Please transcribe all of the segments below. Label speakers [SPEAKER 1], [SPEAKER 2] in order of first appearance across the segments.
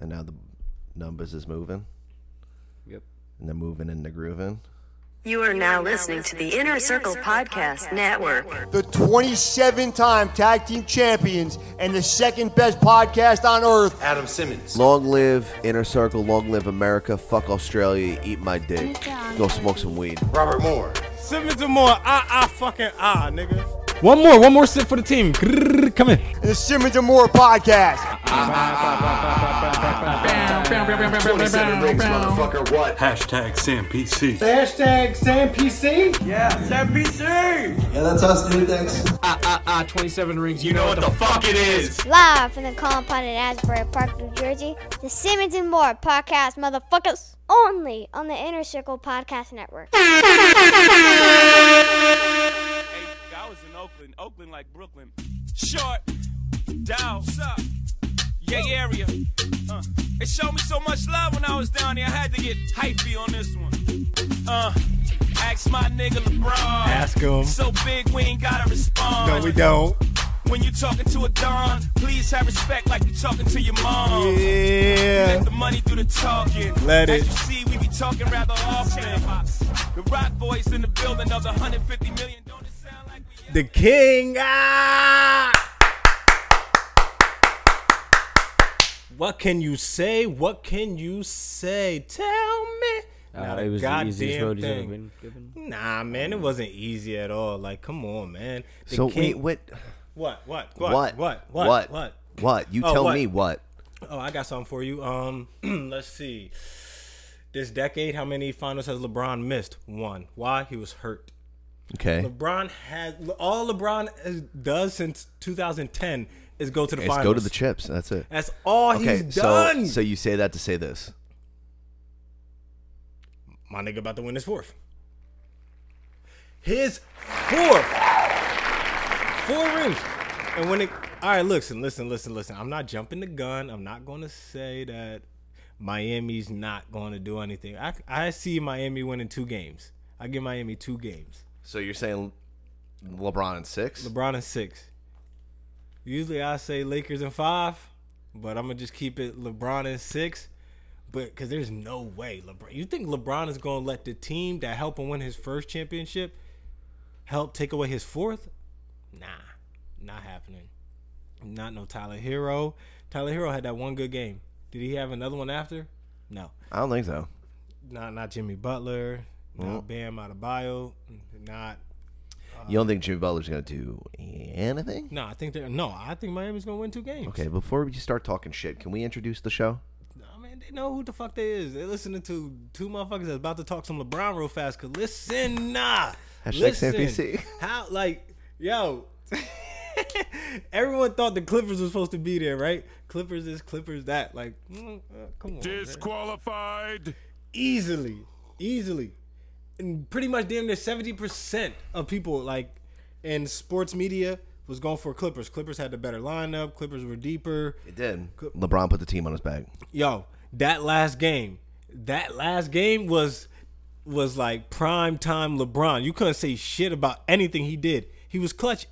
[SPEAKER 1] and now the numbers is moving
[SPEAKER 2] Yep.
[SPEAKER 1] and they're moving and they're grooving.
[SPEAKER 3] You are now listening to the Inner Circle Podcast Network.
[SPEAKER 4] the 27 time tag team champions and the second best podcast on earth.
[SPEAKER 5] Adam Simmons.
[SPEAKER 1] Long live Inner Circle, long live America, fuck Australia, eat my dick, go smoke some weed.
[SPEAKER 5] Robert Moore.
[SPEAKER 6] Simmons and more. Ah, ah, fucking ah, nigga.
[SPEAKER 2] One more, one more sip for the team. Grrr, Come in.
[SPEAKER 4] And the Simmons and Moore podcast.
[SPEAKER 5] 27 rings, motherfucker, what?
[SPEAKER 7] Hashtag Sam PC.
[SPEAKER 6] Hashtag Sam PC.
[SPEAKER 8] Yeah, that's us, dude. Thanks.
[SPEAKER 9] Ah, 27 rings. You know what the
[SPEAKER 5] fuck it is!
[SPEAKER 10] Live from the Colin Pond in Asbury Park, New Jersey, the Simmons and More podcast, motherfuckers, only on the Inner Circle Podcast Network.
[SPEAKER 6] Hey, I was in Oakland. Oakland like Brooklyn. Short. Down. Sup. Yay area. Uh, it showed me so much love when I was down there. I had to get hypey on this one. Uh, ask my nigga LeBron.
[SPEAKER 9] Ask him.
[SPEAKER 6] So big we ain't gotta respond.
[SPEAKER 9] No, we don't.
[SPEAKER 6] When you talking to a don, please have respect like you talking to your mom. Let
[SPEAKER 9] Yeah.
[SPEAKER 6] the money do the talking.
[SPEAKER 9] Let
[SPEAKER 6] As
[SPEAKER 9] it.
[SPEAKER 6] you see, we be talking rather often. The rock boys in the building of the 150 million. Don't it sound like we
[SPEAKER 9] The king. Ah. What can you say? What can you say? Tell me. Not a
[SPEAKER 2] Uh, it was the easiest
[SPEAKER 9] goddamn
[SPEAKER 2] road he's ever
[SPEAKER 9] thing.
[SPEAKER 2] been given.
[SPEAKER 9] Nah, man, it wasn't easy at all. Like, come on, man. The
[SPEAKER 1] So wait,
[SPEAKER 9] king-
[SPEAKER 1] what,
[SPEAKER 9] What? What?
[SPEAKER 1] what,
[SPEAKER 9] What? What? What?
[SPEAKER 1] what,
[SPEAKER 9] What?
[SPEAKER 1] What? You
[SPEAKER 9] Oh,
[SPEAKER 1] tell
[SPEAKER 9] what?
[SPEAKER 1] me what.
[SPEAKER 9] Oh, I got something for you. Um, let's see. This decade, how many finals has LeBron missed? One. Why? He was hurt.
[SPEAKER 1] Okay,
[SPEAKER 9] LeBron has all LeBron is- does since 2010 is go to the
[SPEAKER 1] let's
[SPEAKER 9] finals.
[SPEAKER 1] go to the chips. That's it.
[SPEAKER 9] That's all
[SPEAKER 1] Okay,
[SPEAKER 9] he's
[SPEAKER 1] so
[SPEAKER 9] done.
[SPEAKER 1] so you say that to say this.
[SPEAKER 9] My nigga about to win his fourth. His fourth. Four rings. And when it all right, listen, listen, listen, listen. I'm not jumping the gun. I'm not gonna say that Miami's not gonna do anything. I I see Miami winning two games. I give Miami two games.
[SPEAKER 1] So you're saying LeBron in six?
[SPEAKER 9] LeBron in six. Usually I say Lakers in five, but I'm gonna just keep it LeBron in six. But because there's no way LeBron, you think LeBron is gonna let the team that helped him win his first championship help take away his fourth? Nah, not happening. Not no Tyler Hero. Tyler Hero had that one good game. Did he have another one after? No.
[SPEAKER 1] I don't think so.
[SPEAKER 9] Not not Jimmy Butler. Not Bam Adebayo. Not
[SPEAKER 1] You don't think Jimmy Butler's gonna do anything?
[SPEAKER 9] no. I think they're no. I think Miami's gonna win two games.
[SPEAKER 1] Okay, before we start talking shit, can we introduce the show?
[SPEAKER 9] I mean, they know who the fuck they is. They listening to two motherfuckers that's about to talk some LeBron real fast. Cause listen, nah,
[SPEAKER 1] Hashtag
[SPEAKER 9] listen.
[SPEAKER 1] Sam PC.
[SPEAKER 9] How like yo? Everyone thought the Clippers was supposed to be there, right? Clippers is Clippers that. Like, mm, uh, come on, man.
[SPEAKER 7] Disqualified.
[SPEAKER 9] easily, easily, and pretty much damn near seventy percent of people like in sports media was going for Clippers. Clippers had the better lineup. Clippers were deeper.
[SPEAKER 1] It did. LeBron put the team on his back.
[SPEAKER 9] yo that last game that last game was was like prime time lebron you couldn't say shit about anything he did he was clutch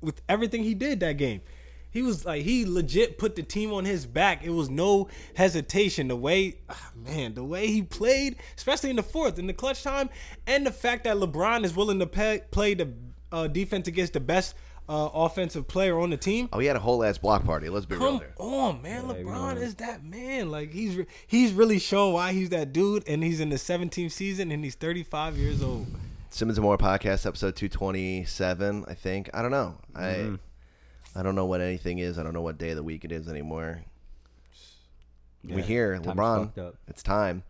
[SPEAKER 9] with everything he did that game he was like he legit put the team on his back it was no hesitation the way ah, man the way he played especially in the fourth in the clutch time and the fact that lebron is willing to pay, play the uh, defense against the best uh, offensive player on the team
[SPEAKER 1] Oh, he had a whole ass block party. Let's be real
[SPEAKER 9] Come
[SPEAKER 1] there.
[SPEAKER 9] on, man. LeBron is that man. Like he's re- he's really shown why he's that dude, and he's in the 17th season, and he's 35 years old.
[SPEAKER 1] Mm-hmm. Simmons and More podcast episode two twenty seven. I think. I don't know. I
[SPEAKER 2] Mm-hmm.
[SPEAKER 1] I don't know what anything is. I don't know what day of the week it is anymore. we hear
[SPEAKER 2] time's fucked
[SPEAKER 1] LeBron.
[SPEAKER 2] up.
[SPEAKER 1] It's time.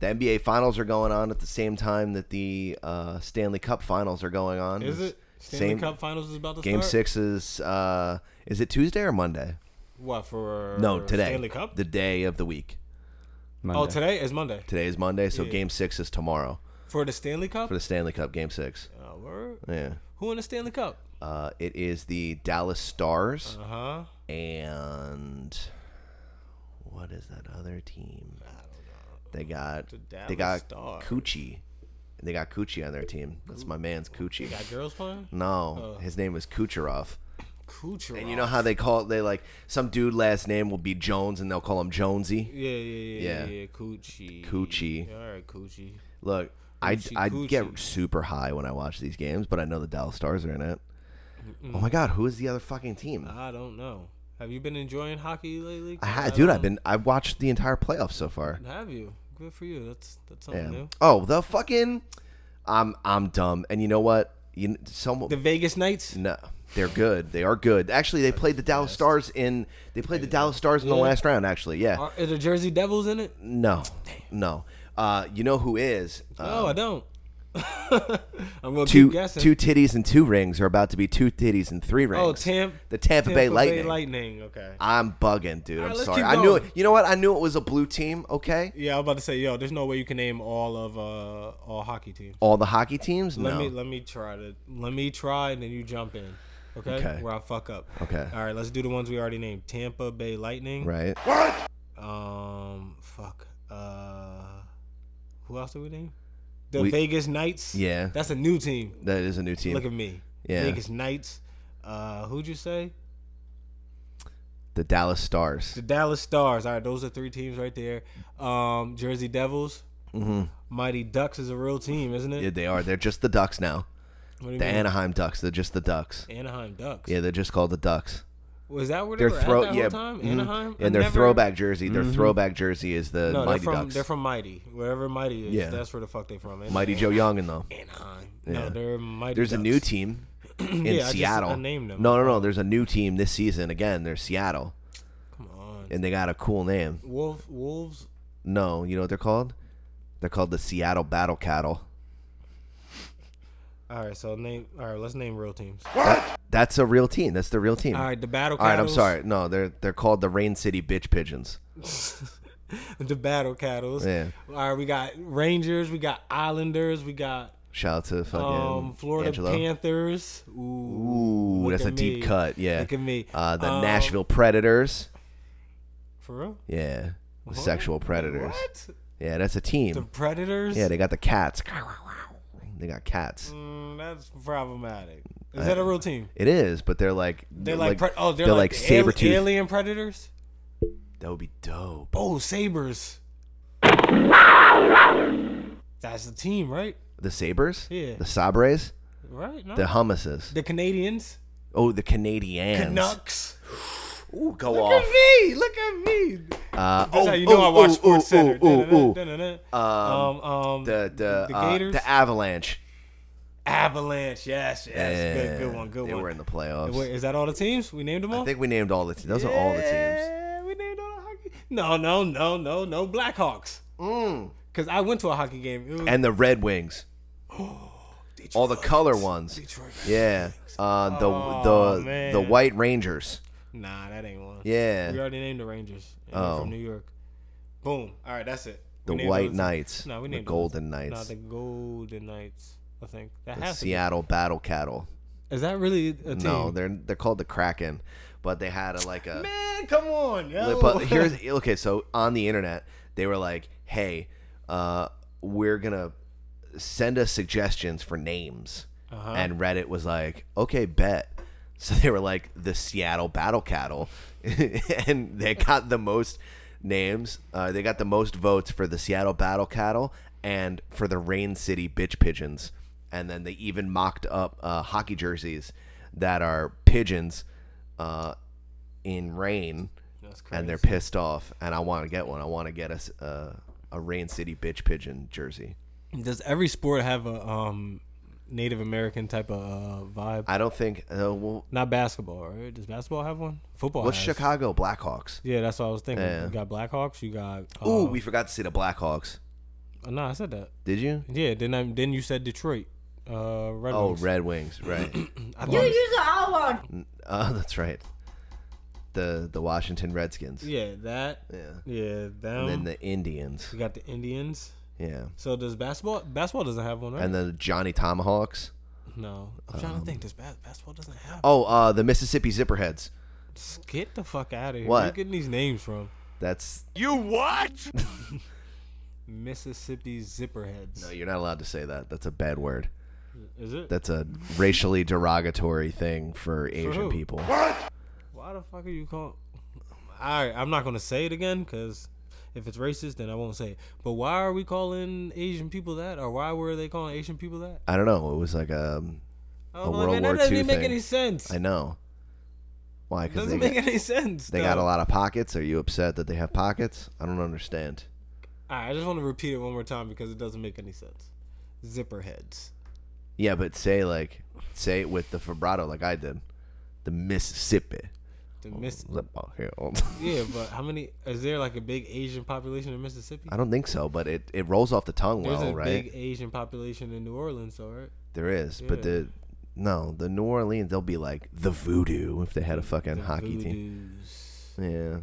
[SPEAKER 1] The NBA finals are going on at the same time that the uh, Stanley Cup finals are going on.
[SPEAKER 9] Is
[SPEAKER 1] It's
[SPEAKER 9] it? Stanley
[SPEAKER 1] same-
[SPEAKER 9] Cup Finals is about to
[SPEAKER 1] Game
[SPEAKER 9] start.
[SPEAKER 1] six is uh, is it Tuesday or Monday?
[SPEAKER 9] What for?
[SPEAKER 1] No, today.
[SPEAKER 9] Stanley Cup.
[SPEAKER 1] The day of the week.
[SPEAKER 9] oh,
[SPEAKER 2] Monday.
[SPEAKER 9] today is Monday
[SPEAKER 1] Today is Monday, so game six is tomorrow
[SPEAKER 9] for the Stanley Cup.
[SPEAKER 1] for the Stanley Cup game six.
[SPEAKER 9] Oh, word.
[SPEAKER 1] Yeah.
[SPEAKER 9] Who in the Stanley Cup?
[SPEAKER 1] Uh, it is the Dallas Stars
[SPEAKER 9] Uh huh.
[SPEAKER 1] and what is that other team? I don't know. They got they
[SPEAKER 9] Dallas
[SPEAKER 1] got
[SPEAKER 9] Stars.
[SPEAKER 1] Coochie. They got Coochie on their team. That's my man's Coochie.
[SPEAKER 9] Got girls playing.
[SPEAKER 1] No, his name is Kucherov.
[SPEAKER 9] Kucherov.
[SPEAKER 1] And you know how they call it? They like some dude last name will be Jones, and they'll call him Jonesy.
[SPEAKER 9] Yeah, yeah, yeah, yeah,
[SPEAKER 1] Yeah.
[SPEAKER 9] yeah. Coochie.
[SPEAKER 1] Coochie.
[SPEAKER 9] All right, Coochie.
[SPEAKER 1] Look, I
[SPEAKER 9] Coochie,
[SPEAKER 1] I
[SPEAKER 9] coochie.
[SPEAKER 1] get super high when I watch these games, but I know the Dallas Stars are in it. Oh my God, who is the other fucking team?
[SPEAKER 9] I don't know. Have you been enjoying hockey lately?
[SPEAKER 1] I had, dude,
[SPEAKER 9] don't-
[SPEAKER 1] I've been I watched the entire playoffs so far.
[SPEAKER 9] Have you? Good for you. That's that's something
[SPEAKER 1] Yeah.
[SPEAKER 9] new.
[SPEAKER 1] Oh, the fucking, I'm I'm dumb, and you know what? You kn- someone
[SPEAKER 9] The Vegas Knights.
[SPEAKER 1] no, they're good. They are good. Actually, they played the Dallas Stars in they played the Dallas Stars in the
[SPEAKER 9] Yeah.
[SPEAKER 1] last round. Actually, yeah.
[SPEAKER 9] Are, are the Jersey Devils in it?
[SPEAKER 1] No, no. Uh, you know who is? Uh,
[SPEAKER 9] No, I don't. I'm gonna
[SPEAKER 1] two
[SPEAKER 9] keep guessing.
[SPEAKER 1] two titties and two rings are about to be two titties and three rings.
[SPEAKER 9] oh, Tam-
[SPEAKER 1] the Tampa, Bay Lightning.
[SPEAKER 9] Lightning. Okay.
[SPEAKER 1] I'm bugging, dude.
[SPEAKER 9] All
[SPEAKER 1] I'm
[SPEAKER 9] right, let's
[SPEAKER 1] sorry.
[SPEAKER 9] keep
[SPEAKER 1] I knew it.
[SPEAKER 9] going.
[SPEAKER 1] You know what? I knew it was a blue team. Okay,
[SPEAKER 9] Yeah, I was about to say, yo, there's no way you can name all of uh all hockey teams.
[SPEAKER 1] all the hockey teams.
[SPEAKER 9] Let
[SPEAKER 1] no.
[SPEAKER 9] me let me try to let me try and then you jump in. Okay?
[SPEAKER 1] Okay.
[SPEAKER 9] Where I fuck up.
[SPEAKER 1] Okay.
[SPEAKER 9] All right, let's do the ones we already named. Tampa Bay Lightning.
[SPEAKER 1] right.
[SPEAKER 9] Um fuck. Uh who else did we name? The
[SPEAKER 1] We-
[SPEAKER 9] Vegas Knights.
[SPEAKER 1] Yeah.
[SPEAKER 9] That's a new team.
[SPEAKER 1] That is a new team.
[SPEAKER 9] Look at me.
[SPEAKER 1] Yeah.
[SPEAKER 9] Vegas Knights. Uh who'd you say?
[SPEAKER 1] the Dallas Stars.
[SPEAKER 9] The Dallas Stars. All right, those are three teams right there. Um Jersey Devils. Mm-hmm. Mighty Ducks is a real team, isn't it?
[SPEAKER 1] Yeah, they are. They're just the Ducks now.
[SPEAKER 9] What do you
[SPEAKER 1] The
[SPEAKER 9] mean?
[SPEAKER 1] Anaheim Ducks. They're just the Ducks.
[SPEAKER 9] Anaheim Ducks.
[SPEAKER 1] Yeah, they're just called the Ducks.
[SPEAKER 9] Was that where they
[SPEAKER 1] Their
[SPEAKER 9] were
[SPEAKER 1] throw,
[SPEAKER 9] at that
[SPEAKER 1] yeah,
[SPEAKER 9] whole time?
[SPEAKER 1] mhm.
[SPEAKER 9] Anaheim? I
[SPEAKER 1] and their
[SPEAKER 9] never- Mm-hmm.
[SPEAKER 1] throwback jersey. Their throwback jersey is the
[SPEAKER 9] No, they're
[SPEAKER 1] Mighty
[SPEAKER 9] from
[SPEAKER 1] Ducks.
[SPEAKER 9] they're from Mighty, wherever Mighty is.
[SPEAKER 1] Yeah.
[SPEAKER 9] that's where the fuck they from. Ain't
[SPEAKER 1] Mighty
[SPEAKER 9] no
[SPEAKER 1] Joe Young and though.
[SPEAKER 9] Anaheim.
[SPEAKER 1] Yeah.
[SPEAKER 9] No, they're Mighty.
[SPEAKER 1] There's a new
[SPEAKER 9] Ducks.
[SPEAKER 1] team in
[SPEAKER 9] Yeah, I just-
[SPEAKER 1] Seattle.
[SPEAKER 9] I named them.
[SPEAKER 1] No, no, no. There's a new team this season. Again, they're Seattle,
[SPEAKER 9] Come on,
[SPEAKER 1] and they got a cool name.
[SPEAKER 9] Wolf Wolves.
[SPEAKER 1] No, you know what they're called? They're called the Seattle Battle Cattle.
[SPEAKER 9] All right, so name. All right, let's name real teams.
[SPEAKER 1] That- that's a real team. That's the real team.
[SPEAKER 9] All right, the battle.
[SPEAKER 1] All right, I'm
[SPEAKER 9] Cattles-
[SPEAKER 1] sorry. No, they're they're called the Rain City Bitch Pigeons.
[SPEAKER 9] The battle cattles.
[SPEAKER 1] Yeah.
[SPEAKER 9] All right, we got Rangers. We got Islanders. We got
[SPEAKER 1] Shout out to fucking
[SPEAKER 9] um Florida
[SPEAKER 1] Angelo.
[SPEAKER 9] Panthers. Ooh,
[SPEAKER 1] Ooh,
[SPEAKER 9] look
[SPEAKER 1] that's a
[SPEAKER 9] at
[SPEAKER 1] deep
[SPEAKER 9] me.
[SPEAKER 1] cut. Yeah.
[SPEAKER 9] Look at me.
[SPEAKER 1] Uh, the
[SPEAKER 9] Um,
[SPEAKER 1] Nashville Predators.
[SPEAKER 9] For real?
[SPEAKER 1] Yeah. The sexual predators.
[SPEAKER 9] What?
[SPEAKER 1] Yeah, that's a
[SPEAKER 9] The
[SPEAKER 1] team.
[SPEAKER 9] Predators.
[SPEAKER 1] yeah, they got the cats. They got cats.
[SPEAKER 9] Mm, that's problematic. Is that a real team?
[SPEAKER 1] It is, but they're like
[SPEAKER 9] They're like, pre- oh, they're, like, the
[SPEAKER 1] saber
[SPEAKER 9] al-
[SPEAKER 1] tooth.
[SPEAKER 9] alien predators.
[SPEAKER 1] That would be dope.
[SPEAKER 9] Oh, sabers. That's the team, right?
[SPEAKER 1] The sabers.
[SPEAKER 9] Yeah.
[SPEAKER 1] The sabres.
[SPEAKER 9] Right? No.
[SPEAKER 1] The
[SPEAKER 9] The,
[SPEAKER 1] hummuses.
[SPEAKER 9] Canadians,
[SPEAKER 1] oh, the Canadians.
[SPEAKER 9] Canucks.
[SPEAKER 1] Ooh, go
[SPEAKER 9] Look
[SPEAKER 1] off.
[SPEAKER 9] at me! Look at me!
[SPEAKER 1] Uh,
[SPEAKER 9] That's
[SPEAKER 1] oh,
[SPEAKER 9] how you know
[SPEAKER 1] oh,
[SPEAKER 9] I watch
[SPEAKER 1] oh,
[SPEAKER 9] Sports
[SPEAKER 1] oh,
[SPEAKER 9] Center.
[SPEAKER 1] oh, oh, oh.
[SPEAKER 9] Um, um, um,
[SPEAKER 1] The the
[SPEAKER 9] the
[SPEAKER 1] uh,
[SPEAKER 9] Gators,
[SPEAKER 1] the Avalanche.
[SPEAKER 9] Avalanche. Yes, yes,
[SPEAKER 1] Yeah,
[SPEAKER 9] good, good one, good
[SPEAKER 1] they
[SPEAKER 9] one.
[SPEAKER 1] were in the playoffs.
[SPEAKER 9] Wait, is that all the teams? We named them all.
[SPEAKER 1] I think we named all the teams. Those are all the teams.
[SPEAKER 9] Yeah, we named all the hockey. No, no, no, no, no Blackhawks. Because I went to a hockey game. It was
[SPEAKER 1] Mm. And the Red Wings. all the color ones.
[SPEAKER 9] Detroit.
[SPEAKER 1] Yeah. Uh, the the the
[SPEAKER 9] man.
[SPEAKER 1] White Rangers.
[SPEAKER 9] Nah, that ain't one. We
[SPEAKER 1] Yeah.
[SPEAKER 9] already named the Rangers. And they're
[SPEAKER 1] Oh.
[SPEAKER 9] From New York. Boom. All right, that's it.
[SPEAKER 1] The
[SPEAKER 9] We named
[SPEAKER 1] White
[SPEAKER 9] those-
[SPEAKER 1] Knights.
[SPEAKER 9] No, we
[SPEAKER 1] the
[SPEAKER 9] named
[SPEAKER 1] Golden
[SPEAKER 9] those.
[SPEAKER 1] Knights.
[SPEAKER 9] No, the Golden Knights. I think that
[SPEAKER 1] the
[SPEAKER 9] has to be-
[SPEAKER 1] Seattle Battle Cattle.
[SPEAKER 9] Is that really a team?
[SPEAKER 1] No, they're they're called the Kraken, but they had a like a.
[SPEAKER 9] Man, come on, yo.
[SPEAKER 1] But here's okay. So on the internet, they were like, "Hey, uh, we're gonna send us suggestions for names," and Reddit was like, "Okay, bet." So they were like the Seattle Battle Cattle, and they got the most names. Uh, they got the most votes for the Seattle Battle Cattle and for the Rain City Bitch Pigeons. And then they even mocked up uh, hockey jerseys that are pigeons uh, in rain
[SPEAKER 9] That's
[SPEAKER 1] and they're
[SPEAKER 9] crazy.
[SPEAKER 1] pissed off, and I want to get one. I want to get us a, a Rain City bitch pigeon jersey.
[SPEAKER 9] Does every sport have a um, Native American type of uh, vibe?
[SPEAKER 1] I don't think. Uh, well,
[SPEAKER 9] Not basketball, right? Does basketball have one? Football.
[SPEAKER 1] what's
[SPEAKER 9] has.
[SPEAKER 1] Chicago Blackhawks?
[SPEAKER 9] Yeah, that's what I was thinking.
[SPEAKER 1] Yeah.
[SPEAKER 9] You got Blackhawks. You got. Uh,
[SPEAKER 1] Ooh, we forgot to see the Blackhawks.
[SPEAKER 9] No, I said that.
[SPEAKER 1] Did you?
[SPEAKER 9] Yeah. Then I, then you said Detroit. Uh, Red
[SPEAKER 1] Oh,
[SPEAKER 9] Wings.
[SPEAKER 1] Red Wings, right?
[SPEAKER 9] I thought-
[SPEAKER 1] uh, that's right. The the Washington Redskins. Yeah.
[SPEAKER 9] yeah, that. Yeah, them.
[SPEAKER 1] And then the Indians.
[SPEAKER 9] we got the Indians.
[SPEAKER 1] Yeah.
[SPEAKER 9] So does basketball? Basketball doesn't have one, right?
[SPEAKER 1] And then the Johnny Tomahawks.
[SPEAKER 9] no, I'm trying to think. Does bas- basketball doesn't have?
[SPEAKER 1] Oh,
[SPEAKER 9] Oh,
[SPEAKER 1] uh, the Mississippi Zipperheads.
[SPEAKER 9] get the fuck out of here! Where
[SPEAKER 1] What?
[SPEAKER 9] you getting these names from?
[SPEAKER 1] That's
[SPEAKER 11] You what?
[SPEAKER 9] Mississippi Zipperheads.
[SPEAKER 1] uh, you're not allowed to say that. That's a bad word.
[SPEAKER 9] Is it?
[SPEAKER 1] That's a racially derogatory thing for Asian
[SPEAKER 9] who?
[SPEAKER 1] people.
[SPEAKER 9] Why the fuck are you calling? All right, I'm not gonna say it again because if it's racist, then I won't say it. But why are we calling Asian people that, or why were they calling Asian people that?
[SPEAKER 1] I don't know. It was like a,
[SPEAKER 9] Oh,
[SPEAKER 1] a
[SPEAKER 9] well,
[SPEAKER 1] World
[SPEAKER 9] man, that
[SPEAKER 1] War
[SPEAKER 9] doesn't
[SPEAKER 1] II
[SPEAKER 9] even make
[SPEAKER 1] thing.
[SPEAKER 9] any sense.
[SPEAKER 1] I know. Why? Because
[SPEAKER 9] Doesn't
[SPEAKER 1] they
[SPEAKER 9] make
[SPEAKER 1] got,
[SPEAKER 9] any sense.
[SPEAKER 1] they got a
[SPEAKER 9] though.
[SPEAKER 1] lot of pockets. Are you upset that they have pockets? I don't understand.
[SPEAKER 9] All right, I just want to repeat it one more time because it doesn't make any sense. Zipper heads.
[SPEAKER 1] Yeah, but say like say it with the vibrato like I did. The Mississippi.
[SPEAKER 9] The
[SPEAKER 1] Oh.
[SPEAKER 9] miss.
[SPEAKER 1] Zip out here. Oh,
[SPEAKER 9] Yeah, but how many? Is there like a big Asian population in Mississippi?
[SPEAKER 1] I don't think so, but it, it rolls off the tongue
[SPEAKER 9] There's
[SPEAKER 1] well,
[SPEAKER 9] a
[SPEAKER 1] right?
[SPEAKER 9] big Asian population in New Orleans, all right.
[SPEAKER 1] There is, but
[SPEAKER 9] Yeah.
[SPEAKER 1] the no, the New Orleans they'll be like the Voodoo if they had a fucking hockey team.
[SPEAKER 9] Voodoos.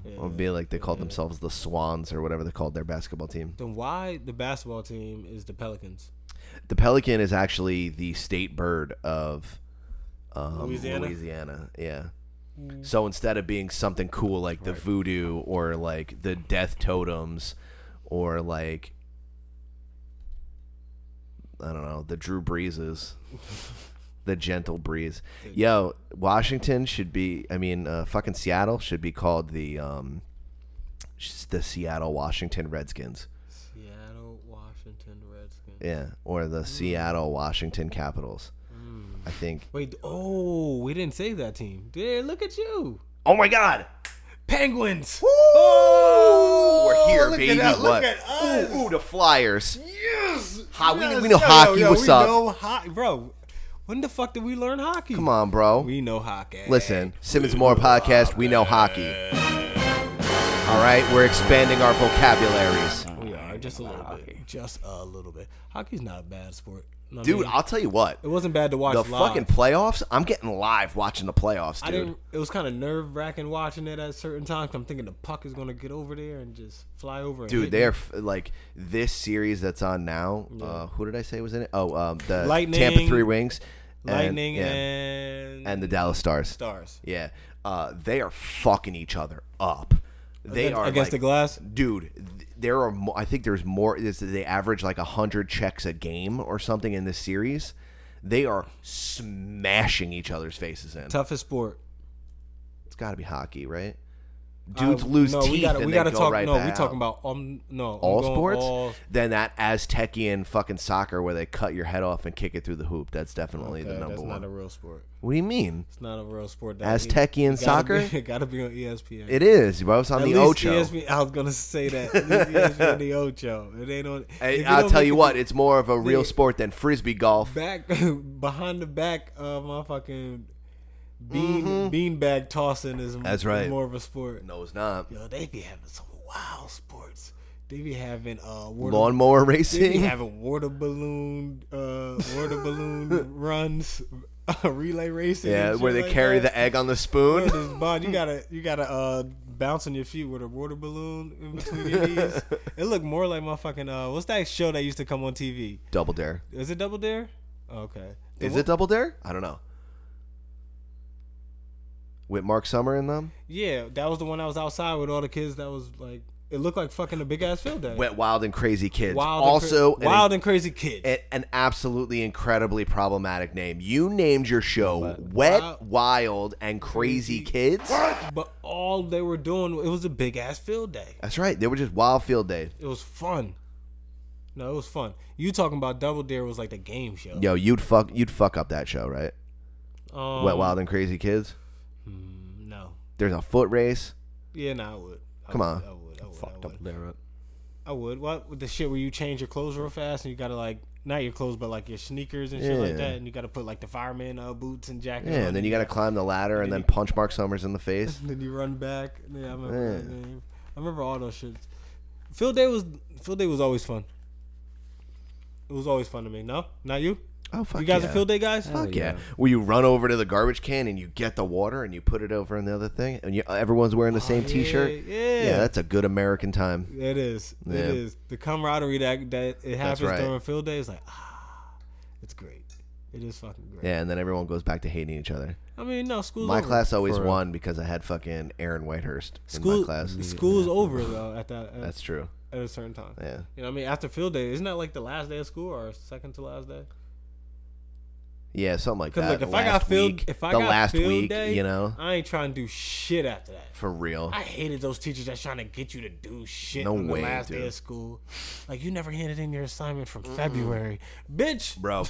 [SPEAKER 1] Yeah, or be like they called themselves the Swans or whatever they called their basketball team.
[SPEAKER 9] Then why the basketball team is the Pelicans?
[SPEAKER 1] The pelican is actually the state bird of um,
[SPEAKER 9] Louisiana?
[SPEAKER 1] Louisiana. Yeah. So instead of being something cool like the voodoo or like the death totems or like I don't know the Drew Breezes, the gentle breeze. Yo, Washington should be. I mean, uh, fucking Seattle should be called the um, s- the Seattle Washington Redskins.
[SPEAKER 9] Seattle, Washington Redskins.
[SPEAKER 1] Yeah, or
[SPEAKER 9] Mm.
[SPEAKER 1] the Seattle Washington Capitals. I think.
[SPEAKER 9] Wait, oh, we didn't say that team. Dude, look at you.
[SPEAKER 1] Oh my God!
[SPEAKER 9] Penguins.
[SPEAKER 1] Woo! We're here,
[SPEAKER 9] Oh, look at
[SPEAKER 1] baby.
[SPEAKER 9] that, look
[SPEAKER 1] what?
[SPEAKER 9] at us.
[SPEAKER 1] Ooh, ooh, the Flyers.
[SPEAKER 9] Yes.
[SPEAKER 1] Ho- we- we know hockey, what's
[SPEAKER 9] we
[SPEAKER 1] up?
[SPEAKER 9] Know ho- bro, when the fuck did we learn hockey?
[SPEAKER 1] Come on, bro.
[SPEAKER 9] We know hockey.
[SPEAKER 1] Listen, Simmons Moore podcast. We know hockey. All right, we're expanding our vocabularies,
[SPEAKER 9] We are just a little bit. Just a little bit. Hockey's not a bad sport. You know what I
[SPEAKER 1] dude.
[SPEAKER 9] mean?
[SPEAKER 1] I'll tell you what.
[SPEAKER 9] it wasn't bad to watch
[SPEAKER 1] The
[SPEAKER 9] live.
[SPEAKER 1] fucking playoffs. I'm getting live watching the playoffs,
[SPEAKER 9] I
[SPEAKER 1] dude.
[SPEAKER 9] didn't. It was kind of nerve wracking watching it at certain times. I'm thinking the puck is gonna get over there and just fly over. And
[SPEAKER 1] Dude,
[SPEAKER 9] hit me.
[SPEAKER 1] they're f- like this series that's on now. Uh, who did I say was in it? Oh, um, the Tampa
[SPEAKER 9] Lightning.
[SPEAKER 1] Three Wings, and-
[SPEAKER 9] lightning
[SPEAKER 1] yeah,
[SPEAKER 9] and
[SPEAKER 1] and the Dallas Stars.
[SPEAKER 9] stars.
[SPEAKER 1] Yeah, uh, they are fucking each other up. They
[SPEAKER 9] Against-
[SPEAKER 1] are
[SPEAKER 9] against
[SPEAKER 1] like-
[SPEAKER 9] the glass?
[SPEAKER 1] dude. th- There are, mo- I think there's more. is They average like hundred checks a game or something in this series. They are smashing each other's faces in.
[SPEAKER 9] Toughest sport.
[SPEAKER 1] It's got to be hockey, right? Dudes
[SPEAKER 9] Uh,
[SPEAKER 1] lose
[SPEAKER 9] no,
[SPEAKER 1] teeth
[SPEAKER 9] we gotta,
[SPEAKER 1] and
[SPEAKER 9] we
[SPEAKER 1] they
[SPEAKER 9] gotta
[SPEAKER 1] go
[SPEAKER 9] talk.
[SPEAKER 1] right
[SPEAKER 9] no, we
[SPEAKER 1] back
[SPEAKER 9] talking
[SPEAKER 1] out.
[SPEAKER 9] about um. No, I'm
[SPEAKER 1] all
[SPEAKER 9] going
[SPEAKER 1] sports.
[SPEAKER 9] all-
[SPEAKER 1] Then that Aztecian fucking soccer where they cut your head off and kick it through the hoop. That's definitely the
[SPEAKER 9] Yeah,
[SPEAKER 1] number
[SPEAKER 9] that's
[SPEAKER 1] one.
[SPEAKER 9] not a real sport.
[SPEAKER 1] what do you mean?
[SPEAKER 9] It's not a real sport.
[SPEAKER 1] Aztecian
[SPEAKER 9] it gotta be-
[SPEAKER 1] soccer?
[SPEAKER 9] it gotta be on E ESPN.
[SPEAKER 1] It is, bro. It's on
[SPEAKER 9] At
[SPEAKER 1] the
[SPEAKER 9] least E
[SPEAKER 1] Ocho.
[SPEAKER 9] ESPN I was gonna say that. At least E ESPN on the Ocho. It ain't on.
[SPEAKER 1] I,
[SPEAKER 9] if it
[SPEAKER 1] I'll
[SPEAKER 9] don't
[SPEAKER 1] tell
[SPEAKER 9] make
[SPEAKER 1] you
[SPEAKER 9] it
[SPEAKER 1] what, it's more of a real
[SPEAKER 9] Yeah.
[SPEAKER 1] sport than frisbee golf.
[SPEAKER 9] back behind the back of my fucking bean beanbag tossing is m-
[SPEAKER 1] Mm-hmm. That's right.
[SPEAKER 9] more of a sport.
[SPEAKER 1] No, it's not.
[SPEAKER 9] Yo, they be having some wild sports. They be having uh water,
[SPEAKER 1] Lawnmower
[SPEAKER 9] They be
[SPEAKER 1] racing.
[SPEAKER 9] having water balloon uh water balloon runs, uh, relay racing.
[SPEAKER 1] Yeah, where they carry the egg on the spoon.
[SPEAKER 9] This bond, you gotta you gotta uh bounce on your feet with a water balloon in between your knees. It looked more like my fucking uh what's that show that used to come on TV?
[SPEAKER 1] Double dare.
[SPEAKER 9] Is it Double Dare? Okay. The
[SPEAKER 1] Is
[SPEAKER 9] one-
[SPEAKER 1] it double dare? I don't know. With Mark Summer in them?
[SPEAKER 9] Yeah, that was the one I was outside with all the kids. That was like, it looked like fucking a big ass field day.
[SPEAKER 1] Wet, wild, and crazy kids.
[SPEAKER 9] and cra-
[SPEAKER 1] also, an-
[SPEAKER 9] wild and crazy kids.
[SPEAKER 1] an, an absolutely incredibly problematic name. You named your show Wet, Wild, and Crazy Kids.
[SPEAKER 9] but all they were doing, it was a big ass field day.
[SPEAKER 1] That's right. They were just Wild Field Day.
[SPEAKER 9] It was fun. No, it was fun. You talking about Double Dare was like the game show.
[SPEAKER 1] Yo, you'd fuck, you'd fuck up that show, right?
[SPEAKER 9] Um,
[SPEAKER 1] Wet, Wild, and Crazy Kids.
[SPEAKER 9] No.
[SPEAKER 1] There's a foot race.
[SPEAKER 9] Yeah, no, I would. I
[SPEAKER 1] Come
[SPEAKER 9] would,
[SPEAKER 1] on.
[SPEAKER 9] I would. I would. I
[SPEAKER 12] Fucked
[SPEAKER 9] would.
[SPEAKER 12] up there up.
[SPEAKER 9] I would. What with the shit where you change your clothes real fast and you gotta like not your clothes but like your sneakers and shit
[SPEAKER 1] Yeah.
[SPEAKER 9] like that and you gotta put like the fireman uh, boots and jacket.
[SPEAKER 1] Yeah,
[SPEAKER 9] on
[SPEAKER 1] and then you got to climb the ladder and then punch Mark Summers in the face.
[SPEAKER 9] Then you run back. Yeah, I remember that name. I remember all those shits. Field day was field day was always fun. It was always fun to me. No, not you.
[SPEAKER 1] Oh fuck!
[SPEAKER 9] you guys
[SPEAKER 1] yeah.
[SPEAKER 9] are field day guys.
[SPEAKER 1] Fuck yeah. Well, you run over to the garbage can and you get the water and you put it over in the other thing, and you, everyone's wearing the same
[SPEAKER 9] Oh, yeah,
[SPEAKER 1] T-shirt.
[SPEAKER 9] yeah.
[SPEAKER 1] that's a good American time.
[SPEAKER 9] It is.
[SPEAKER 1] Yeah.
[SPEAKER 9] It is the camaraderie that that it happens
[SPEAKER 1] right.
[SPEAKER 9] during field day is like ah, it's great. It is fucking great.
[SPEAKER 1] Yeah, and then everyone goes back to hating each other.
[SPEAKER 9] I mean, no school's
[SPEAKER 1] My
[SPEAKER 9] over.
[SPEAKER 1] class always
[SPEAKER 12] For-
[SPEAKER 1] won because I had fucking Aaron Whitehurst in
[SPEAKER 9] School
[SPEAKER 1] my class.
[SPEAKER 9] school's over though at that at,
[SPEAKER 1] That's true.
[SPEAKER 9] at a certain time.
[SPEAKER 1] Yeah.
[SPEAKER 9] You know, what I mean, after field day, isn't that like the last day of school or second to last day?
[SPEAKER 1] Yeah, something like
[SPEAKER 9] 'Cause,
[SPEAKER 1] that.
[SPEAKER 9] look, if I got
[SPEAKER 1] Last
[SPEAKER 9] field,
[SPEAKER 1] week-
[SPEAKER 9] if I
[SPEAKER 1] the
[SPEAKER 9] got
[SPEAKER 1] last
[SPEAKER 9] field
[SPEAKER 1] week,
[SPEAKER 9] day,
[SPEAKER 1] you know,
[SPEAKER 9] I ain't trying to do shit after that.
[SPEAKER 1] for real.
[SPEAKER 9] I hated those teachers that's trying to get you to do shit
[SPEAKER 1] No
[SPEAKER 9] on the
[SPEAKER 1] way,
[SPEAKER 9] last day
[SPEAKER 1] dude.
[SPEAKER 9] of school. Like you never handed in your assignment from February, bitch.
[SPEAKER 1] bro,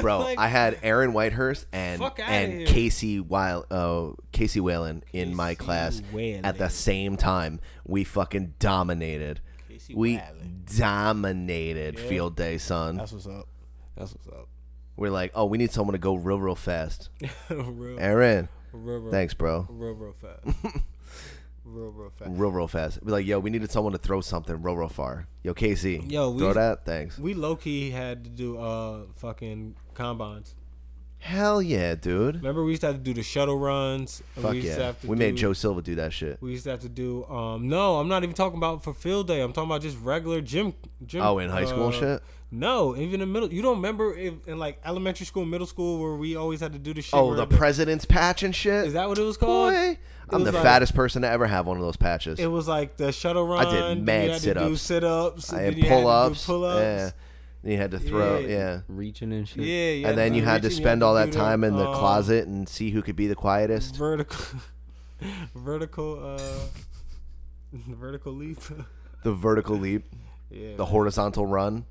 [SPEAKER 1] bro,
[SPEAKER 9] Like-
[SPEAKER 1] I had Aaron Whitehurst and
[SPEAKER 9] Fuck outta
[SPEAKER 1] and
[SPEAKER 9] here.
[SPEAKER 1] Casey Weil, uh, Casey Whalen in my class at the
[SPEAKER 9] Whalen.
[SPEAKER 1] same time. We fucking dominated.
[SPEAKER 9] Casey
[SPEAKER 1] We
[SPEAKER 9] Whalen.
[SPEAKER 1] dominated
[SPEAKER 9] Yeah.
[SPEAKER 1] field day, son.
[SPEAKER 9] That's what's up. That's what's up.
[SPEAKER 1] We're like, oh, we need someone to go real, real fast.
[SPEAKER 9] real,
[SPEAKER 1] Aaron,
[SPEAKER 9] real, real,
[SPEAKER 1] thanks, bro.
[SPEAKER 9] real, real fast. real, real fast.
[SPEAKER 1] Real, real fast. We're like, yo, we needed someone to throw something real, real far. Yo, Casey,
[SPEAKER 9] Yo, we-
[SPEAKER 1] throw that. Thanks.
[SPEAKER 9] We low key had to do uh fucking combines.
[SPEAKER 1] Hell yeah, dude.
[SPEAKER 9] Remember we used to have to do the shuttle runs. and
[SPEAKER 1] Fuck
[SPEAKER 9] we used to
[SPEAKER 1] yeah.
[SPEAKER 9] have to
[SPEAKER 1] We made
[SPEAKER 9] do-
[SPEAKER 1] Joe Silva do that shit.
[SPEAKER 9] We used to have to do. Um, no, I'm not even talking about for field day. I'm talking about just regular gym. gym
[SPEAKER 1] Oh, in high school and
[SPEAKER 9] uh,
[SPEAKER 1] shit?
[SPEAKER 9] No, even in middle. You don't remember if, in like elementary school, middle school, where we always had to do the shit.
[SPEAKER 1] Oh,
[SPEAKER 9] where
[SPEAKER 1] the president's patch and shit.
[SPEAKER 9] Is that what it was called?
[SPEAKER 1] Boy, I'm the
[SPEAKER 9] was like-
[SPEAKER 1] fattest person to ever have one of those patches.
[SPEAKER 9] It was like the shuttle run.
[SPEAKER 1] did
[SPEAKER 9] then
[SPEAKER 1] mad
[SPEAKER 9] you had to do
[SPEAKER 1] sit-ups.
[SPEAKER 9] sit-ups.
[SPEAKER 1] I
[SPEAKER 9] and
[SPEAKER 1] had
[SPEAKER 9] then you
[SPEAKER 1] pull ups.
[SPEAKER 9] to do pull-ups.
[SPEAKER 1] Yeah. And you had to throw. Yeah.
[SPEAKER 9] Yeah.
[SPEAKER 2] Reaching and shit.
[SPEAKER 9] Yeah, you
[SPEAKER 1] and
[SPEAKER 9] to
[SPEAKER 1] then
[SPEAKER 9] do
[SPEAKER 1] you had to
[SPEAKER 9] reaching,
[SPEAKER 1] spend all that
[SPEAKER 9] do the,
[SPEAKER 1] time in the
[SPEAKER 9] um,
[SPEAKER 1] closet and see who could be the quietest.
[SPEAKER 9] Vertical, vertical, uh, vertical leap.
[SPEAKER 1] The vertical leap,
[SPEAKER 9] yeah,
[SPEAKER 1] the horizontal run.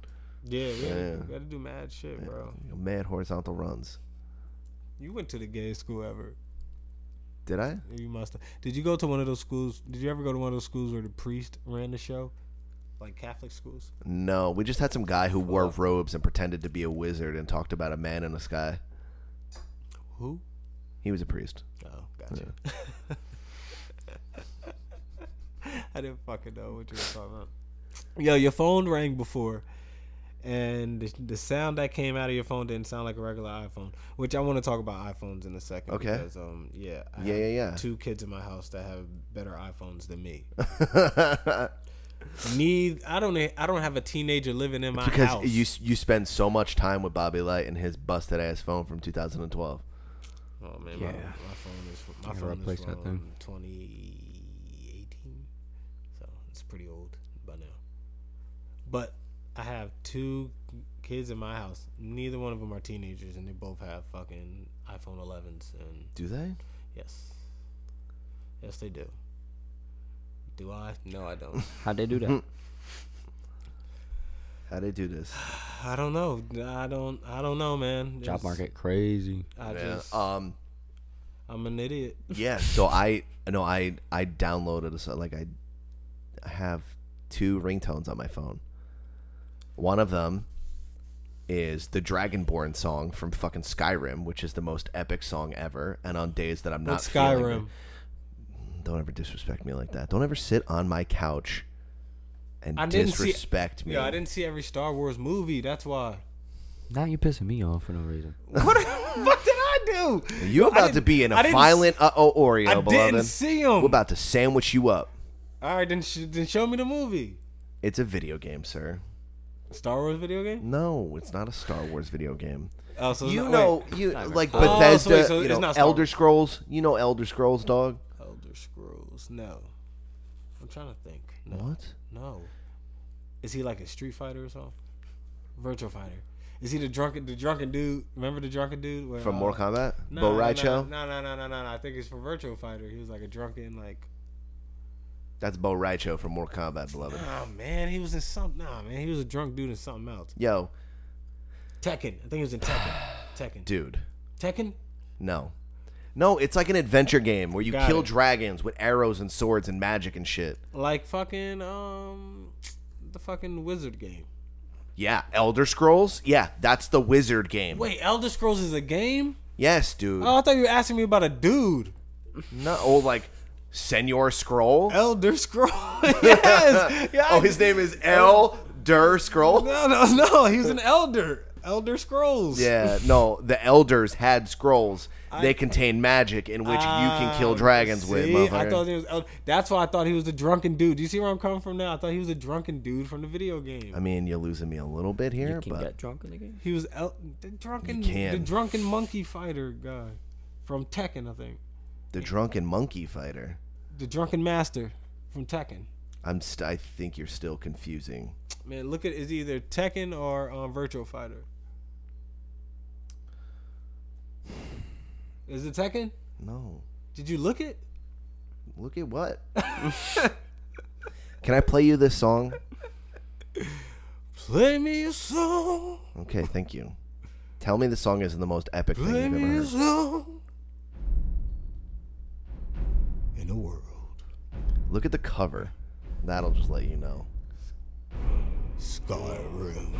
[SPEAKER 9] yeah, we had, to, we had to do mad shit, bro.
[SPEAKER 1] Mad horizontal runs.
[SPEAKER 9] You went to the gay school ever?
[SPEAKER 1] Did I?
[SPEAKER 9] You must. have. Did you go to one of those schools? Did you ever go to one of those schools where the priest ran the show, like Catholic schools?
[SPEAKER 1] No, we just had some guy who wore robes and pretended to be a wizard and talked about a man in the sky.
[SPEAKER 9] Who?
[SPEAKER 1] He was a priest.
[SPEAKER 9] Oh, gotcha. I didn't fucking know what you were talking about. Yo, your phone rang before, and the, the sound that came out of your phone didn't sound like a regular iPhone. Which I want to talk about iPhones in a second.
[SPEAKER 1] Okay.
[SPEAKER 9] Because, um, yeah. I
[SPEAKER 1] Yeah,
[SPEAKER 9] have
[SPEAKER 1] yeah, yeah.
[SPEAKER 9] Two kids in my house that have better iPhones than me. Need I don't I don't have a teenager living in my
[SPEAKER 1] Because
[SPEAKER 9] house.
[SPEAKER 1] you you spend so much time with Bobby Light and his busted ass phone from 2012.
[SPEAKER 9] Oh man, my, my phone is my
[SPEAKER 2] gotta
[SPEAKER 9] phone
[SPEAKER 2] replace
[SPEAKER 9] is
[SPEAKER 2] that
[SPEAKER 9] from
[SPEAKER 2] thing.
[SPEAKER 9] 2018, so it's pretty old by now. But I have two kids in my house. Neither one of them are teenagers, and they both have fucking iPhone 11s. And
[SPEAKER 1] Do they?
[SPEAKER 9] yes, yes they do. Do I? No, I don't.
[SPEAKER 2] How'd they do that?
[SPEAKER 1] How they do this?
[SPEAKER 9] I don't know. I don't. I don't know, man.
[SPEAKER 2] Job
[SPEAKER 9] It's-
[SPEAKER 2] market crazy.
[SPEAKER 9] I
[SPEAKER 1] Yeah.
[SPEAKER 9] just.
[SPEAKER 1] Um.
[SPEAKER 9] I'm an idiot.
[SPEAKER 1] Yeah. So I no I I downloaded a so like I I have two ringtones on my phone. One of them is the Dragonborn song from fucking Skyrim, which is the most epic song ever. And on days that I'm not
[SPEAKER 9] What's
[SPEAKER 1] feeling
[SPEAKER 9] Skyrim?
[SPEAKER 1] it- don't ever disrespect me like that. Don't ever sit on my couch and
[SPEAKER 9] I didn't see-
[SPEAKER 1] disrespect me.
[SPEAKER 9] Yo, I didn't see every Star Wars movie. That's why.
[SPEAKER 2] Now you pissing me off for no reason.
[SPEAKER 9] What the fuck did I do?
[SPEAKER 1] You're
[SPEAKER 9] I
[SPEAKER 1] about to
[SPEAKER 9] didn't-
[SPEAKER 1] be in
[SPEAKER 9] I
[SPEAKER 1] a
[SPEAKER 9] didn't-
[SPEAKER 1] violent uh oh Oreo,
[SPEAKER 9] I didn't
[SPEAKER 1] beloved.
[SPEAKER 9] see 'em.
[SPEAKER 1] We're about to sandwich you up.
[SPEAKER 9] All right, then, sh- then show me the movie.
[SPEAKER 1] It's a video game, sir.
[SPEAKER 9] Star Wars video game?
[SPEAKER 1] No, it's not a Star Wars video game.
[SPEAKER 9] Oh, so it's
[SPEAKER 1] you
[SPEAKER 9] not-
[SPEAKER 1] know,
[SPEAKER 9] wait.
[SPEAKER 1] you like
[SPEAKER 9] Oh, so wait,
[SPEAKER 1] Bethesda,
[SPEAKER 9] so
[SPEAKER 1] you
[SPEAKER 9] it's
[SPEAKER 1] know,
[SPEAKER 9] not Star
[SPEAKER 1] Elder
[SPEAKER 9] Wars.
[SPEAKER 1] Scrolls. You know, Elder Scrolls, dog.
[SPEAKER 9] Elder Scrolls. No, I'm trying to think. No,
[SPEAKER 1] What?
[SPEAKER 9] no. Is he like a Street Fighter or something? Virtual Fighter. Is he the drunken, the drunken dude? Remember the drunken dude where,
[SPEAKER 1] From
[SPEAKER 9] uh,
[SPEAKER 1] Mortal Kombat?
[SPEAKER 9] No,
[SPEAKER 1] Bo
[SPEAKER 9] no,
[SPEAKER 1] Raicho?
[SPEAKER 9] no, No, no, no, no, no, no. I think it's from Virtual Fighter. He was like a drunken, like.
[SPEAKER 1] That's Bo Raicho from Mortal Kombat, beloved.
[SPEAKER 9] Oh man, he was in something. Nah, man, he was a drunk dude in something else.
[SPEAKER 1] Yo,
[SPEAKER 9] Tekken. I think he was in Tekken. Tekken.
[SPEAKER 1] dude.
[SPEAKER 9] Tekken.
[SPEAKER 1] No. No, it's like an adventure game where you
[SPEAKER 9] Got
[SPEAKER 1] kill
[SPEAKER 9] it.
[SPEAKER 1] dragons with arrows and swords and magic and shit.
[SPEAKER 9] Like fucking um the fucking wizard game.
[SPEAKER 1] Yeah, Elder Scrolls? Yeah, that's the wizard game.
[SPEAKER 9] Wait, Elder Scrolls is a game?
[SPEAKER 1] Yes, dude.
[SPEAKER 9] Oh, I thought you were asking me about a dude.
[SPEAKER 1] No, oh, like Senor Scroll?
[SPEAKER 9] Elder Scroll. yes. Yeah,
[SPEAKER 1] oh, his name is Elder Scroll?
[SPEAKER 9] No, no, no. He was an elder. Elder Scrolls.
[SPEAKER 1] Yeah, no, the elders had scrolls. they contain magic in which you can kill
[SPEAKER 9] Ah,
[SPEAKER 1] dragons with.
[SPEAKER 9] see? I
[SPEAKER 1] motherfucker.
[SPEAKER 9] thought he was. el- That's why I thought he was the drunken dude. Do you see where I'm coming from now? I thought he was a drunken dude from the video game.
[SPEAKER 1] I mean, you're losing me a little bit here,
[SPEAKER 2] Can
[SPEAKER 1] but
[SPEAKER 2] get drunk in the game?
[SPEAKER 9] he was el- the drunken,
[SPEAKER 1] You can.
[SPEAKER 9] the drunken monkey fighter guy from Tekken, I think.
[SPEAKER 1] the drunken monkey fighter.
[SPEAKER 9] The drunken master from Tekken.
[SPEAKER 1] I'm. St- I think you're still confusing.
[SPEAKER 9] Man, look at it's either Tekken or um, Virtual Fighter. Is it Tekken?
[SPEAKER 1] No.
[SPEAKER 9] Did you look it?
[SPEAKER 1] Look at what. Can I play you this song?
[SPEAKER 9] Play me a song.
[SPEAKER 1] Okay, thank you. Tell me the song isn't the most epic thing
[SPEAKER 9] Play
[SPEAKER 1] you've
[SPEAKER 9] me
[SPEAKER 1] ever
[SPEAKER 9] a
[SPEAKER 1] heard.
[SPEAKER 9] song. In the world.
[SPEAKER 1] Look at the cover. That'll just let you know.
[SPEAKER 9] Skyrim.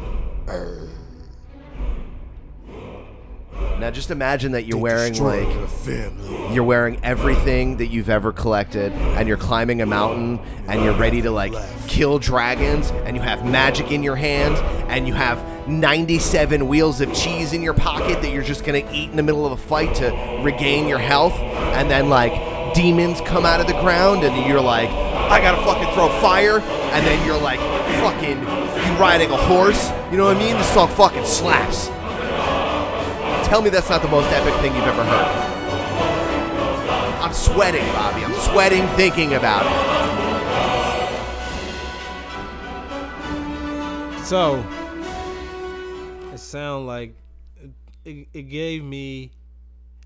[SPEAKER 1] Now just imagine that you're wearing
[SPEAKER 9] Destroy
[SPEAKER 1] like
[SPEAKER 9] your family.
[SPEAKER 1] you're wearing everything that you've ever collected and you're climbing a mountain and you're ready to like kill dragons and you have magic in your hands and you have 97 wheels of cheese in your pocket that you're just going to eat in the middle of a fight to regain your health and then like demons come out of the ground and you're like I got to fucking throw fire and then you're like fucking you riding a horse you know what I mean this song fucking slaps Tell me that's not the most epic thing you've ever heard. I'm sweating, Bobby. I'm sweating thinking about it.
[SPEAKER 9] So it sound like it, it gave me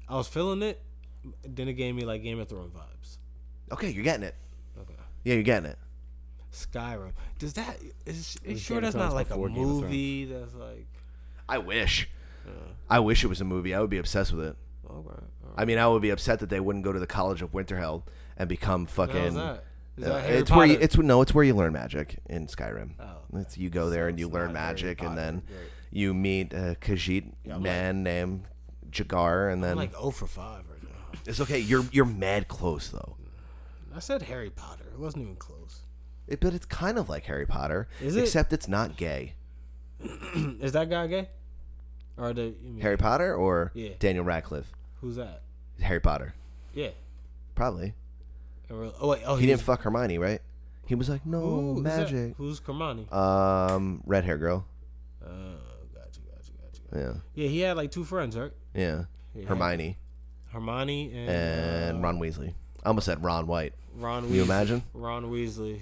[SPEAKER 9] I was feeling it, then it gave me like Game of Thrones vibes.
[SPEAKER 1] Okay, you're getting it.
[SPEAKER 9] Okay.
[SPEAKER 1] Yeah, you're getting it.
[SPEAKER 9] Skyrim. Does that is
[SPEAKER 2] It
[SPEAKER 9] it
[SPEAKER 2] was
[SPEAKER 9] sure
[SPEAKER 2] Game of
[SPEAKER 9] that's not
[SPEAKER 2] Thrones
[SPEAKER 9] like a
[SPEAKER 2] before Game of Thrones.
[SPEAKER 9] movie that's like
[SPEAKER 1] I wish. I wish it was a movie. I would be obsessed with it.
[SPEAKER 9] all right, all right.
[SPEAKER 1] I mean, I would be upset that they wouldn't go to the College of Winterhell and become
[SPEAKER 9] How's
[SPEAKER 1] fucking.
[SPEAKER 9] that? Is
[SPEAKER 1] Uh,
[SPEAKER 9] that Harry
[SPEAKER 1] it's where you,
[SPEAKER 9] Potter?
[SPEAKER 1] it's no, it's where you learn magic in Skyrim.
[SPEAKER 9] Oh,
[SPEAKER 1] It's- you go there and you learn
[SPEAKER 9] not Harry
[SPEAKER 1] magic, and
[SPEAKER 9] Potter,
[SPEAKER 1] then
[SPEAKER 9] great.
[SPEAKER 1] you meet a Khajiit man named Jagar, and then
[SPEAKER 9] I'm like 0 for 5 right now.
[SPEAKER 1] it's okay. You're you're mad close though.
[SPEAKER 9] I said Harry Potter. It wasn't even close.
[SPEAKER 1] It, but it's kind of like Harry Potter,
[SPEAKER 9] Is it?
[SPEAKER 1] except it's not gay.
[SPEAKER 9] Is that guy gay? Or the you mean-
[SPEAKER 1] Harry Potter or
[SPEAKER 9] Yeah.
[SPEAKER 1] Daniel Radcliffe?
[SPEAKER 9] Who's that?
[SPEAKER 1] Harry Potter,
[SPEAKER 9] Yeah.
[SPEAKER 1] probably.
[SPEAKER 9] Or- Oh wait. Oh,
[SPEAKER 1] He didn't
[SPEAKER 9] he's-
[SPEAKER 1] fuck Hermione, right? He was like, no
[SPEAKER 9] Ooh, is that-
[SPEAKER 1] magic.
[SPEAKER 9] Who's Kermani?
[SPEAKER 1] Um, red hair girl.
[SPEAKER 9] Oh, gotcha, gotcha, gotcha.
[SPEAKER 1] Yeah,
[SPEAKER 9] Yeah, he had like two friends, right?
[SPEAKER 1] yeah. Hermione
[SPEAKER 9] Hermione and, uh,
[SPEAKER 1] and Ron Weasley. I almost said Ron White.
[SPEAKER 9] Ron.
[SPEAKER 1] Can you
[SPEAKER 9] Weasley.
[SPEAKER 1] imagine?
[SPEAKER 9] Ron Weasley.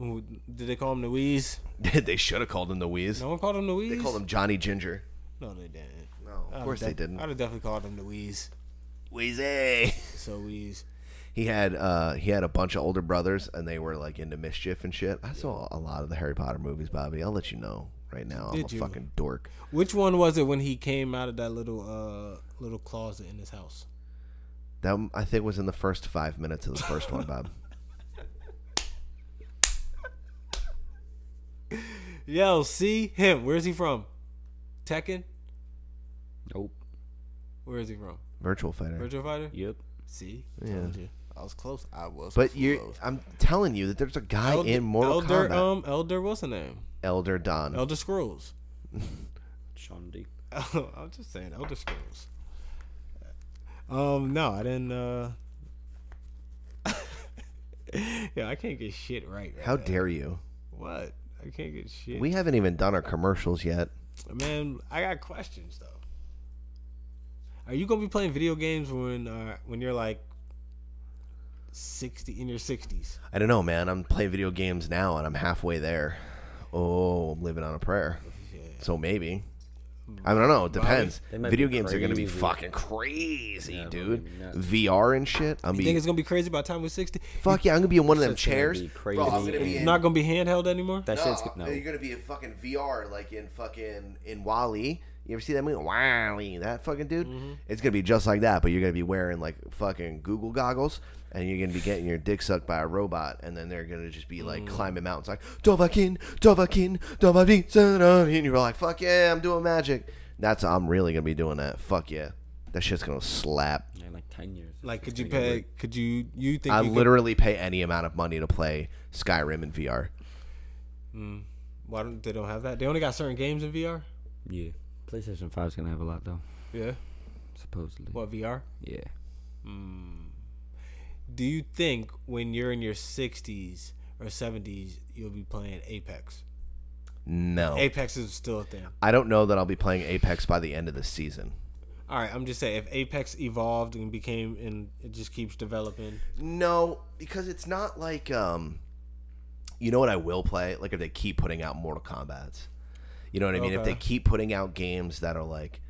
[SPEAKER 9] Ooh, did they call him the Wheeze?
[SPEAKER 1] they should have called him the Wheeze.
[SPEAKER 9] No one called him the Wheeze.
[SPEAKER 1] They called him Johnny Ginger.
[SPEAKER 9] No, they didn't.
[SPEAKER 1] No, of
[SPEAKER 9] I'd
[SPEAKER 1] course they
[SPEAKER 9] def-
[SPEAKER 1] didn't.
[SPEAKER 9] I'd have definitely called him the Wheeze.
[SPEAKER 1] Wheezy.
[SPEAKER 9] So Wheeze.
[SPEAKER 1] He had uh he had a bunch of older brothers, and they were like into mischief and shit. I saw a lot of the Harry Potter movies, Bobby. I'll let you know right now. I'm
[SPEAKER 9] Did
[SPEAKER 1] a
[SPEAKER 9] you?
[SPEAKER 1] fucking dork.
[SPEAKER 9] Which one was it when he came out of that little uh little closet in his house?
[SPEAKER 1] That Um, I think was in the first five minutes of the first one, Bob.
[SPEAKER 9] Yo, see him. Where's he from? Tekken.
[SPEAKER 2] Nope.
[SPEAKER 9] Where is he from?
[SPEAKER 1] Virtual Fighter.
[SPEAKER 9] Virtual Fighter.
[SPEAKER 2] Yep.
[SPEAKER 9] See,
[SPEAKER 1] Yeah.
[SPEAKER 9] Told you. I was close. I was.
[SPEAKER 1] But you,
[SPEAKER 9] close.
[SPEAKER 1] I'm telling you that there's a guy
[SPEAKER 9] Elder,
[SPEAKER 1] in Mortal
[SPEAKER 9] Elder,
[SPEAKER 1] Kombat,
[SPEAKER 9] um, Elder, what's the name?
[SPEAKER 1] Elder Don.
[SPEAKER 9] Elder Scrolls.
[SPEAKER 2] Shandy.
[SPEAKER 9] I'm just saying, Elder Scrolls. Um, no, I didn't. uh Yeah, I can't get shit right. right
[SPEAKER 1] How
[SPEAKER 9] now.
[SPEAKER 1] dare you?
[SPEAKER 9] What? I can't get shit.
[SPEAKER 1] We haven't even done our commercials yet.
[SPEAKER 9] Man, I got questions though. Are you gonna be playing video games when uh when you're like sixty in your sixties?
[SPEAKER 1] I don't know, man. I'm playing video games now, and I'm halfway there. Oh, I'm living on a prayer. So maybe. I don't know. It depends.
[SPEAKER 2] They might
[SPEAKER 1] Video
[SPEAKER 2] be
[SPEAKER 1] games are gonna be
[SPEAKER 2] crazy.
[SPEAKER 1] fucking crazy,
[SPEAKER 2] Yeah, they might
[SPEAKER 1] dude.
[SPEAKER 2] be nuts.
[SPEAKER 1] VR and shit. I'm
[SPEAKER 9] You think
[SPEAKER 1] be
[SPEAKER 9] it's gonna be crazy by the time we're sixty?
[SPEAKER 1] fuck yeah. I'm gonna be in one of them
[SPEAKER 2] It's gonna
[SPEAKER 1] chairs.
[SPEAKER 2] be
[SPEAKER 1] Bro, I'm
[SPEAKER 2] crazy
[SPEAKER 1] gonna be
[SPEAKER 2] and-
[SPEAKER 1] in-
[SPEAKER 9] It's not gonna be handheld anymore.
[SPEAKER 2] That shit's
[SPEAKER 1] No,
[SPEAKER 2] no.
[SPEAKER 1] you're gonna be in fucking VR, like in fucking in Wally. You ever see that movie? Wally, that fucking dude.
[SPEAKER 2] Mm-hmm.
[SPEAKER 1] It's gonna be just like that, but you're gonna be wearing like fucking Google goggles, and you're gonna be getting your dick sucked by a robot, and then they're gonna just be
[SPEAKER 2] Mm.
[SPEAKER 1] like climbing mountains, like Dovahkiin, Dovahkiin, Dovahkiin, Dovahkiin," and you're like, fuck yeah, I'm doing magic. That's I'm really gonna be doing that. Fuck yeah, that shit's gonna slap.
[SPEAKER 2] Yeah, like ten years.
[SPEAKER 9] Like, could you
[SPEAKER 2] It's gonna
[SPEAKER 9] pay?
[SPEAKER 2] get
[SPEAKER 9] Could you? You think
[SPEAKER 1] I
[SPEAKER 9] you could-
[SPEAKER 1] literally pay any amount of money to play Skyrim in VR.
[SPEAKER 9] Why don't they don't have that? They only got certain games in VR.
[SPEAKER 2] weird. Yeah. PlayStation 5's gonna have a lot though,
[SPEAKER 9] Yeah.
[SPEAKER 2] supposedly.
[SPEAKER 9] What VR?
[SPEAKER 2] Yeah.
[SPEAKER 5] Hmm.
[SPEAKER 9] Do you think when you're in your 60s or 70s you'll be playing Apex?
[SPEAKER 1] No.
[SPEAKER 5] Oh.
[SPEAKER 9] Apex is still a thing.
[SPEAKER 1] I don't know that I'll be playing Apex by the end of the season.
[SPEAKER 9] All right, I'm just saying if Apex evolved and became and it just keeps developing.
[SPEAKER 1] No, because it's not like um you know what I will play? Like if they keep putting out Mortal Kombats. You know
[SPEAKER 9] Uh.
[SPEAKER 1] what I mean? If
[SPEAKER 9] Okay.
[SPEAKER 1] they keep putting out games that are like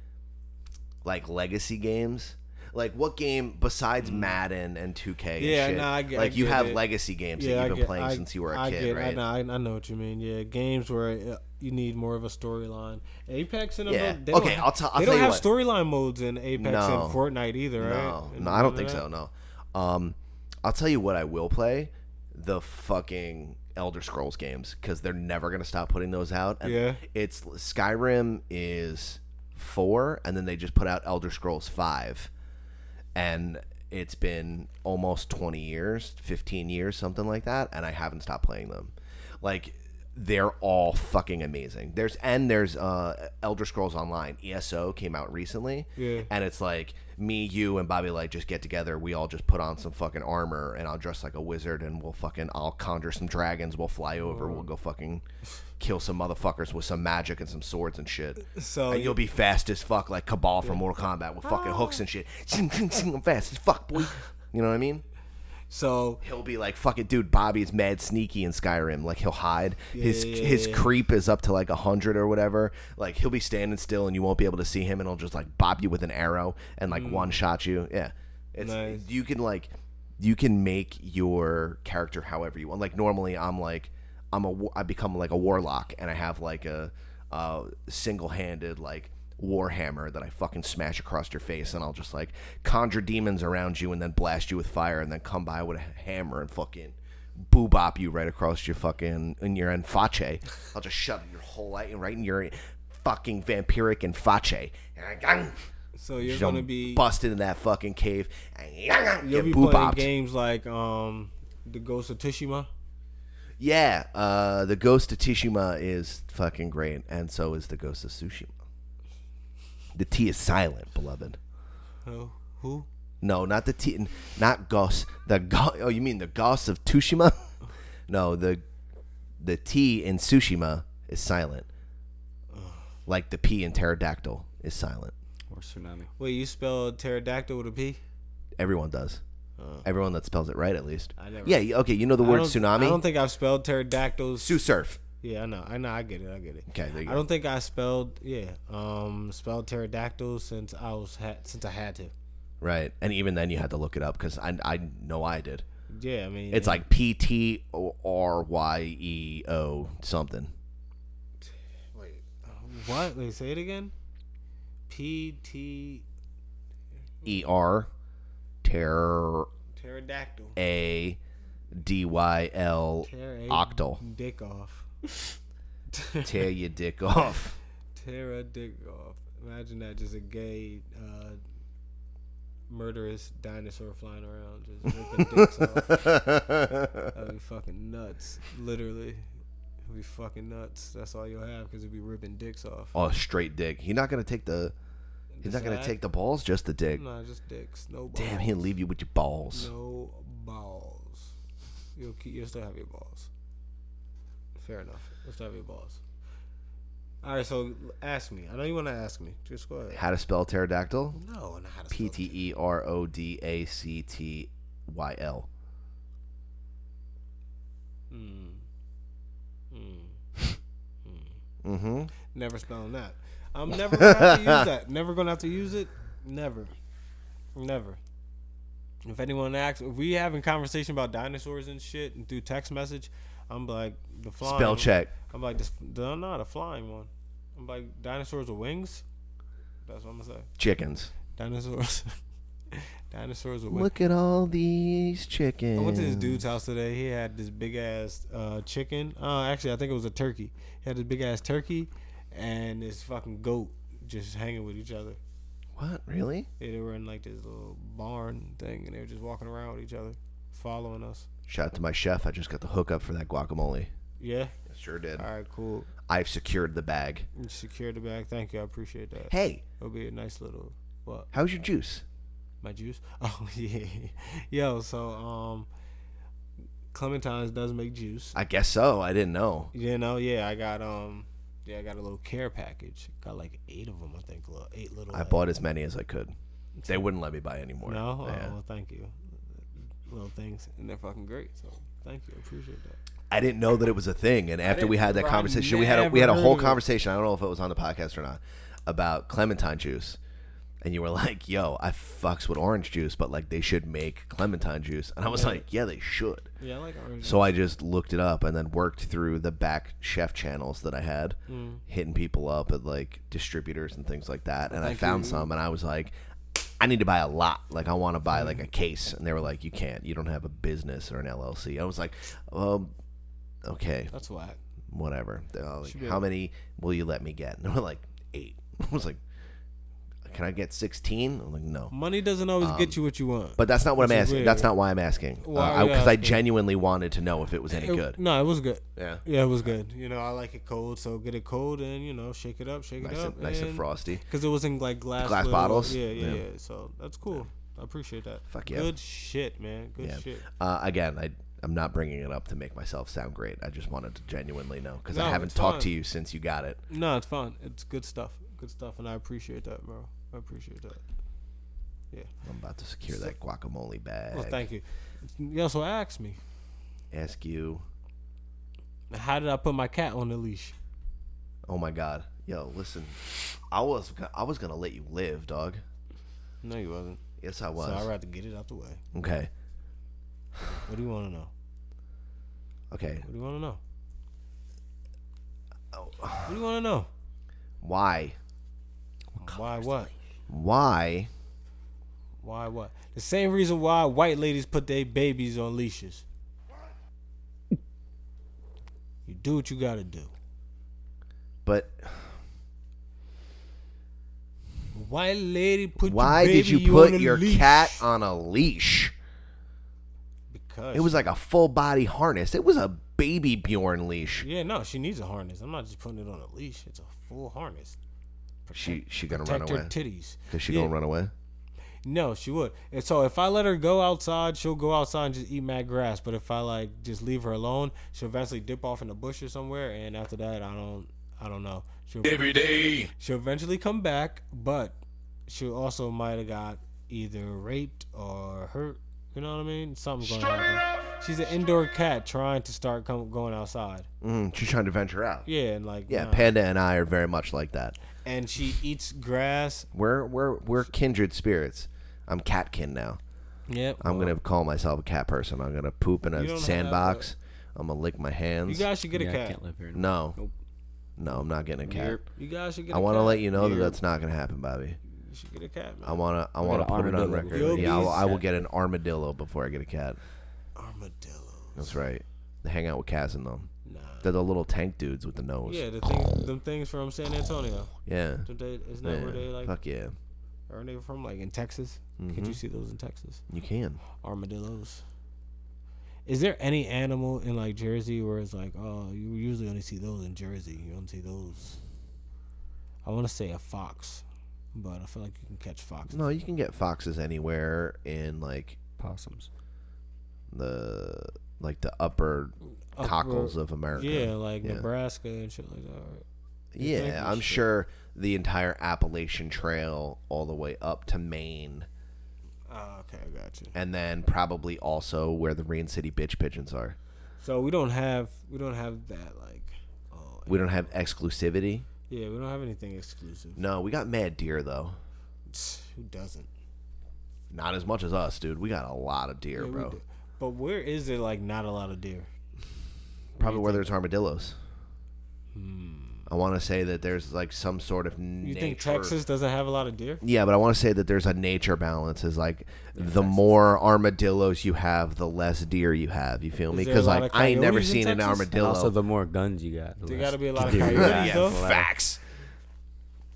[SPEAKER 1] like legacy games.
[SPEAKER 5] Like what game besides Madden and 2K?
[SPEAKER 9] Mm. Yeah,
[SPEAKER 5] and shit,
[SPEAKER 9] nah, I get- I
[SPEAKER 5] like you
[SPEAKER 9] get
[SPEAKER 5] have
[SPEAKER 9] it.
[SPEAKER 5] legacy games that
[SPEAKER 9] I
[SPEAKER 5] you've been
[SPEAKER 9] get-
[SPEAKER 5] playing
[SPEAKER 9] I-
[SPEAKER 5] since you were a
[SPEAKER 9] I
[SPEAKER 5] kid,
[SPEAKER 9] get,
[SPEAKER 5] right?
[SPEAKER 9] I, know- I know what you mean. Yeah, games where uh, you need more of a storyline. Apex and them
[SPEAKER 5] Yeah.
[SPEAKER 9] don't- they don't
[SPEAKER 5] Okay,
[SPEAKER 9] have-
[SPEAKER 5] I'll tell- I'll
[SPEAKER 9] they
[SPEAKER 5] tell
[SPEAKER 9] don't
[SPEAKER 5] you
[SPEAKER 9] have
[SPEAKER 5] what.
[SPEAKER 9] storyline modes in Apex and Fortnite either, right?
[SPEAKER 5] No,
[SPEAKER 9] And
[SPEAKER 5] no, I
[SPEAKER 9] none of
[SPEAKER 5] don't think
[SPEAKER 9] that?
[SPEAKER 5] so. No. Um, I'll tell you what I will play: the fucking Elder Scrolls games because they're never gonna stop putting those out. And
[SPEAKER 9] Yeah.
[SPEAKER 5] It's Skyrim is four, and then they just put out Elder Scrolls five, and it's been almost twenty years, fifteen years, something like that, and I haven't stopped playing them. Like they're all fucking amazing. There's and there's uh Elder Scrolls Online. ESO came out recently.
[SPEAKER 9] Yeah.
[SPEAKER 5] And it's like me, you, and Bobby like just get together. We all just put on some fucking armor, and I'll dress like a wizard, and we'll fucking I'll conjure some dragons. We'll fly over. We'll go fucking kill some motherfuckers with some magic and some swords and shit.
[SPEAKER 9] So
[SPEAKER 5] and you'll be fast as fuck, like Cabal from Mortal Kombat with fucking hooks and shit. I'm fast as fuck, boy. You know what I mean?
[SPEAKER 9] So
[SPEAKER 5] He'll be like, "Fuck it, dude." Bobby's mad sneaky in Skyrim. Like he'll hide. his
[SPEAKER 9] yeah,
[SPEAKER 5] his
[SPEAKER 9] yeah.
[SPEAKER 5] creep is up to like hundred or whatever. Like he'll be standing still and you won't be able to see him, and he'll just like bob you with an arrow and like one shot you. Yeah, it's
[SPEAKER 9] Mm. Nice.
[SPEAKER 5] you can like you can make your character however you want. Like normally, I'm like I'm a wa- I become like a warlock and I have like a uh, single handed like warhammer that I fucking smash across your face and I'll just like conjure demons around you and then blast you with fire and then come by with a hammer and fucking boobop you right across your fucking in your end face. I'll just shove your whole eye right in your fucking vampiric and face.
[SPEAKER 9] so you're
[SPEAKER 5] Just
[SPEAKER 9] gonna be
[SPEAKER 5] bust into that fucking cave. and
[SPEAKER 9] you'll
[SPEAKER 5] Get
[SPEAKER 9] be playing
[SPEAKER 5] boobopped.
[SPEAKER 9] games like um the Ghost of Tsushima.
[SPEAKER 5] Yeah, uh, the Ghost of Tsushima is fucking great, and so is the Ghost of Tsushima. The T is silent, beloved.
[SPEAKER 9] Oh, who?
[SPEAKER 5] No, not the T, not Ghost. The go- oh, you mean the Ghost of Tsushima? no, the the T in Tsushima is silent, like the P in pterodactyl is silent.
[SPEAKER 2] Or tsunami.
[SPEAKER 9] Wait, you spelled pterodactyl with a P?
[SPEAKER 5] Everyone does. Everyone that spells it right, at least.
[SPEAKER 9] I never-
[SPEAKER 5] yeah. Okay. You know the
[SPEAKER 9] I
[SPEAKER 5] word
[SPEAKER 9] don't-
[SPEAKER 5] tsunami.
[SPEAKER 9] I don't think I've spelled pterodactyls.
[SPEAKER 5] Sue surf.
[SPEAKER 9] Yeah, I know. I know. I get it. I get it.
[SPEAKER 5] Okay, there you
[SPEAKER 9] I
[SPEAKER 5] go.
[SPEAKER 9] don't think I spelled yeah. Um, spelled pterodactyl since I was had since I had to.
[SPEAKER 5] Right. And even then, you had to look it up because I I know I did.
[SPEAKER 9] Yeah, I mean
[SPEAKER 5] It's like P T O R Y E O something.
[SPEAKER 9] what? Wait, say it again. P T
[SPEAKER 5] E R terror
[SPEAKER 9] pterodactyl.
[SPEAKER 5] A D Y L
[SPEAKER 9] Tear a
[SPEAKER 5] octal.
[SPEAKER 9] Dick off.
[SPEAKER 5] Tear your dick off.
[SPEAKER 9] Tear a dick off. Imagine that just a gay uh, murderous dinosaur flying around just ripping dicks off. That'd be fucking nuts. Literally. It'd be fucking nuts. That's all you'll have because it'd be ripping dicks off.
[SPEAKER 5] oh, straight dick. He's not gonna take the. He's not gonna
[SPEAKER 9] Decide.
[SPEAKER 5] take the balls, just the dick.
[SPEAKER 9] Nah, just dicks. No balls.
[SPEAKER 5] Damn, he'll leave you with your balls.
[SPEAKER 9] No balls. You'll keep. You'll still have your balls. Fair enough. You'll still have your balls. All right. So ask me. I know you want to ask me. Just go ahead.
[SPEAKER 5] How to spell pterodactyl?
[SPEAKER 9] No, I know how to
[SPEAKER 5] P
[SPEAKER 9] spell
[SPEAKER 5] T E R O D A C T Y L.
[SPEAKER 9] Never spelling that. I'm never gonna have to use that. Never gonna have to use it. Never. Never. If anyone asks, if we having conversation about dinosaurs and shit and through text message, I'm like the flying
[SPEAKER 5] Spell check.
[SPEAKER 9] I'm like this. No, not a flying one. I'm like dinosaurs with wings. That's what I'm gonna say.
[SPEAKER 5] Chickens.
[SPEAKER 9] Dinosaurs. dinosaurs with wings.
[SPEAKER 5] Look at all these chickens.
[SPEAKER 9] I went to this dude's house today. He had this big ass uh, chicken. Uh, actually, I think it was a turkey. He had this big ass turkey and this fucking goat just hanging with each other.
[SPEAKER 5] What? Really?
[SPEAKER 9] Yeah, they were in like this little barn thing and they were just walking around with each other, following us.
[SPEAKER 5] Shout out to my chef. I just got the hookup for that guacamole.
[SPEAKER 9] Yeah.
[SPEAKER 5] Sure did.
[SPEAKER 9] All right, cool.
[SPEAKER 5] I've secured the bag.
[SPEAKER 9] You secured the bag. Thank you. I appreciate that.
[SPEAKER 5] Hey,
[SPEAKER 9] It'll be a nice little what?
[SPEAKER 5] how's your juice?
[SPEAKER 9] My juice? Oh yeah. Yo, so um Clementine's does make juice.
[SPEAKER 5] I guess so. I didn't know.
[SPEAKER 9] You know, yeah, I got um yeah, I got a little care package. Got like eight of them, I think. Little eight little
[SPEAKER 5] I
[SPEAKER 9] like-
[SPEAKER 5] bought as many as I could. They wouldn't let me buy anymore.
[SPEAKER 9] No? Oh,
[SPEAKER 5] Yeah.
[SPEAKER 9] well thank you. Little things and they're fucking great. So thank you. Appreciate that.
[SPEAKER 5] I didn't know that it was a thing. And after we
[SPEAKER 9] didn't-
[SPEAKER 5] had that
[SPEAKER 9] bro, I
[SPEAKER 5] conversation, we had a, we had
[SPEAKER 9] never
[SPEAKER 5] a whole
[SPEAKER 9] heard of it.
[SPEAKER 5] conversation. I don't know if it was on the podcast or not about clementine juice. and you were like, "Yo, I fucks with orange juice, but like they should make clementine juice." And I was like, "Yeah, they should."
[SPEAKER 9] Yeah, I like orange
[SPEAKER 5] So I just looked it up and then worked through the back chef channels that I had,
[SPEAKER 9] Mm.
[SPEAKER 5] hitting people up at like distributors and things like that. And I found some, and I was like, I need to buy a lot. Like I want to
[SPEAKER 9] Mm.
[SPEAKER 5] buy like a case, and they were like, "You can't. You don't have a business or an LLC." I was like, "Well, okay,
[SPEAKER 9] That's whack.
[SPEAKER 5] whatever." They're all like,
[SPEAKER 9] Should be
[SPEAKER 5] How
[SPEAKER 9] able-
[SPEAKER 5] many will you let me get? And they were like, eight. I was like, "Can I get 16? I'm like, "No."
[SPEAKER 9] Money doesn't always get you what you want.
[SPEAKER 5] Um, But that's not what I'm
[SPEAKER 9] Which is
[SPEAKER 5] asking.
[SPEAKER 9] weird.
[SPEAKER 5] That's not why I'm asking. Because
[SPEAKER 9] Why are you
[SPEAKER 5] I
[SPEAKER 9] asking?
[SPEAKER 5] genuinely wanted to know if it was any
[SPEAKER 9] It-
[SPEAKER 5] good.
[SPEAKER 9] No, it was good.
[SPEAKER 5] Yeah.
[SPEAKER 9] Yeah, it was good. You know, I like it cold, so get it cold and you know, shake it up, shake
[SPEAKER 5] Nice
[SPEAKER 9] it up,
[SPEAKER 5] and, nice and frosty.
[SPEAKER 9] Because it was in like glass
[SPEAKER 5] glass
[SPEAKER 9] little-
[SPEAKER 5] bottles?
[SPEAKER 9] Yeah, yeah,
[SPEAKER 5] Yeah.
[SPEAKER 9] yeah, So that's cool. I appreciate that.
[SPEAKER 5] Fuck yeah.
[SPEAKER 9] Good shit, man. Good shit.
[SPEAKER 5] Uh, again, I I'm not bringing it up to make myself sound great. I just wanted to genuinely know because I
[SPEAKER 9] No,
[SPEAKER 5] haven't
[SPEAKER 9] it's
[SPEAKER 5] talked to
[SPEAKER 9] fine.
[SPEAKER 5] you since you got it.
[SPEAKER 9] No, it's fun. It's good stuff. Good stuff, and I appreciate that, bro. I appreciate that.
[SPEAKER 5] I'm about to secure that guacamole bag.
[SPEAKER 9] Well, thank you. Yo, so ask me,
[SPEAKER 5] Ask you.
[SPEAKER 9] how did I put my cat on the leash?
[SPEAKER 5] Oh my god, yo, listen, I was go- I was gonna let you live, dog.
[SPEAKER 9] No, you wasn't.
[SPEAKER 5] Yes, I was.
[SPEAKER 9] So I'd rather get it out the way.
[SPEAKER 5] Okay,
[SPEAKER 9] What do you want to know?
[SPEAKER 5] okay.
[SPEAKER 9] What do you want to know?
[SPEAKER 5] Oh.
[SPEAKER 9] What do you want to know?
[SPEAKER 5] Why?
[SPEAKER 9] Why what?
[SPEAKER 5] Why?
[SPEAKER 9] Why what? The same reason why white ladies put their babies on leashes. You do what you gotta do.
[SPEAKER 5] But
[SPEAKER 9] White lady put. your
[SPEAKER 5] why did
[SPEAKER 9] baby
[SPEAKER 5] you put
[SPEAKER 9] on a
[SPEAKER 5] your
[SPEAKER 9] leash.
[SPEAKER 5] cat on a leash?
[SPEAKER 9] Because
[SPEAKER 5] It was like a full body harness. It was a baby Bjorn leash.
[SPEAKER 9] Yeah, no, she needs a harness. I'm not just putting it on a leash. It's a full harness.
[SPEAKER 5] She she gonna run
[SPEAKER 9] Protect her
[SPEAKER 5] away.
[SPEAKER 9] titties.
[SPEAKER 5] Cause she
[SPEAKER 9] Yeah.
[SPEAKER 5] gonna run away.
[SPEAKER 9] No, she would. And so if I let her go outside, she'll go outside and just eat mad grass. But if I like just leave her alone, she'll eventually dip off in the bush or somewhere. And after that, I don't, I don't know. She'll,
[SPEAKER 7] Every day.
[SPEAKER 9] she'll eventually come back, but she also might have got either raped or hurt. You know what I mean? Something's going to happen. She's an indoor cat trying to start come, going outside.
[SPEAKER 5] Mm, she's trying to venture out.
[SPEAKER 9] Yeah, and like
[SPEAKER 5] Yeah,
[SPEAKER 9] nah.
[SPEAKER 5] Panda and I are very much like that.
[SPEAKER 9] and she eats grass.
[SPEAKER 5] We're we're we're kindred spirits. I'm catkin now.
[SPEAKER 9] Yep.
[SPEAKER 5] I'm gonna call myself a cat person. I'm gonna poop in
[SPEAKER 9] You
[SPEAKER 5] a
[SPEAKER 9] don't have
[SPEAKER 5] sandbox. i am I'm gonna lick my
[SPEAKER 9] You
[SPEAKER 5] hands.
[SPEAKER 9] guys should get
[SPEAKER 2] yeah,
[SPEAKER 9] a
[SPEAKER 2] I
[SPEAKER 9] cat.
[SPEAKER 2] can't live here. anymore.
[SPEAKER 5] no, no, I'm not getting a cat.
[SPEAKER 2] Yep.
[SPEAKER 9] You guys should get.
[SPEAKER 5] I
[SPEAKER 9] want
[SPEAKER 5] want to let you know that that's not gonna happen, Bobby.
[SPEAKER 9] You should get a cat, man.
[SPEAKER 5] I wanna I wanna
[SPEAKER 2] an
[SPEAKER 5] put it on
[SPEAKER 2] armadillo.
[SPEAKER 5] record.
[SPEAKER 2] You'll
[SPEAKER 5] Yeah, I
[SPEAKER 9] be
[SPEAKER 5] will, I will get an armadillo before I get a cat.
[SPEAKER 9] Armadillo.
[SPEAKER 5] That's right. They hang out with Kaz and them.
[SPEAKER 9] Nah.
[SPEAKER 5] They're the little tank dudes with the nose.
[SPEAKER 9] Yeah, the thing, them things from San Antonio.
[SPEAKER 5] Yeah.
[SPEAKER 9] Don't they, isn't that
[SPEAKER 5] Yeah.
[SPEAKER 9] where they like?
[SPEAKER 5] Fuck Mm-hmm. yeah.
[SPEAKER 9] Are they from like in Texas? Could you see those in Texas?
[SPEAKER 5] You can.
[SPEAKER 9] Armadillos. Is there any animal in like Jersey where it's like, oh, you usually only see those in Jersey. You don't see those. I want to say a fox, but I feel like you can catch foxes.
[SPEAKER 5] No, you can get foxes anywhere in like
[SPEAKER 2] Possums.
[SPEAKER 5] the like the upper, cockles of America.
[SPEAKER 9] Yeah, like
[SPEAKER 5] yeah,
[SPEAKER 9] Nebraska and shit like that. Right?
[SPEAKER 5] Yeah,
[SPEAKER 9] think we
[SPEAKER 5] I'm
[SPEAKER 9] should-
[SPEAKER 5] sure the entire Appalachian Trail all the way up to Maine,
[SPEAKER 9] Ah, okay, I got you.
[SPEAKER 5] and then probably also where the Rain City bitch pigeons are.
[SPEAKER 9] So we don't have we don't have that like. Oh,
[SPEAKER 5] We don't have exclusivity.
[SPEAKER 9] yeah, we don't have anything exclusive.
[SPEAKER 5] No, we got mad deer though.
[SPEAKER 9] Who doesn't?
[SPEAKER 5] Not as much as us, dude. We got a lot of deer,
[SPEAKER 9] Yeah, we
[SPEAKER 5] bro.
[SPEAKER 9] do. But where is there like not a lot of deer?
[SPEAKER 5] Probably where there's armadillos. I want to say that there's like some sort of
[SPEAKER 9] Hmm. You
[SPEAKER 5] nature.
[SPEAKER 9] think Texas doesn't have a lot of deer?
[SPEAKER 5] Yeah, but I want to say that there's a nature balance. Is like the more armadillos you have, the less deer you have. You feel me?
[SPEAKER 9] Is there a
[SPEAKER 5] Because
[SPEAKER 9] lot
[SPEAKER 5] like
[SPEAKER 9] of
[SPEAKER 5] I ain't never
[SPEAKER 9] coyotes in
[SPEAKER 5] seen an
[SPEAKER 9] Texas?
[SPEAKER 2] And
[SPEAKER 5] armadillo.
[SPEAKER 2] also, the more guns you got, the
[SPEAKER 9] There
[SPEAKER 2] less
[SPEAKER 9] gotta be a lot of
[SPEAKER 2] deer you got.
[SPEAKER 9] coyotes though.
[SPEAKER 5] facts.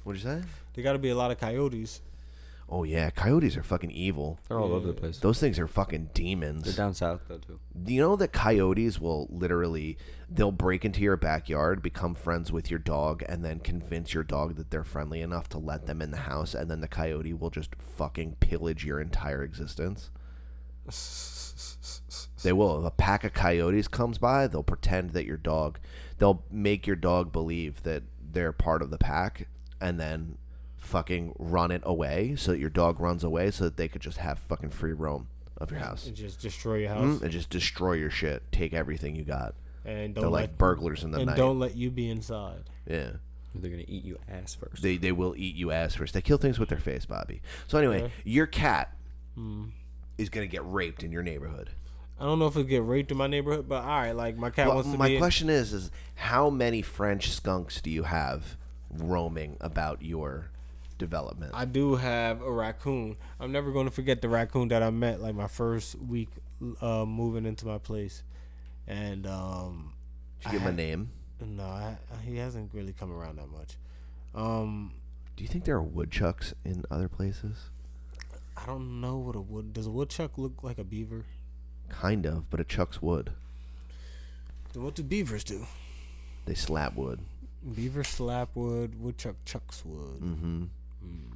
[SPEAKER 5] What'd you say?
[SPEAKER 9] There gotta be a lot of coyotes.
[SPEAKER 5] Oh yeah, coyotes are fucking evil.
[SPEAKER 2] They're all over the place.
[SPEAKER 5] Those things are fucking
[SPEAKER 2] They're
[SPEAKER 5] demons.
[SPEAKER 2] down south though too.
[SPEAKER 5] Do you know that coyotes will literally they'll break into your backyard, become friends with your dog, and then convince your dog that they're friendly enough to let them in the house, and then the coyote will just fucking pillage your entire existence. They will. If a pack of coyotes comes by, they'll pretend that your dog. They'll make your dog believe that they're part of the pack, and then fucking run it away so that your dog runs away so that they could just have fucking free roam of your house
[SPEAKER 9] And just destroy your house.
[SPEAKER 5] Mm, and just destroy your shit, take everything you got.
[SPEAKER 9] And
[SPEAKER 5] They're
[SPEAKER 9] don't
[SPEAKER 5] like
[SPEAKER 9] let
[SPEAKER 5] burglars in the
[SPEAKER 9] and
[SPEAKER 5] night.
[SPEAKER 9] don't let you be inside.
[SPEAKER 5] Yeah.
[SPEAKER 2] They're gonna eat you ass first.
[SPEAKER 5] They they will eat you ass first. They kill things with their face, Bobby. So anyway, your cat
[SPEAKER 9] Hmm.
[SPEAKER 5] is gonna get raped in your neighborhood.
[SPEAKER 9] I don't know if it get raped in my neighborhood, but all right, like my cat
[SPEAKER 5] Well,
[SPEAKER 9] wants to
[SPEAKER 5] my
[SPEAKER 9] be.
[SPEAKER 5] question is is how many French skunks do you have roaming about your development?
[SPEAKER 9] I do have a raccoon. I'm never going to forget the raccoon that I met like my first week uh, moving into my place, and um,
[SPEAKER 5] Did you give him a name?
[SPEAKER 9] no, I, he hasn't really come around that much. Um,
[SPEAKER 5] Do you think there are woodchucks in other places?
[SPEAKER 9] I don't know what a wood does. A woodchuck look like a beaver?
[SPEAKER 5] Kind of, but it chucks wood.
[SPEAKER 9] Then what do beavers do?
[SPEAKER 5] They slap wood.
[SPEAKER 9] Beaver slap wood. Woodchuck chucks wood.
[SPEAKER 5] Mm.
[SPEAKER 9] Mm-hmm.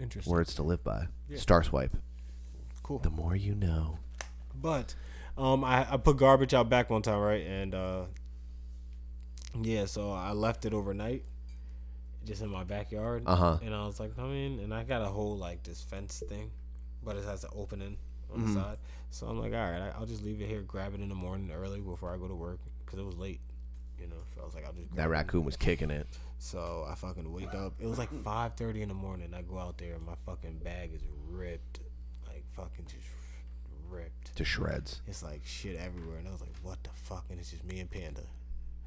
[SPEAKER 9] Interesting.
[SPEAKER 5] Words to live by. Star swipe.
[SPEAKER 9] Cool.
[SPEAKER 5] The more you know.
[SPEAKER 9] But um, I, I put garbage out back one time, right? And uh, yeah, so I left it overnight, just in my backyard.
[SPEAKER 5] Uh-huh.
[SPEAKER 9] And I was like, I mean, and I got a whole like this fence thing, but it has an opening on the side. So I'm like, all right, I- I'll just leave it here, grab it in the morning early before I go to work because it was late. You know, so I was like, I'll just grab
[SPEAKER 5] That
[SPEAKER 9] it.
[SPEAKER 5] raccoon was kicking it.
[SPEAKER 9] So I fucking wake up. It was like five thirty in the morning. I go out there, and my fucking bag is ripped, like fucking just ripped
[SPEAKER 5] to shreds.
[SPEAKER 9] it's like shit everywhere and i was like what the fuck and it's just me and panda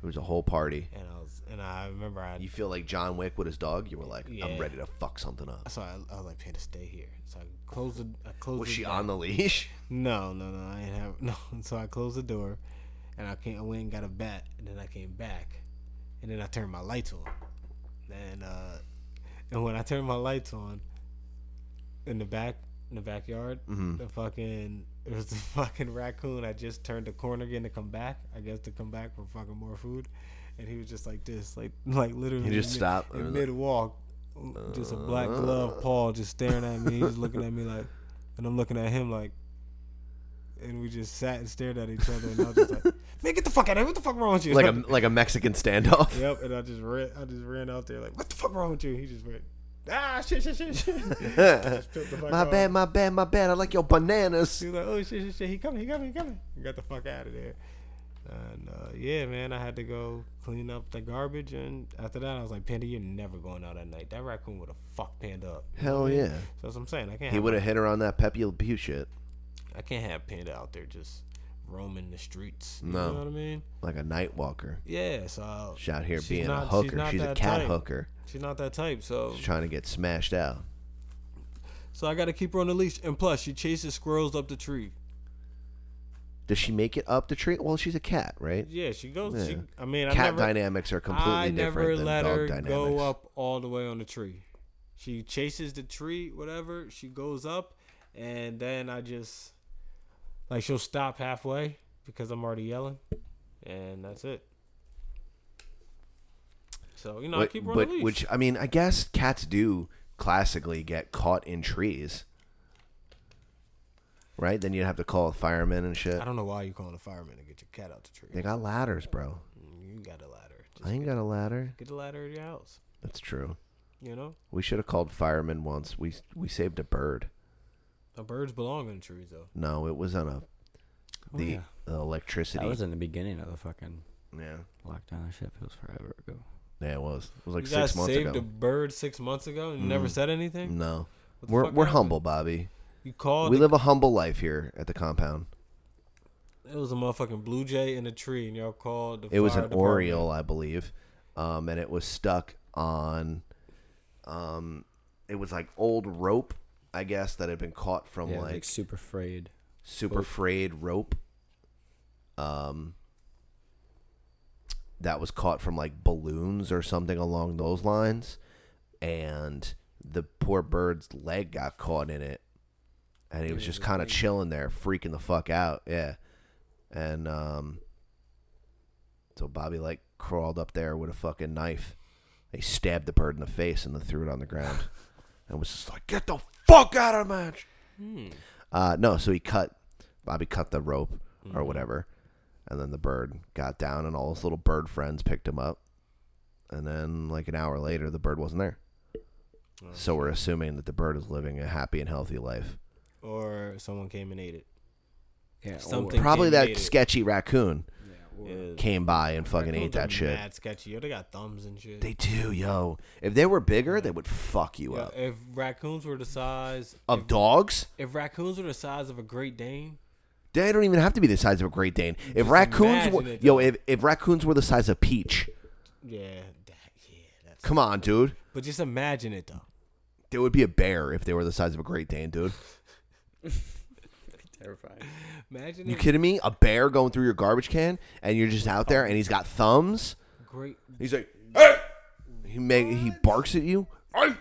[SPEAKER 5] It was a whole party.
[SPEAKER 9] and i was and i remember i
[SPEAKER 5] You feel like John Wick with his dog? You were like, I'm
[SPEAKER 9] Yeah.
[SPEAKER 5] ready to fuck something up.
[SPEAKER 9] so I, I was like panda stay here so i closed the i closed
[SPEAKER 5] Was
[SPEAKER 9] the
[SPEAKER 5] she
[SPEAKER 9] door.
[SPEAKER 5] on the leash?
[SPEAKER 9] no no no i didn't have no so i closed the door and i came i went and got a bat and then i came back and then i turned my lights on and uh and when i turned my lights on in the back in the backyard
[SPEAKER 5] Mm-hmm.
[SPEAKER 9] the fucking it was the fucking raccoon i just turned the corner again to come back i guess to come back for fucking more food and he was just like this like like literally
[SPEAKER 5] He
[SPEAKER 9] in
[SPEAKER 5] just
[SPEAKER 9] mid-
[SPEAKER 5] stopped Uh. and
[SPEAKER 9] in
[SPEAKER 5] was
[SPEAKER 9] mid walk just a black glove paw just staring at me he's looking at me like and i'm looking at him like and we just sat and stared at each other and i was just like man get the fuck out of here what the fuck wrong with you
[SPEAKER 5] Like a like a Mexican standoff.
[SPEAKER 9] Yep, and I just ran. I just ran out there like, "What the fuck wrong with you?" He just went, "Ah, shit, shit, shit, shit."
[SPEAKER 5] my bad, my bad, my bad. I like your bananas.
[SPEAKER 9] He was like, "Oh shit, shit, shit. He coming, he coming, he coming." He got the fuck out of there. And uh, yeah, man, I had to go clean up the garbage, and after that, I was like, "Panda, you're never going out at night. That raccoon would have fucked Panda up."
[SPEAKER 5] Hell yeah.
[SPEAKER 9] So that's what I'm saying. I can't.
[SPEAKER 5] He
[SPEAKER 9] have,
[SPEAKER 5] would have hit her on that Pepe Le Pew shit
[SPEAKER 9] I can't have Panda out there just roaming the streets.
[SPEAKER 5] No.
[SPEAKER 9] You know what I mean?
[SPEAKER 5] like a night walker.
[SPEAKER 9] Yeah. So
[SPEAKER 5] She's out here
[SPEAKER 9] She's
[SPEAKER 5] being
[SPEAKER 9] not-
[SPEAKER 5] a
[SPEAKER 9] she's
[SPEAKER 5] hooker.
[SPEAKER 9] not
[SPEAKER 5] She's, a
[SPEAKER 9] that
[SPEAKER 5] cat
[SPEAKER 9] type.
[SPEAKER 5] hooker.
[SPEAKER 9] she's not that type. So
[SPEAKER 5] She's trying to get smashed out.
[SPEAKER 9] so I got to keep her on the leash, and plus, she chases squirrels up the tree.
[SPEAKER 5] Does she make it up the tree? Well, she's a cat, right?
[SPEAKER 9] Yeah, she goes.
[SPEAKER 5] Yeah.
[SPEAKER 9] She, I mean, I
[SPEAKER 5] cat
[SPEAKER 9] never,
[SPEAKER 5] dynamics are completely
[SPEAKER 9] I never
[SPEAKER 5] different than
[SPEAKER 9] let
[SPEAKER 5] dog
[SPEAKER 9] her
[SPEAKER 5] dynamics.
[SPEAKER 9] go up all the way on the tree. She chases the tree, whatever. She goes up, and then I just like she'll stop halfway because I'm already yelling, and that's it. So you know, I
[SPEAKER 5] What-
[SPEAKER 9] keep her on
[SPEAKER 5] but
[SPEAKER 9] the leash.
[SPEAKER 5] which I mean, I guess cats do classically get caught in trees, right? Then you'd have to call a fireman and shit.
[SPEAKER 9] I don't know why you calling a fireman to get your cat out the tree.
[SPEAKER 5] uh, They got ladders, bro.
[SPEAKER 9] Mm, You got a ladder.
[SPEAKER 5] I
[SPEAKER 9] Just
[SPEAKER 5] ain't got a ladder.
[SPEAKER 9] get a ladder at your house.
[SPEAKER 5] That's true.
[SPEAKER 9] You know,
[SPEAKER 5] We should have called firemen once. We we saved a bird.
[SPEAKER 9] the birds belong in trees though.
[SPEAKER 5] No, it was on a
[SPEAKER 9] Oh,
[SPEAKER 5] the,
[SPEAKER 2] yeah.
[SPEAKER 5] the electricity.
[SPEAKER 2] That was in the beginning of the fucking
[SPEAKER 5] yeah,
[SPEAKER 2] lockdown. That shit feels forever ago.
[SPEAKER 5] yeah, it was. It was like
[SPEAKER 9] you guys
[SPEAKER 5] six months
[SPEAKER 9] saved
[SPEAKER 5] ago. Mm.
[SPEAKER 9] a bird six months ago and you never said anything.
[SPEAKER 5] No,
[SPEAKER 9] What the
[SPEAKER 5] we're
[SPEAKER 9] fuck
[SPEAKER 5] we're
[SPEAKER 9] happened?
[SPEAKER 5] humble, Bobby.
[SPEAKER 9] You called.
[SPEAKER 5] we
[SPEAKER 9] the-
[SPEAKER 5] live a humble life here at the compound.
[SPEAKER 9] it was a motherfucking blue jay in a tree, and y'all called. The
[SPEAKER 5] It was
[SPEAKER 9] fire
[SPEAKER 5] an
[SPEAKER 9] department.
[SPEAKER 5] Oriole, I believe, um, and it was stuck on. Um, it was like old rope, I guess, that had been caught from
[SPEAKER 2] Yeah, like,
[SPEAKER 5] like,
[SPEAKER 2] super frayed.
[SPEAKER 5] super frayed rope. Um, that was caught from like balloons or something along those lines, and the poor bird's leg got caught in it, and he was just kind of chilling there, freaking the fuck out. Yeah, and um, so Bobby like crawled up there with a fucking knife. They stabbed the bird in the face and then threw it on the ground, and was just like, "Get the fuck out of my!" Uh, no, so he cut Bobby cut the rope
[SPEAKER 9] Mm-hmm.
[SPEAKER 5] or whatever, and then the bird got down, and all his little bird friends picked him up, and then like an hour later, the bird wasn't there.
[SPEAKER 9] Oh,
[SPEAKER 5] so we're assuming that the bird is living a happy and healthy life.
[SPEAKER 9] or someone came and ate it.
[SPEAKER 2] Yeah,
[SPEAKER 9] Something.
[SPEAKER 2] Or,
[SPEAKER 5] Probably
[SPEAKER 9] came and
[SPEAKER 5] that
[SPEAKER 9] ate it.
[SPEAKER 5] sketchy raccoon. came by and fucking ate that shit.
[SPEAKER 9] Mad sketchy. Yo, they got thumbs and shit.
[SPEAKER 5] They do, yo. If they were bigger, they would fuck you
[SPEAKER 9] Yo,
[SPEAKER 5] up.
[SPEAKER 9] if raccoons were the size,
[SPEAKER 5] Of dogs,
[SPEAKER 9] if raccoons were the size of a Great Dane,
[SPEAKER 5] they don't even have to be the size of a Great Dane. If raccoons
[SPEAKER 9] imagine
[SPEAKER 5] were,
[SPEAKER 9] it,
[SPEAKER 5] yo, if, if raccoons were the size of peach,
[SPEAKER 9] yeah, that, yeah, that's.
[SPEAKER 5] come on, dude.
[SPEAKER 9] But just imagine it though.
[SPEAKER 5] There would be a bear if they were the size of a Great Dane, dude.
[SPEAKER 2] Terrifying.
[SPEAKER 9] Imagine
[SPEAKER 5] You
[SPEAKER 9] if
[SPEAKER 5] kidding me? A bear going through your garbage can, and you're just out there, and he's got thumbs.
[SPEAKER 9] great.
[SPEAKER 5] He's like, hey! he make, he barks at you. Hey!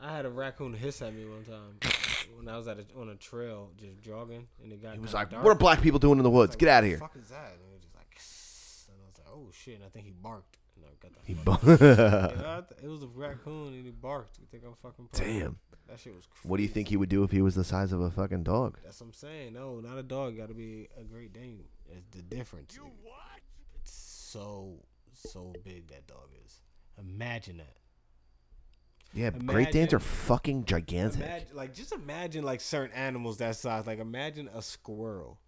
[SPEAKER 9] I had a raccoon hiss at me one time when I was at a, on a trail just jogging, and it got.
[SPEAKER 5] He was
[SPEAKER 9] kinda
[SPEAKER 5] like,
[SPEAKER 9] dark.
[SPEAKER 5] what are black people doing in the woods? Get out of here.
[SPEAKER 9] fuck is that? And it was just like, and I was like, oh shit! And I think he barked. And I got the
[SPEAKER 5] He
[SPEAKER 9] fuck-
[SPEAKER 5] bu-
[SPEAKER 9] Yeah, I th- it was a raccoon and he barked. You think I'm fucking? playing?
[SPEAKER 5] Damn.
[SPEAKER 9] That shit was. Crazy.
[SPEAKER 5] What do you think he would do if he was the size of a fucking dog?
[SPEAKER 9] That's what I'm saying. No, not a dog. Got to be a Great Dane. That's the difference. You what? It's so so big that dog is. Imagine that.
[SPEAKER 5] Yeah, Great Danes
[SPEAKER 9] Imagine-
[SPEAKER 5] are fucking gigantic.
[SPEAKER 9] Imagine, like just imagine like certain animals that size. Like imagine a squirrel.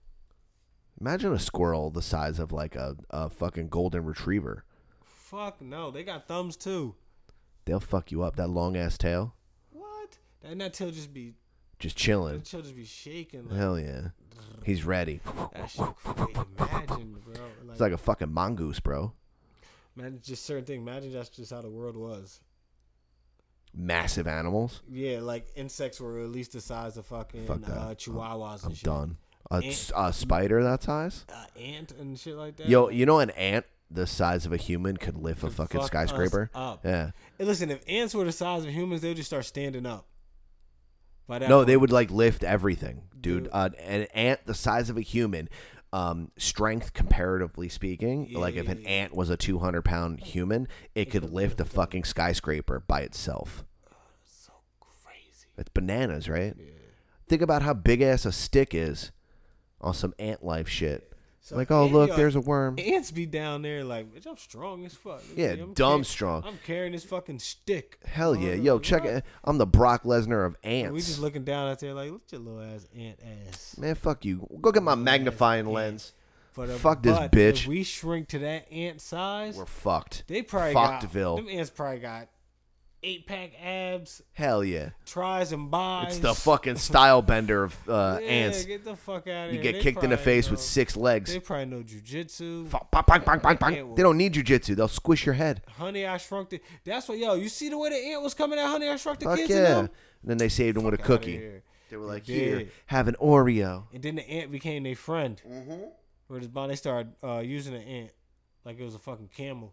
[SPEAKER 5] Imagine a squirrel the size of like a, a fucking golden retriever.
[SPEAKER 9] Fuck no, they got thumbs too.
[SPEAKER 5] They'll fuck you up. That long ass tail,
[SPEAKER 9] What? And that tail just be
[SPEAKER 5] just
[SPEAKER 9] that
[SPEAKER 5] chilling.
[SPEAKER 9] tail just be shaking. Like,
[SPEAKER 5] Hell yeah, he's ready.
[SPEAKER 9] that shit crazy. Imagine, bro. Like,
[SPEAKER 5] It's like a fucking mongoose, bro.
[SPEAKER 9] imagine just certain thing. Imagine that's just how the world was.
[SPEAKER 5] Massive animals.
[SPEAKER 9] Yeah, like insects were at least the size of fucking
[SPEAKER 5] Fuck that.
[SPEAKER 9] uh, chihuahuas
[SPEAKER 5] I'm
[SPEAKER 9] and shit.
[SPEAKER 5] done. A,
[SPEAKER 9] Ant-
[SPEAKER 5] s- a spider that size?
[SPEAKER 9] Uh, ant and shit like that.
[SPEAKER 5] Yo, you know an ant the size of a human could lift a
[SPEAKER 9] Could
[SPEAKER 5] fucking
[SPEAKER 9] fuck us
[SPEAKER 5] skyscraper.
[SPEAKER 9] up.
[SPEAKER 5] Yeah.
[SPEAKER 9] Hey, listen, if ants were the size of humans, they'd just start standing up. By that
[SPEAKER 5] No,
[SPEAKER 9] point-
[SPEAKER 5] they would like lift everything, dude.
[SPEAKER 9] Dude.
[SPEAKER 5] Uh, an ant the size of a human, um, strength comparatively speaking,
[SPEAKER 9] Yeah,
[SPEAKER 5] like if
[SPEAKER 9] yeah,
[SPEAKER 5] an
[SPEAKER 9] yeah.
[SPEAKER 5] ant was a 200 pound human, it could lift a fucking skyscraper by itself.
[SPEAKER 9] Ah, crazy.
[SPEAKER 5] It's bananas, right? Think about how big ass a stick is on some ant life shit.
[SPEAKER 9] So
[SPEAKER 5] like, oh,
[SPEAKER 9] ant-
[SPEAKER 5] look,
[SPEAKER 9] yo,
[SPEAKER 5] there's a worm.
[SPEAKER 9] Ants be down there like, bitch, I'm strong as fuck. Look at
[SPEAKER 5] Yeah,
[SPEAKER 9] me, I'm
[SPEAKER 5] dumb
[SPEAKER 9] car-
[SPEAKER 5] strong.
[SPEAKER 9] I'm carrying this fucking stick.
[SPEAKER 5] Hell yeah.
[SPEAKER 9] Mother-
[SPEAKER 5] Yo, check
[SPEAKER 9] what?
[SPEAKER 5] it. I'm the Brock Lesnar of
[SPEAKER 9] And We
[SPEAKER 5] ants.
[SPEAKER 9] just looking down out there like, look at your little ass ant ass.
[SPEAKER 5] Man, fuck you. Go get my magnifying
[SPEAKER 9] ant.
[SPEAKER 5] lens.
[SPEAKER 9] But uh,
[SPEAKER 5] Fuck this
[SPEAKER 9] but
[SPEAKER 5] bitch.
[SPEAKER 9] If we shrink to that ant size,
[SPEAKER 5] We're fucked.
[SPEAKER 9] they probably
[SPEAKER 5] Fuckdville.
[SPEAKER 9] got them ants probably got eight pack abs,
[SPEAKER 5] Hell yeah.
[SPEAKER 9] tries and buys.
[SPEAKER 5] It's the fucking style bender of uh,
[SPEAKER 9] yeah,
[SPEAKER 5] ants.
[SPEAKER 9] Get the fuck out of
[SPEAKER 5] You get
[SPEAKER 9] here. They
[SPEAKER 5] kicked in the
[SPEAKER 9] probably
[SPEAKER 5] face with
[SPEAKER 9] know-
[SPEAKER 5] six legs.
[SPEAKER 9] They probably know jujitsu.
[SPEAKER 5] Fa- pa- bang, bang, bang, bang.
[SPEAKER 9] Ant will-
[SPEAKER 5] They don't need jujitsu. They'll squish your head.
[SPEAKER 9] Honey, I shrunk the. That's what yo. You see the way the ant was coming out. Honey, I shrunk the
[SPEAKER 5] Fuck
[SPEAKER 9] kids.
[SPEAKER 5] yeah.
[SPEAKER 9] And,
[SPEAKER 5] And
[SPEAKER 9] them?
[SPEAKER 5] then they saved him with a
[SPEAKER 9] Fuck outta
[SPEAKER 5] cookie.
[SPEAKER 9] here.
[SPEAKER 5] They were like,
[SPEAKER 9] They
[SPEAKER 5] here,
[SPEAKER 9] did.
[SPEAKER 5] have an Oreo.
[SPEAKER 9] And then the ant became their friend. Mm-hmm. Where this bond, they started uh, using the ant like it was a fucking camel.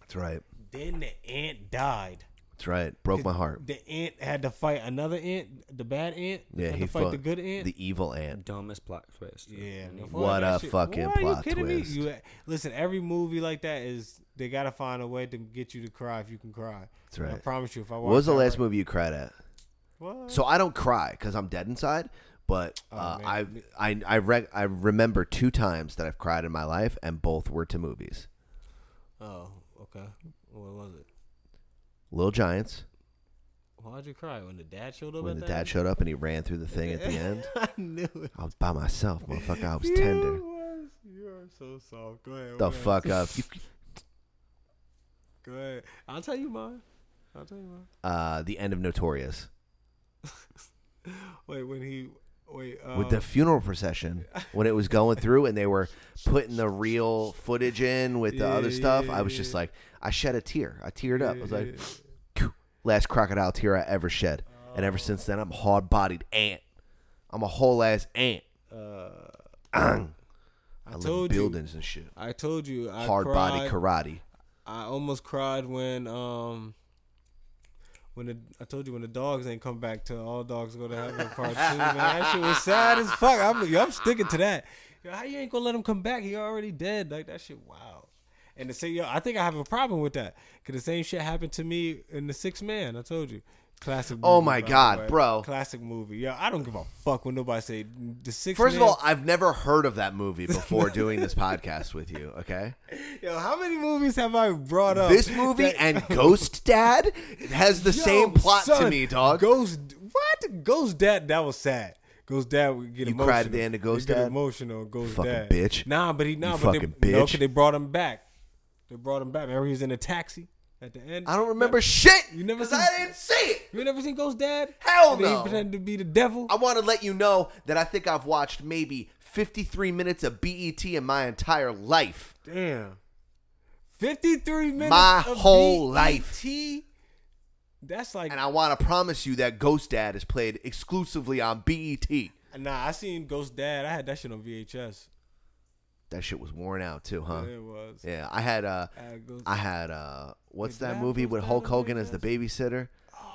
[SPEAKER 5] That's right.
[SPEAKER 9] Then the ant died.
[SPEAKER 5] That's right. Broke my heart.
[SPEAKER 9] The ant had to fight another ant, the bad ant.
[SPEAKER 5] Yeah,
[SPEAKER 9] had
[SPEAKER 5] he
[SPEAKER 9] to fight
[SPEAKER 5] fought
[SPEAKER 9] the good ant.
[SPEAKER 5] The evil ant.
[SPEAKER 2] Dumbest plot twist.
[SPEAKER 9] yeah, no,
[SPEAKER 5] What
[SPEAKER 9] fuck that
[SPEAKER 5] a fucking
[SPEAKER 9] Why are you
[SPEAKER 5] plot
[SPEAKER 9] kidding
[SPEAKER 5] twist.
[SPEAKER 9] Me? You, listen, every movie like that is they gotta find a way to get you to cry if you can cry.
[SPEAKER 5] That's right.
[SPEAKER 9] I promise you. If I
[SPEAKER 5] What was the
[SPEAKER 9] walked out
[SPEAKER 5] last
[SPEAKER 9] right-
[SPEAKER 5] movie you cried at?
[SPEAKER 9] What?
[SPEAKER 5] So I don't cry because I'm dead inside. But uh, I I I, rec- I remember two times that I've cried in my life, and both were to movies.
[SPEAKER 9] Oh, okay. What was it?
[SPEAKER 5] Little Giants,
[SPEAKER 9] Why'd you cry when the dad showed up?
[SPEAKER 5] when the
[SPEAKER 9] at that?
[SPEAKER 5] dad showed up and he ran through the thing at the end.
[SPEAKER 9] I knew it.
[SPEAKER 5] I was by myself, motherfucker. I was tender.
[SPEAKER 9] You, was, you are so soft. Go ahead.
[SPEAKER 5] The
[SPEAKER 9] what else?
[SPEAKER 5] fuck up. You,
[SPEAKER 9] Go ahead. I'll tell you mine. I'll tell you mine.
[SPEAKER 5] uh, the end of Notorious
[SPEAKER 9] Wait, when he wait um,
[SPEAKER 5] with the funeral procession when it was going through and they were putting the real footage in with the other stuff. I was just like, I shed a tear. I teared up. I was like, last crocodile tear I ever shed. And ever since then, I'm a hard bodied ant. I'm a whole ass ant. Ang. I, live in
[SPEAKER 9] uh, told you.
[SPEAKER 5] buildings and shit.
[SPEAKER 9] I told you I
[SPEAKER 5] Hard body
[SPEAKER 9] cried.
[SPEAKER 5] karate.
[SPEAKER 9] I almost cried when um when the, I told you when the dogs ain't come back to all dogs go to heaven part two man that shit was sad as fuck I'm yo, I'm sticking to that yo, how you ain't gonna let him come back he already dead like that shit wow and the same yo I think I have a problem with that cause the same shit happened to me in the Sixth Man I told you classic
[SPEAKER 5] Oh
[SPEAKER 9] movie,
[SPEAKER 5] my
[SPEAKER 9] by
[SPEAKER 5] God,
[SPEAKER 9] the way.
[SPEAKER 5] bro.
[SPEAKER 9] classic movie yo I don't give a fuck when nobody say the Sixth
[SPEAKER 5] First of
[SPEAKER 9] Man-
[SPEAKER 5] all, I've never heard of that movie before doing this podcast with you, okay?
[SPEAKER 9] yo how many movies have I brought up
[SPEAKER 5] This movie
[SPEAKER 9] that-
[SPEAKER 5] and Ghost Dad has the
[SPEAKER 9] Yo,
[SPEAKER 5] same plot to
[SPEAKER 9] son,
[SPEAKER 5] me, dog.
[SPEAKER 9] Ghost, what? Ghost Dad, that was sad. Ghost Dad would get
[SPEAKER 5] You
[SPEAKER 9] emotional.
[SPEAKER 5] cried at the end of Ghost
[SPEAKER 9] He'd get
[SPEAKER 5] Dad?
[SPEAKER 9] emotional. Ghost
[SPEAKER 5] Fucking
[SPEAKER 9] Dad.
[SPEAKER 5] bitch.
[SPEAKER 9] Nah, but he
[SPEAKER 5] You
[SPEAKER 9] nah, but they,
[SPEAKER 5] fucking
[SPEAKER 9] no,
[SPEAKER 5] bitch.
[SPEAKER 9] 'cause they brought him back. They brought him back. Remember he was in a taxi at the end.
[SPEAKER 5] I don't remember shit.
[SPEAKER 9] You never
[SPEAKER 5] 'cause
[SPEAKER 9] seen-
[SPEAKER 5] I didn't see it.
[SPEAKER 9] You never seen Ghost Dad?
[SPEAKER 5] Hell
[SPEAKER 9] And
[SPEAKER 5] no.
[SPEAKER 9] He pretended to be the devil.
[SPEAKER 5] I want to let you know that I think I've watched maybe 53 minutes of BET in my entire life.
[SPEAKER 9] Damn. 53 minutes.
[SPEAKER 5] My
[SPEAKER 9] of
[SPEAKER 5] whole
[SPEAKER 9] BET?
[SPEAKER 5] life.
[SPEAKER 9] That's like
[SPEAKER 5] And I want to promise you that Ghost Dad is played exclusively on E BET.
[SPEAKER 9] nah. I seen Ghost Dad. I had that shit on VHS.
[SPEAKER 5] That shit was worn out too, huh?
[SPEAKER 9] It was.
[SPEAKER 5] Yeah, I had uh
[SPEAKER 9] I go-
[SPEAKER 5] I had uh what's
[SPEAKER 9] Wait,
[SPEAKER 5] that
[SPEAKER 9] that
[SPEAKER 5] movie
[SPEAKER 9] was
[SPEAKER 5] with
[SPEAKER 9] that
[SPEAKER 5] Hulk
[SPEAKER 9] on
[SPEAKER 5] Hogan as the babysitter?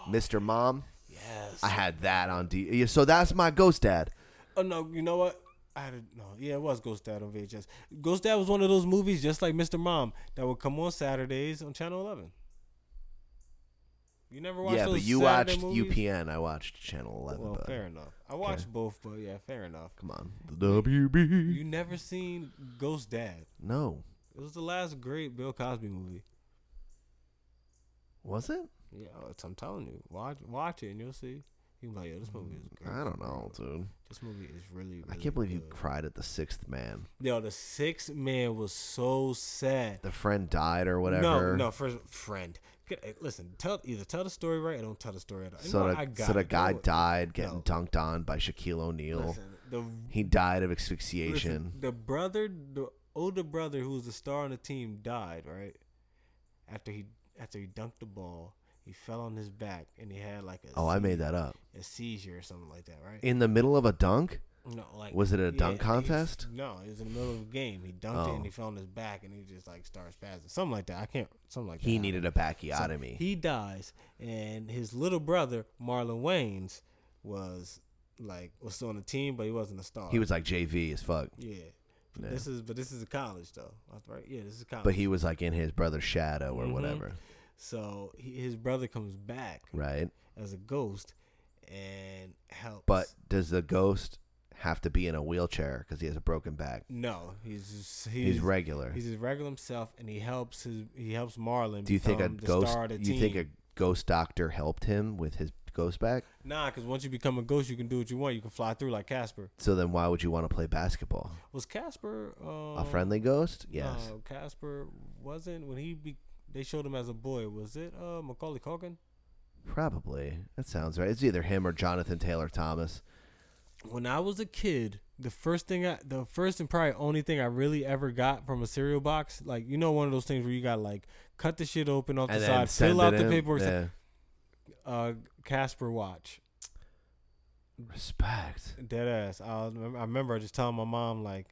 [SPEAKER 5] Mr. Mom?
[SPEAKER 9] Oh, Yes.
[SPEAKER 5] I had that on D yeah, so that's my Ghost Dad.
[SPEAKER 9] Oh no, you know what? I had a, no, yeah, it was Ghost Dad on VHS. Ghost Dad was one of those movies, just like Mr. Mom, that would come on Saturdays on Channel Eleven. You never watched
[SPEAKER 5] Yeah,
[SPEAKER 9] those
[SPEAKER 5] but you
[SPEAKER 9] Saturday
[SPEAKER 5] watched
[SPEAKER 9] movies?
[SPEAKER 5] UPN. I watched Channel 11.
[SPEAKER 9] Well,
[SPEAKER 5] but
[SPEAKER 9] fair enough. I watched both, but yeah, fair enough.
[SPEAKER 5] Come on. The WB.
[SPEAKER 9] You never seen Ghost Dad?
[SPEAKER 5] No.
[SPEAKER 9] It was the last great Bill Cosby movie.
[SPEAKER 5] Was it?
[SPEAKER 9] Yeah, it's, I'm telling you, watch watch it and you'll see. You'll be like, yo, this movie is great.
[SPEAKER 5] I don't know, dude.
[SPEAKER 9] This movie is really. really
[SPEAKER 5] I can't believe you
[SPEAKER 9] good.
[SPEAKER 5] cried at the sixth man.
[SPEAKER 9] Yo, the sixth man was so sad.
[SPEAKER 5] The friend died or whatever.
[SPEAKER 9] No, no, first friend. Get- eh, Listen, tell either tell the story right or don't tell the story at all. You know
[SPEAKER 5] So
[SPEAKER 9] what?
[SPEAKER 5] the,
[SPEAKER 9] I got
[SPEAKER 5] so the
[SPEAKER 9] it. You know
[SPEAKER 5] guy
[SPEAKER 9] what?
[SPEAKER 5] died getting
[SPEAKER 9] No.
[SPEAKER 5] dunked on by Shaquille O'Neal.
[SPEAKER 9] Listen, the,
[SPEAKER 5] he died of
[SPEAKER 9] listen,
[SPEAKER 5] asphyxiation.
[SPEAKER 9] the brother, the older brother who was the star on the team, died right after he after he dunked the ball. He fell on his back and he had like a
[SPEAKER 5] oh, I
[SPEAKER 9] se-
[SPEAKER 5] made that up.
[SPEAKER 9] a seizure or something like that, right?
[SPEAKER 5] In the middle of a dunk?
[SPEAKER 9] no, like
[SPEAKER 5] was it a
[SPEAKER 9] yeah,
[SPEAKER 5] dunk
[SPEAKER 9] he was-
[SPEAKER 5] contest?
[SPEAKER 9] no, it was in the middle of a game. He dunked it
[SPEAKER 5] Oh.
[SPEAKER 9] and he fell on his back and he just like starts passing something like that. I can't something like that.
[SPEAKER 5] He
[SPEAKER 9] I
[SPEAKER 5] needed a
[SPEAKER 9] So
[SPEAKER 5] bacchiotomy.
[SPEAKER 9] He dies, and his little brother Marlon Wayans was like was still on the team, but he wasn't a star.
[SPEAKER 5] he was like JV as fuck.
[SPEAKER 9] yeah. But This is but this is a college though, That's right? Yeah, Mm-hmm. this is college.
[SPEAKER 5] But he was like in his brother's shadow or whatever.
[SPEAKER 9] so he, his brother comes back
[SPEAKER 5] Right?
[SPEAKER 9] as a ghost and helps.
[SPEAKER 5] But does the ghost have to be in a wheelchair because he has a broken back?
[SPEAKER 9] no, he's just, he's,
[SPEAKER 5] He's regular.
[SPEAKER 9] He's his regular himself, and he helps his he helps Marlon.
[SPEAKER 5] Do you think a
[SPEAKER 9] become the
[SPEAKER 5] ghost?
[SPEAKER 9] Star of the
[SPEAKER 5] You think
[SPEAKER 9] team.
[SPEAKER 5] a ghost doctor helped him with his ghost back?
[SPEAKER 9] Nah, because once you become a ghost, you can do what you want. You can fly through like Casper.
[SPEAKER 5] So then, why would you want to play basketball?
[SPEAKER 9] Was Casper um,
[SPEAKER 5] a friendly ghost? Yes.
[SPEAKER 9] No, Uh, Casper wasn't when he be. They showed him as a boy. Was it uh, Macaulay Culkin?
[SPEAKER 5] Probably. That sounds right. It's either him or Jonathan Taylor Thomas.
[SPEAKER 9] When I was a kid, the first thing I, the first and probably only thing I really ever got from a cereal box, like you know, one of those things where you got like cut the shit open off
[SPEAKER 5] And
[SPEAKER 9] the
[SPEAKER 5] then
[SPEAKER 9] side,
[SPEAKER 5] send
[SPEAKER 9] fill out
[SPEAKER 5] it
[SPEAKER 9] the
[SPEAKER 5] in.
[SPEAKER 9] paperwork.
[SPEAKER 5] Yeah.
[SPEAKER 9] Uh, Casper watch.
[SPEAKER 5] Respect.
[SPEAKER 9] Dead ass. I, was- I remember just telling my mom like,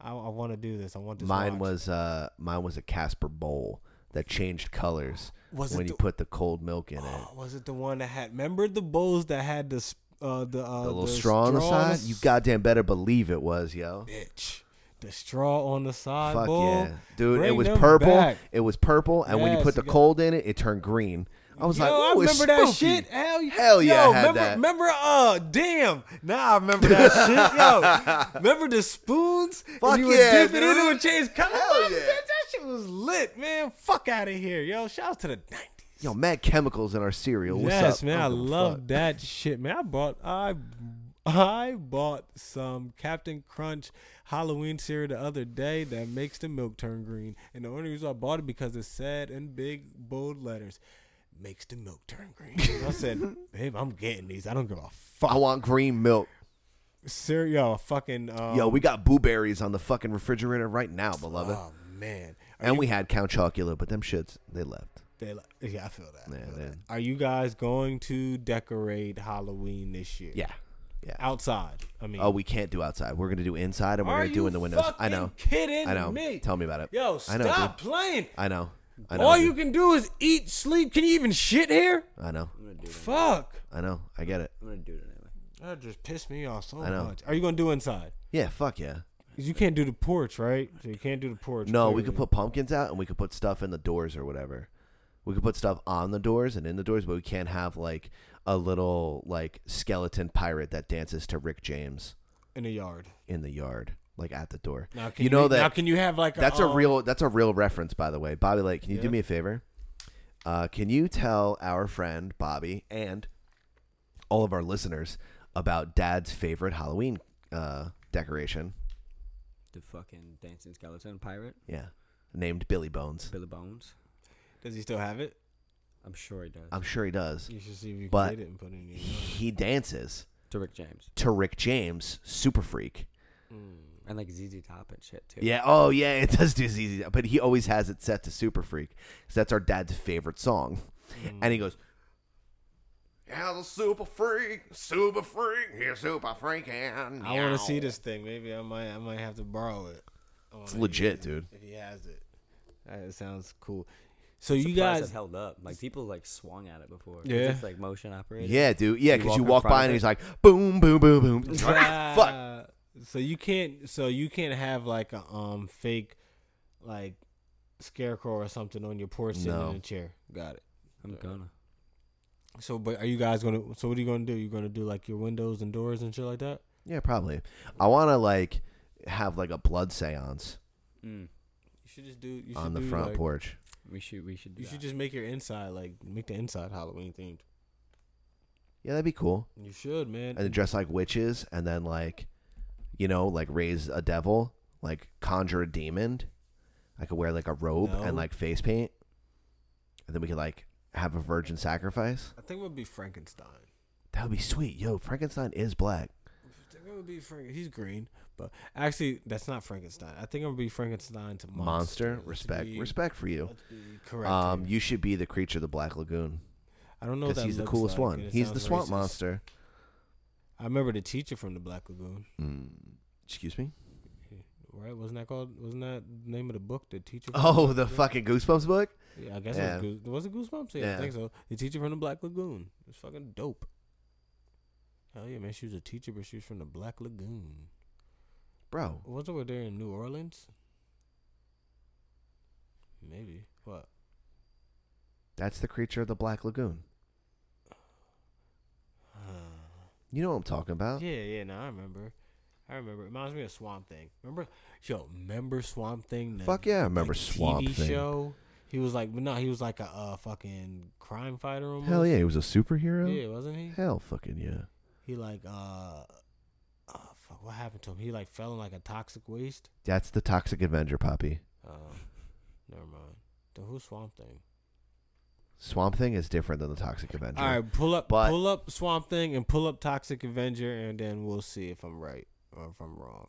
[SPEAKER 9] I, I want to do this. I want this.
[SPEAKER 5] Mine
[SPEAKER 9] watch.
[SPEAKER 5] was uh mine was a Casper bowl that changed colors
[SPEAKER 9] Was it
[SPEAKER 5] when you
[SPEAKER 9] the-
[SPEAKER 5] put the cold milk in it.
[SPEAKER 9] Oh, was it the one that had? Remember the bowls that had the sp- uh, the uh,
[SPEAKER 5] The little straw on the side? You goddamn better believe it was, yo.
[SPEAKER 9] bitch. The straw on the side.
[SPEAKER 5] Fuck
[SPEAKER 9] boy.
[SPEAKER 5] yeah. Dude, it
[SPEAKER 9] Bring
[SPEAKER 5] was
[SPEAKER 9] them
[SPEAKER 5] purple.
[SPEAKER 9] back.
[SPEAKER 5] It was purple and when you
[SPEAKER 9] Yes,
[SPEAKER 5] put the
[SPEAKER 9] you got-
[SPEAKER 5] cold in it, it turned green. I was
[SPEAKER 9] Yo,
[SPEAKER 5] like,
[SPEAKER 9] I
[SPEAKER 5] "Ooh, it's
[SPEAKER 9] remember that
[SPEAKER 5] spooky."
[SPEAKER 9] shit. Hell, y-
[SPEAKER 5] Hell yeah,
[SPEAKER 9] yo,
[SPEAKER 5] I had
[SPEAKER 9] remember,
[SPEAKER 5] that.
[SPEAKER 9] Remember, uh, damn. Now I remember that shit. Yo, remember the spoons?
[SPEAKER 5] Fuck
[SPEAKER 9] and you
[SPEAKER 5] yeah,
[SPEAKER 9] would dip it in, it
[SPEAKER 5] dude.
[SPEAKER 9] would change color.
[SPEAKER 5] Hell
[SPEAKER 9] Fuck,
[SPEAKER 5] yeah.
[SPEAKER 9] bitch, that shit was lit, man. Fuck out of here, yo. Shout out to the nineties.
[SPEAKER 5] Yo, mad chemicals in our cereal. What's
[SPEAKER 9] yes,
[SPEAKER 5] up?
[SPEAKER 9] man,
[SPEAKER 5] don't
[SPEAKER 9] I
[SPEAKER 5] give a
[SPEAKER 9] love
[SPEAKER 5] fuck.
[SPEAKER 9] that shit, man. I bought I I bought some Captain Crunch Halloween cereal the other day that makes the milk turn green, and the only reason I bought it because it said in big bold letters, "Makes the milk turn green." I said, "Babe, I'm getting these. I don't give a fuck."
[SPEAKER 5] I want green milk.
[SPEAKER 9] cereal, fucking um,
[SPEAKER 5] Yo, we got blueberries on the fucking refrigerator right now, beloved.
[SPEAKER 9] Oh man, Are
[SPEAKER 5] and
[SPEAKER 9] you-
[SPEAKER 5] we had Count Chocula, but them shits they left.
[SPEAKER 9] They like, yeah, I feel that. I
[SPEAKER 5] Yeah,
[SPEAKER 9] feel
[SPEAKER 5] they-
[SPEAKER 9] that. Are you guys going to decorate Halloween this year?
[SPEAKER 5] Yeah, yeah.
[SPEAKER 9] outside. I mean,
[SPEAKER 5] Oh, we can't do outside. We're gonna do inside, and we're
[SPEAKER 9] Are
[SPEAKER 5] gonna do
[SPEAKER 9] you
[SPEAKER 5] in the windows. I
[SPEAKER 9] fucking
[SPEAKER 5] know.
[SPEAKER 9] kidding
[SPEAKER 5] I know.
[SPEAKER 9] me?
[SPEAKER 5] Tell me about it.
[SPEAKER 9] Yo,
[SPEAKER 5] I know,
[SPEAKER 9] stop
[SPEAKER 5] dude.
[SPEAKER 9] playing.
[SPEAKER 5] I know. I know.
[SPEAKER 9] All
[SPEAKER 5] dude.
[SPEAKER 9] you can do is eat, sleep. Can you even shit here?
[SPEAKER 5] I know.
[SPEAKER 9] Fuck.
[SPEAKER 5] I know. I get it.
[SPEAKER 2] I'm gonna do it anyway.
[SPEAKER 9] That just pissed me off so
[SPEAKER 5] I know.
[SPEAKER 9] much. Are you gonna do inside?
[SPEAKER 5] Yeah. Fuck yeah.
[SPEAKER 9] 'Cause you can't do the porch, right? So you can't do the porch.
[SPEAKER 5] No, we could
[SPEAKER 9] clearly.
[SPEAKER 5] put pumpkins out, and we could put stuff in the doors or whatever. We could put stuff on the doors and in the doors, but we can't have like a little like skeleton pirate that dances to Rick James
[SPEAKER 9] in the yard.
[SPEAKER 5] in the yard, like at the door.
[SPEAKER 9] Now, can
[SPEAKER 5] you know that
[SPEAKER 9] Now, can you have like
[SPEAKER 5] That's a
[SPEAKER 9] um,
[SPEAKER 5] real that's a real reference, by the way. Bobby Lake, can you do
[SPEAKER 9] Yeah.
[SPEAKER 5] me a favor? Uh, can you tell our friend Bobby and all of our listeners about Dad's favorite Halloween uh, decoration.
[SPEAKER 2] The fucking dancing skeleton pirate,
[SPEAKER 5] Yeah, named Billy Bones.
[SPEAKER 2] Billy Bones.
[SPEAKER 9] Does he still have it?
[SPEAKER 2] I'm sure he does.
[SPEAKER 5] I'm sure he does.
[SPEAKER 9] You should see if you
[SPEAKER 5] But-
[SPEAKER 9] can get it and put it in your.
[SPEAKER 5] He dances
[SPEAKER 2] to Rick James
[SPEAKER 5] to Rick James, Super Freak.
[SPEAKER 2] and like ZZ Top and shit too.
[SPEAKER 5] Yeah. Oh, yeah. It does do ZZ, but he always has it set to Super Freak because that's our dad's favorite song.
[SPEAKER 9] Mm.
[SPEAKER 5] And he goes, "Yeah, the Super Freak, Super Freak, he's Super Freaking."
[SPEAKER 9] I want to see this thing. Maybe I might. I might have to borrow it. I
[SPEAKER 5] It's
[SPEAKER 9] wanna
[SPEAKER 5] legit,
[SPEAKER 9] use it
[SPEAKER 5] dude.
[SPEAKER 9] If he has it, that sounds cool. So you
[SPEAKER 2] You
[SPEAKER 9] guys,
[SPEAKER 2] guys held up. Like people like swung at it before. 'Cause
[SPEAKER 9] Yeah.
[SPEAKER 2] It's like motion operated.
[SPEAKER 5] Yeah, dude. Yeah,
[SPEAKER 2] You
[SPEAKER 5] because
[SPEAKER 2] walk
[SPEAKER 5] you
[SPEAKER 2] in
[SPEAKER 5] walk
[SPEAKER 2] front of
[SPEAKER 5] by and
[SPEAKER 2] it?
[SPEAKER 5] he's like, "Boom, boom, boom, boom." Fuck.
[SPEAKER 9] Uh, So you can't. So you can't have like a um fake, like, scarecrow or something on your porch sitting
[SPEAKER 5] No.
[SPEAKER 9] in a chair. Got it.
[SPEAKER 2] I'm gonna.
[SPEAKER 9] So, but are you guys gonna? So what are you gonna do? You gonna do like your windows and doors and shit like that?
[SPEAKER 5] Yeah, probably. I want to like have like a blood seance
[SPEAKER 2] Mm.
[SPEAKER 9] You should just do. You should
[SPEAKER 5] on the
[SPEAKER 9] do,
[SPEAKER 5] front
[SPEAKER 9] like-
[SPEAKER 5] porch.
[SPEAKER 2] We should. We should. Do
[SPEAKER 9] You
[SPEAKER 2] that.
[SPEAKER 9] should just make your inside like make the inside Halloween themed.
[SPEAKER 5] Yeah, that'd be cool.
[SPEAKER 9] You should, man.
[SPEAKER 5] And then dress like witches, and then like, you know, like raise a devil, like conjure a demon. I could wear like a robe
[SPEAKER 9] No.
[SPEAKER 5] and like face paint, and then we could like have a virgin sacrifice.
[SPEAKER 9] I think it would be Frankenstein.
[SPEAKER 5] That would be sweet. Yo, Frankenstein is black.
[SPEAKER 9] I think it would be Frank. He's green, but actually, that's not Frankenstein. I think it would be Frankenstein to monster.
[SPEAKER 5] Monster,
[SPEAKER 9] Let's
[SPEAKER 5] respect,
[SPEAKER 9] be-
[SPEAKER 5] respect for you.
[SPEAKER 9] let's be correct.
[SPEAKER 5] Um,
[SPEAKER 9] here.
[SPEAKER 5] you should be the creature of the Black Lagoon
[SPEAKER 9] I don't know what
[SPEAKER 5] because
[SPEAKER 9] that
[SPEAKER 5] he's the
[SPEAKER 9] looks
[SPEAKER 5] coolest
[SPEAKER 9] like,
[SPEAKER 5] one.
[SPEAKER 9] and it
[SPEAKER 5] He's the
[SPEAKER 9] sounds
[SPEAKER 5] swamp
[SPEAKER 9] racist.
[SPEAKER 5] monster.
[SPEAKER 9] I remember the teacher from the Black Lagoon.
[SPEAKER 5] Mm. Excuse me.
[SPEAKER 9] Right? Wasn't that called? Wasn't that the name of the book? The teacher. from
[SPEAKER 5] Oh,
[SPEAKER 9] Black
[SPEAKER 5] the
[SPEAKER 9] Lagoon?
[SPEAKER 5] fucking Goosebumps book.
[SPEAKER 9] Yeah, I guess
[SPEAKER 5] Yeah.
[SPEAKER 9] it was, Goose, was it Goosebumps. Yeah,
[SPEAKER 5] Yeah.
[SPEAKER 9] I think so. The teacher from the Black Lagoon. It's fucking dope. Hell yeah, man! She was a teacher, but she was from the Black Lagoon.
[SPEAKER 5] Bro,
[SPEAKER 9] Was over there in New Orleans? Maybe. What?
[SPEAKER 5] that's the creature of the Black Lagoon. You know what I'm talking about.
[SPEAKER 9] Yeah, yeah, no, I remember. I remember. It reminds me of Swamp Thing. Remember? Yo, remember Swamp Thing? The-
[SPEAKER 5] Fuck yeah, I remember
[SPEAKER 9] the
[SPEAKER 5] Swamp Thing.
[SPEAKER 9] show. He was like, no, he was like a uh, fucking crime fighter. Almost.
[SPEAKER 5] Hell yeah, he was a superhero.
[SPEAKER 9] Yeah, wasn't he?
[SPEAKER 5] Hell fucking yeah.
[SPEAKER 9] He like, uh, oh, fuck, what happened to him? He like fell in like a toxic waste.
[SPEAKER 5] That's the Toxic Avenger, Poppy.
[SPEAKER 9] Oh, never mind. Then who's Swamp Thing?
[SPEAKER 5] Swamp Thing is different than the Toxic Avenger.
[SPEAKER 9] All right, pull up,
[SPEAKER 5] But-
[SPEAKER 9] pull up Swamp Thing and pull up Toxic Avenger, and then we'll see if I'm right or if I'm wrong.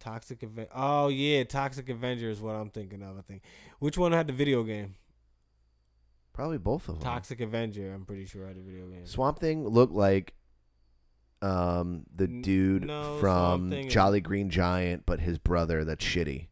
[SPEAKER 9] Toxic Avenger. Oh yeah, Toxic Avenger is what I'm thinking of. I think. Which one had the video game?
[SPEAKER 5] Probably both of them.
[SPEAKER 9] Toxic Avenger. I'm pretty sure had the video game.
[SPEAKER 5] Swamp Thing looked like um the
[SPEAKER 9] N-
[SPEAKER 5] dude
[SPEAKER 9] no, Swamp Thing
[SPEAKER 5] from
[SPEAKER 9] is-
[SPEAKER 5] Jolly Green Giant, but his brother that's shitty.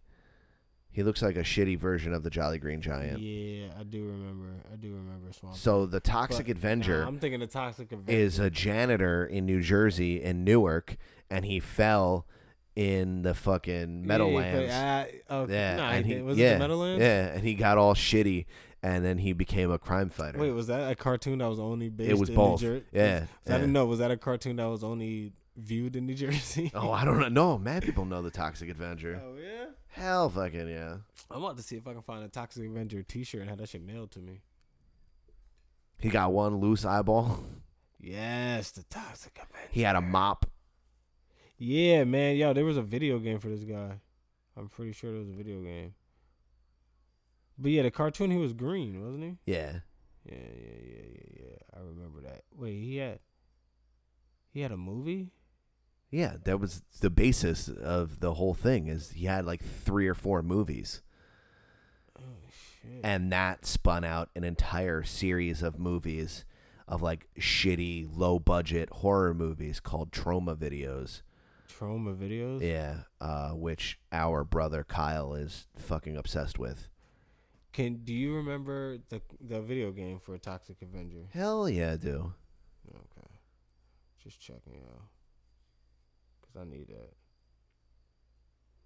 [SPEAKER 5] He looks like a shitty version of the Jolly Green Giant.
[SPEAKER 9] Yeah, I do remember. I do remember Swamp.
[SPEAKER 5] So the
[SPEAKER 9] Thing.
[SPEAKER 5] Toxic
[SPEAKER 9] But,
[SPEAKER 5] Avenger
[SPEAKER 9] nah, I'm thinking the Toxic Avenger.
[SPEAKER 5] is a janitor in New Jersey in Newark, and he fell in the fucking Meadowlands. Yeah,
[SPEAKER 9] Yeah, but I- okay. Nah,
[SPEAKER 5] and
[SPEAKER 9] he,
[SPEAKER 5] he,
[SPEAKER 9] didn't. was
[SPEAKER 5] yeah,
[SPEAKER 9] it the Meadowlands?
[SPEAKER 5] Yeah, and he got all shitty, and then he became a crime fighter.
[SPEAKER 9] Wait, was that a cartoon that was only based?
[SPEAKER 5] was
[SPEAKER 9] in
[SPEAKER 5] both.
[SPEAKER 9] New Jer-
[SPEAKER 5] Yeah,
[SPEAKER 9] I didn't
[SPEAKER 5] yeah.
[SPEAKER 9] know. Was that a cartoon that was only viewed in New Jersey?
[SPEAKER 5] oh, I don't know. No, mad people know the Toxic Avenger.
[SPEAKER 9] Oh, yeah.
[SPEAKER 5] Hell, fucking yeah.
[SPEAKER 9] I'm about to see if I can find a Toxic Avenger T-shirt and have that shit mailed to me.
[SPEAKER 5] He got one loose eyeball.
[SPEAKER 9] Yes, the Toxic Avenger.
[SPEAKER 5] He had a mop.
[SPEAKER 9] Yeah, man, yo, there was a video game for this guy. I'm pretty sure there was a video game. But yeah, the cartoon he was green, wasn't he?
[SPEAKER 5] Yeah,
[SPEAKER 9] Yeah, yeah, yeah, yeah, yeah. I remember that. Wait, he had he had a movie.
[SPEAKER 5] yeah. That was the basis of the whole thing. Is he had like three or four movies.
[SPEAKER 9] Oh shit.
[SPEAKER 5] and that spun out an entire series of movies of like shitty low budget horror movies called trauma videos
[SPEAKER 9] Trauma videos.
[SPEAKER 5] yeah uh, which our brother kyle is fucking obsessed with
[SPEAKER 9] Can do you remember the the video game for Toxic Avenger?
[SPEAKER 5] hell yeah dude
[SPEAKER 9] Okay. Just checking out. Cause I need that.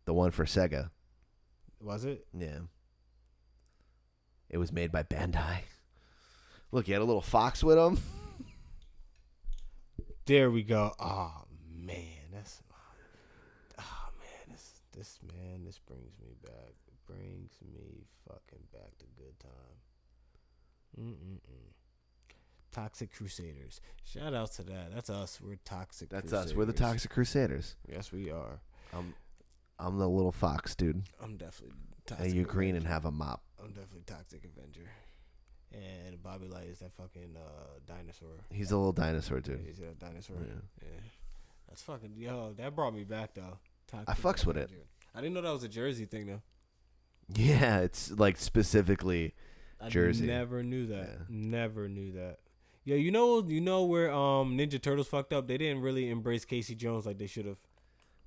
[SPEAKER 5] the one for sega
[SPEAKER 9] Was it?
[SPEAKER 5] yeah it was made by bandai look he had a little fox with him
[SPEAKER 9] There we go. Oh man, that's oh man, this this man, this brings me back. Brings me fucking back to good time. Mm-mm-mm. Toxic Crusaders. Shout out to that. That's us. We're Toxic
[SPEAKER 5] That's
[SPEAKER 9] Crusaders.
[SPEAKER 5] us. We're the Toxic Crusaders.
[SPEAKER 9] Yes, we are.
[SPEAKER 5] I'm, I'm the little fox, dude.
[SPEAKER 9] I'm definitely Toxic.
[SPEAKER 5] And you green and
[SPEAKER 9] Avenger.
[SPEAKER 5] have a mop.
[SPEAKER 9] I'm definitely Toxic Avenger. And Bobby Light is that fucking uh, dinosaur.
[SPEAKER 5] He's a little dinosaur, dude.
[SPEAKER 9] He's a dinosaur. Yeah. That's fucking yo. That brought me back though. Toxic
[SPEAKER 5] I fucks with it.
[SPEAKER 9] Avenger. I didn't know that was a Jersey thing though.
[SPEAKER 5] Yeah, it's like specifically
[SPEAKER 9] I
[SPEAKER 5] Jersey.
[SPEAKER 9] Never knew that.
[SPEAKER 5] Yeah.
[SPEAKER 9] Never knew that. Yeah, you know, you know where um Ninja Turtles fucked up. They didn't really embrace Casey Jones like they should have.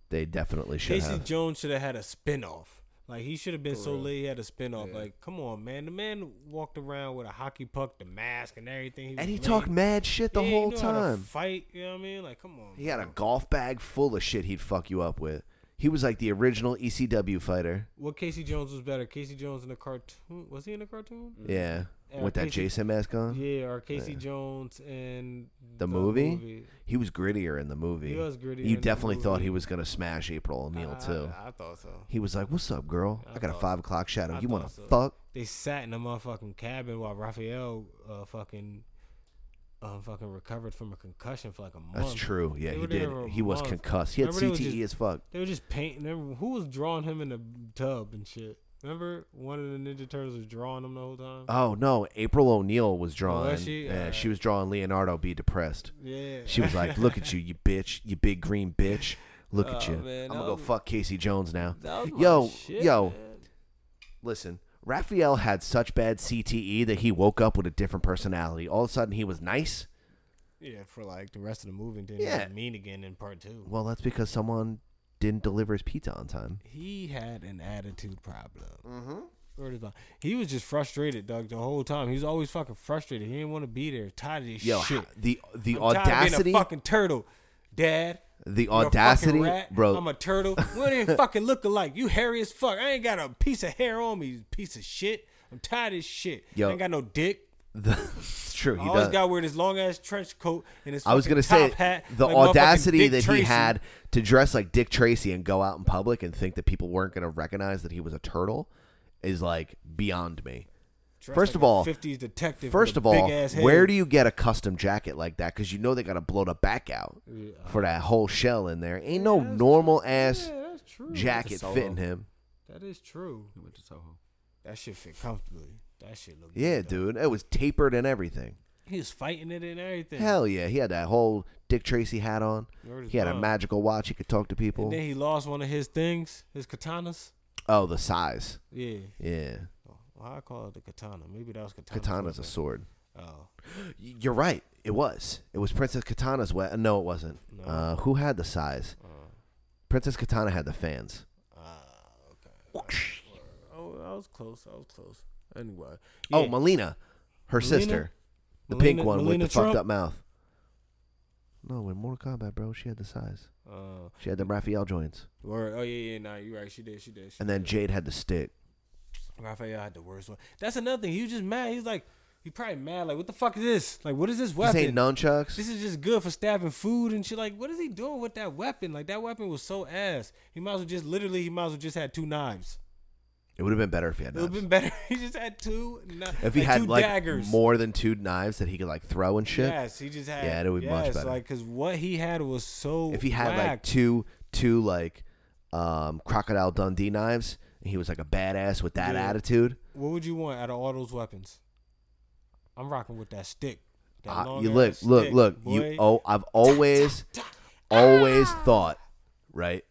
[SPEAKER 5] They definitely should
[SPEAKER 9] Casey
[SPEAKER 5] have.
[SPEAKER 9] Jones should have had a spinoff. Like he should have been so late, he had a spinoff. Like, come on, man. The man walked around with a hockey puck, the mask, and everything. was
[SPEAKER 5] and he
[SPEAKER 9] late.
[SPEAKER 5] talked mad shit the
[SPEAKER 9] Yeah, he
[SPEAKER 5] whole
[SPEAKER 9] knew how to
[SPEAKER 5] time.
[SPEAKER 9] fight, you know what I mean? Like, come on.
[SPEAKER 5] He had a golf bag full of shit he'd fuck you up with. He was like the original ECW fighter.
[SPEAKER 9] What Casey Jones was better? Casey Jones in the cartoon? Was he in the cartoon?
[SPEAKER 5] Yeah.
[SPEAKER 9] Mm-hmm. Yeah,
[SPEAKER 5] with that
[SPEAKER 9] Casey-
[SPEAKER 5] Jason mask on.
[SPEAKER 9] Yeah, or Casey Jones in
[SPEAKER 5] Mm-hmm. The, movie? He was grittier in the movie.
[SPEAKER 9] He was grittier in
[SPEAKER 5] You
[SPEAKER 9] the
[SPEAKER 5] definitely thought
[SPEAKER 9] movie.
[SPEAKER 5] he was going to smash April O'Neil,
[SPEAKER 9] I-
[SPEAKER 5] too.
[SPEAKER 9] I, I thought so.
[SPEAKER 5] he was like, What's up, girl? I, got a
[SPEAKER 9] thought-
[SPEAKER 5] 5 o'clock shadow.
[SPEAKER 9] I
[SPEAKER 5] you want to
[SPEAKER 9] thought so.
[SPEAKER 5] fuck?
[SPEAKER 9] They sat in a motherfucking cabin while Raphael uh, fucking um, fucking recovered from a concussion for like a month.
[SPEAKER 5] That's true. Yeah,
[SPEAKER 9] They
[SPEAKER 5] he
[SPEAKER 9] were there
[SPEAKER 5] did.
[SPEAKER 9] for a
[SPEAKER 5] He was
[SPEAKER 9] month.
[SPEAKER 5] concussed. He had
[SPEAKER 9] Remember they was
[SPEAKER 5] CTE as
[SPEAKER 9] just-
[SPEAKER 5] fuck.
[SPEAKER 9] They were just painting. They were- who was drawing him in the tub and shit? Remember one of the Ninja Turtles was drawing him the whole time.
[SPEAKER 5] Oh, no. April O'Neil was drawing.
[SPEAKER 9] Oh, she?
[SPEAKER 5] yeah,
[SPEAKER 9] Uh,
[SPEAKER 5] she was drawing Leonardo be depressed.
[SPEAKER 9] yeah,
[SPEAKER 5] She was like, "Look at you, you bitch, you big green bitch. Look at
[SPEAKER 2] Oh,
[SPEAKER 5] you.
[SPEAKER 2] man,
[SPEAKER 5] I'm
[SPEAKER 2] that
[SPEAKER 5] gonna go
[SPEAKER 2] was-
[SPEAKER 5] fuck Casey Jones now."
[SPEAKER 2] That was my
[SPEAKER 5] Yo,
[SPEAKER 2] shit,
[SPEAKER 5] yo,
[SPEAKER 2] man.
[SPEAKER 5] listen. Raphael had such bad CTE that he woke up with a different personality. All of a sudden, he was nice.
[SPEAKER 9] yeah, for like the rest of the movie. and Then he
[SPEAKER 5] Yeah.
[SPEAKER 9] was mean again in part two.
[SPEAKER 5] Well, that's because someone didn't deliver his pizza on time.
[SPEAKER 9] He had an attitude problem. Mm-hmm. He was just frustrated, Doug, the whole time. He was always fucking frustrated. He didn't want to be there. Tired of this
[SPEAKER 5] Yo,
[SPEAKER 9] shit.
[SPEAKER 5] h- the the
[SPEAKER 9] I'm tired of being
[SPEAKER 5] audacity,
[SPEAKER 9] a fucking turtle, Dad.
[SPEAKER 5] the
[SPEAKER 9] You're a fucking
[SPEAKER 5] audacity,
[SPEAKER 9] rat.
[SPEAKER 5] bro.
[SPEAKER 9] I'm a turtle. We don't even fucking look alike. You hairy as fuck. I ain't got a piece of hair on me. you Piece of shit. I'm tired of this shit.
[SPEAKER 5] Yo.
[SPEAKER 9] I ain't got no dick.
[SPEAKER 5] the, it's true.
[SPEAKER 9] I
[SPEAKER 5] He
[SPEAKER 9] always
[SPEAKER 5] does.
[SPEAKER 9] got to wear this long ass trench coat and this.
[SPEAKER 5] I was
[SPEAKER 9] fucking
[SPEAKER 5] gonna say
[SPEAKER 9] top hat,
[SPEAKER 5] the
[SPEAKER 9] like motherfucking
[SPEAKER 5] audacity
[SPEAKER 9] Dick
[SPEAKER 5] that
[SPEAKER 9] Tracy.
[SPEAKER 5] he had to dress like Dick Tracy and go out in public and think that people weren't gonna recognize that he was a turtle is like beyond me.
[SPEAKER 9] Dressed
[SPEAKER 5] First
[SPEAKER 9] like
[SPEAKER 5] of
[SPEAKER 9] a
[SPEAKER 5] all,
[SPEAKER 9] 50s detective.
[SPEAKER 5] First of all, where
[SPEAKER 9] you?
[SPEAKER 5] do you get a custom jacket like that? Because you know they gotta blow the back out for that whole shell in there. Ain't no normal ass
[SPEAKER 9] Yeah, that's true.
[SPEAKER 5] jacket
[SPEAKER 2] Solo.
[SPEAKER 5] fitting him.
[SPEAKER 9] That is true.
[SPEAKER 2] We went to Soho.
[SPEAKER 9] That shit fit comfortably. That shit look.
[SPEAKER 5] Yeah,
[SPEAKER 9] good, though.
[SPEAKER 5] dude, it was tapered and everything.
[SPEAKER 9] He was fighting it and everything.
[SPEAKER 5] Hell yeah, he had that whole Dick Tracy hat on.
[SPEAKER 9] Word is
[SPEAKER 5] He had a
[SPEAKER 9] bond.
[SPEAKER 5] magical watch. He could talk to people.
[SPEAKER 9] And then he lost one of his things, his katanas.
[SPEAKER 5] Oh, the size.
[SPEAKER 9] Yeah. Oh,
[SPEAKER 5] Yeah,
[SPEAKER 9] Well, I call it the katana. Maybe that was katana.
[SPEAKER 5] katana's a sword.
[SPEAKER 9] Oh,
[SPEAKER 5] You're right. It was. It was Princess Katana's wet. No, it wasn't. Uh, who had the size?
[SPEAKER 9] uh.
[SPEAKER 5] Princess Katana had the fans.
[SPEAKER 9] oh, I was close. I was close. Anyway.
[SPEAKER 5] Oh,
[SPEAKER 9] yeah,
[SPEAKER 5] Melina, her
[SPEAKER 9] Melina?
[SPEAKER 5] sister, the
[SPEAKER 9] Melina-
[SPEAKER 5] pink one
[SPEAKER 9] Melina
[SPEAKER 5] with the
[SPEAKER 9] Trump?
[SPEAKER 5] fucked up mouth. No, in Mortal Kombat, bro, she had the size.
[SPEAKER 9] Uh,
[SPEAKER 5] She had the Raphael joints,
[SPEAKER 9] word. Oh yeah, yeah. Nah, you're right. She did. She did. She
[SPEAKER 5] and then Jade had the stick.
[SPEAKER 9] Raphael had the worst one. That's another thing. He was just mad. He's like, he probably mad. Like, what the fuck is this? Like, what is this
[SPEAKER 5] This
[SPEAKER 9] weapon?
[SPEAKER 5] ain't nunchucks.
[SPEAKER 9] This is just good for stabbing food and shit. Like, what is he doing with that weapon? Like, that weapon was so ass. He might as well just literally, he might as well just had two knives.
[SPEAKER 5] it would have been better if he had
[SPEAKER 9] It would have
[SPEAKER 5] knives.
[SPEAKER 9] been better. he just had two. kni-
[SPEAKER 5] if he had
[SPEAKER 9] two
[SPEAKER 5] like
[SPEAKER 9] daggers.
[SPEAKER 5] more than two knives that he could like throw and shit.
[SPEAKER 9] Yes, he just had.
[SPEAKER 5] Yeah, that would be much
[SPEAKER 9] yes,
[SPEAKER 5] better.
[SPEAKER 9] Like, because what he had was so.
[SPEAKER 5] if he had like
[SPEAKER 9] whack.
[SPEAKER 5] two two like um crocodile dundee knives and he was like a badass with that
[SPEAKER 9] Yeah.
[SPEAKER 5] attitude
[SPEAKER 9] what would you want out of all those weapons? I'm rocking with that stick. That
[SPEAKER 5] I-
[SPEAKER 9] long
[SPEAKER 5] Ah, you look
[SPEAKER 9] ass
[SPEAKER 5] look
[SPEAKER 9] stick,
[SPEAKER 5] look
[SPEAKER 9] boy.
[SPEAKER 5] you oh i've always always thought right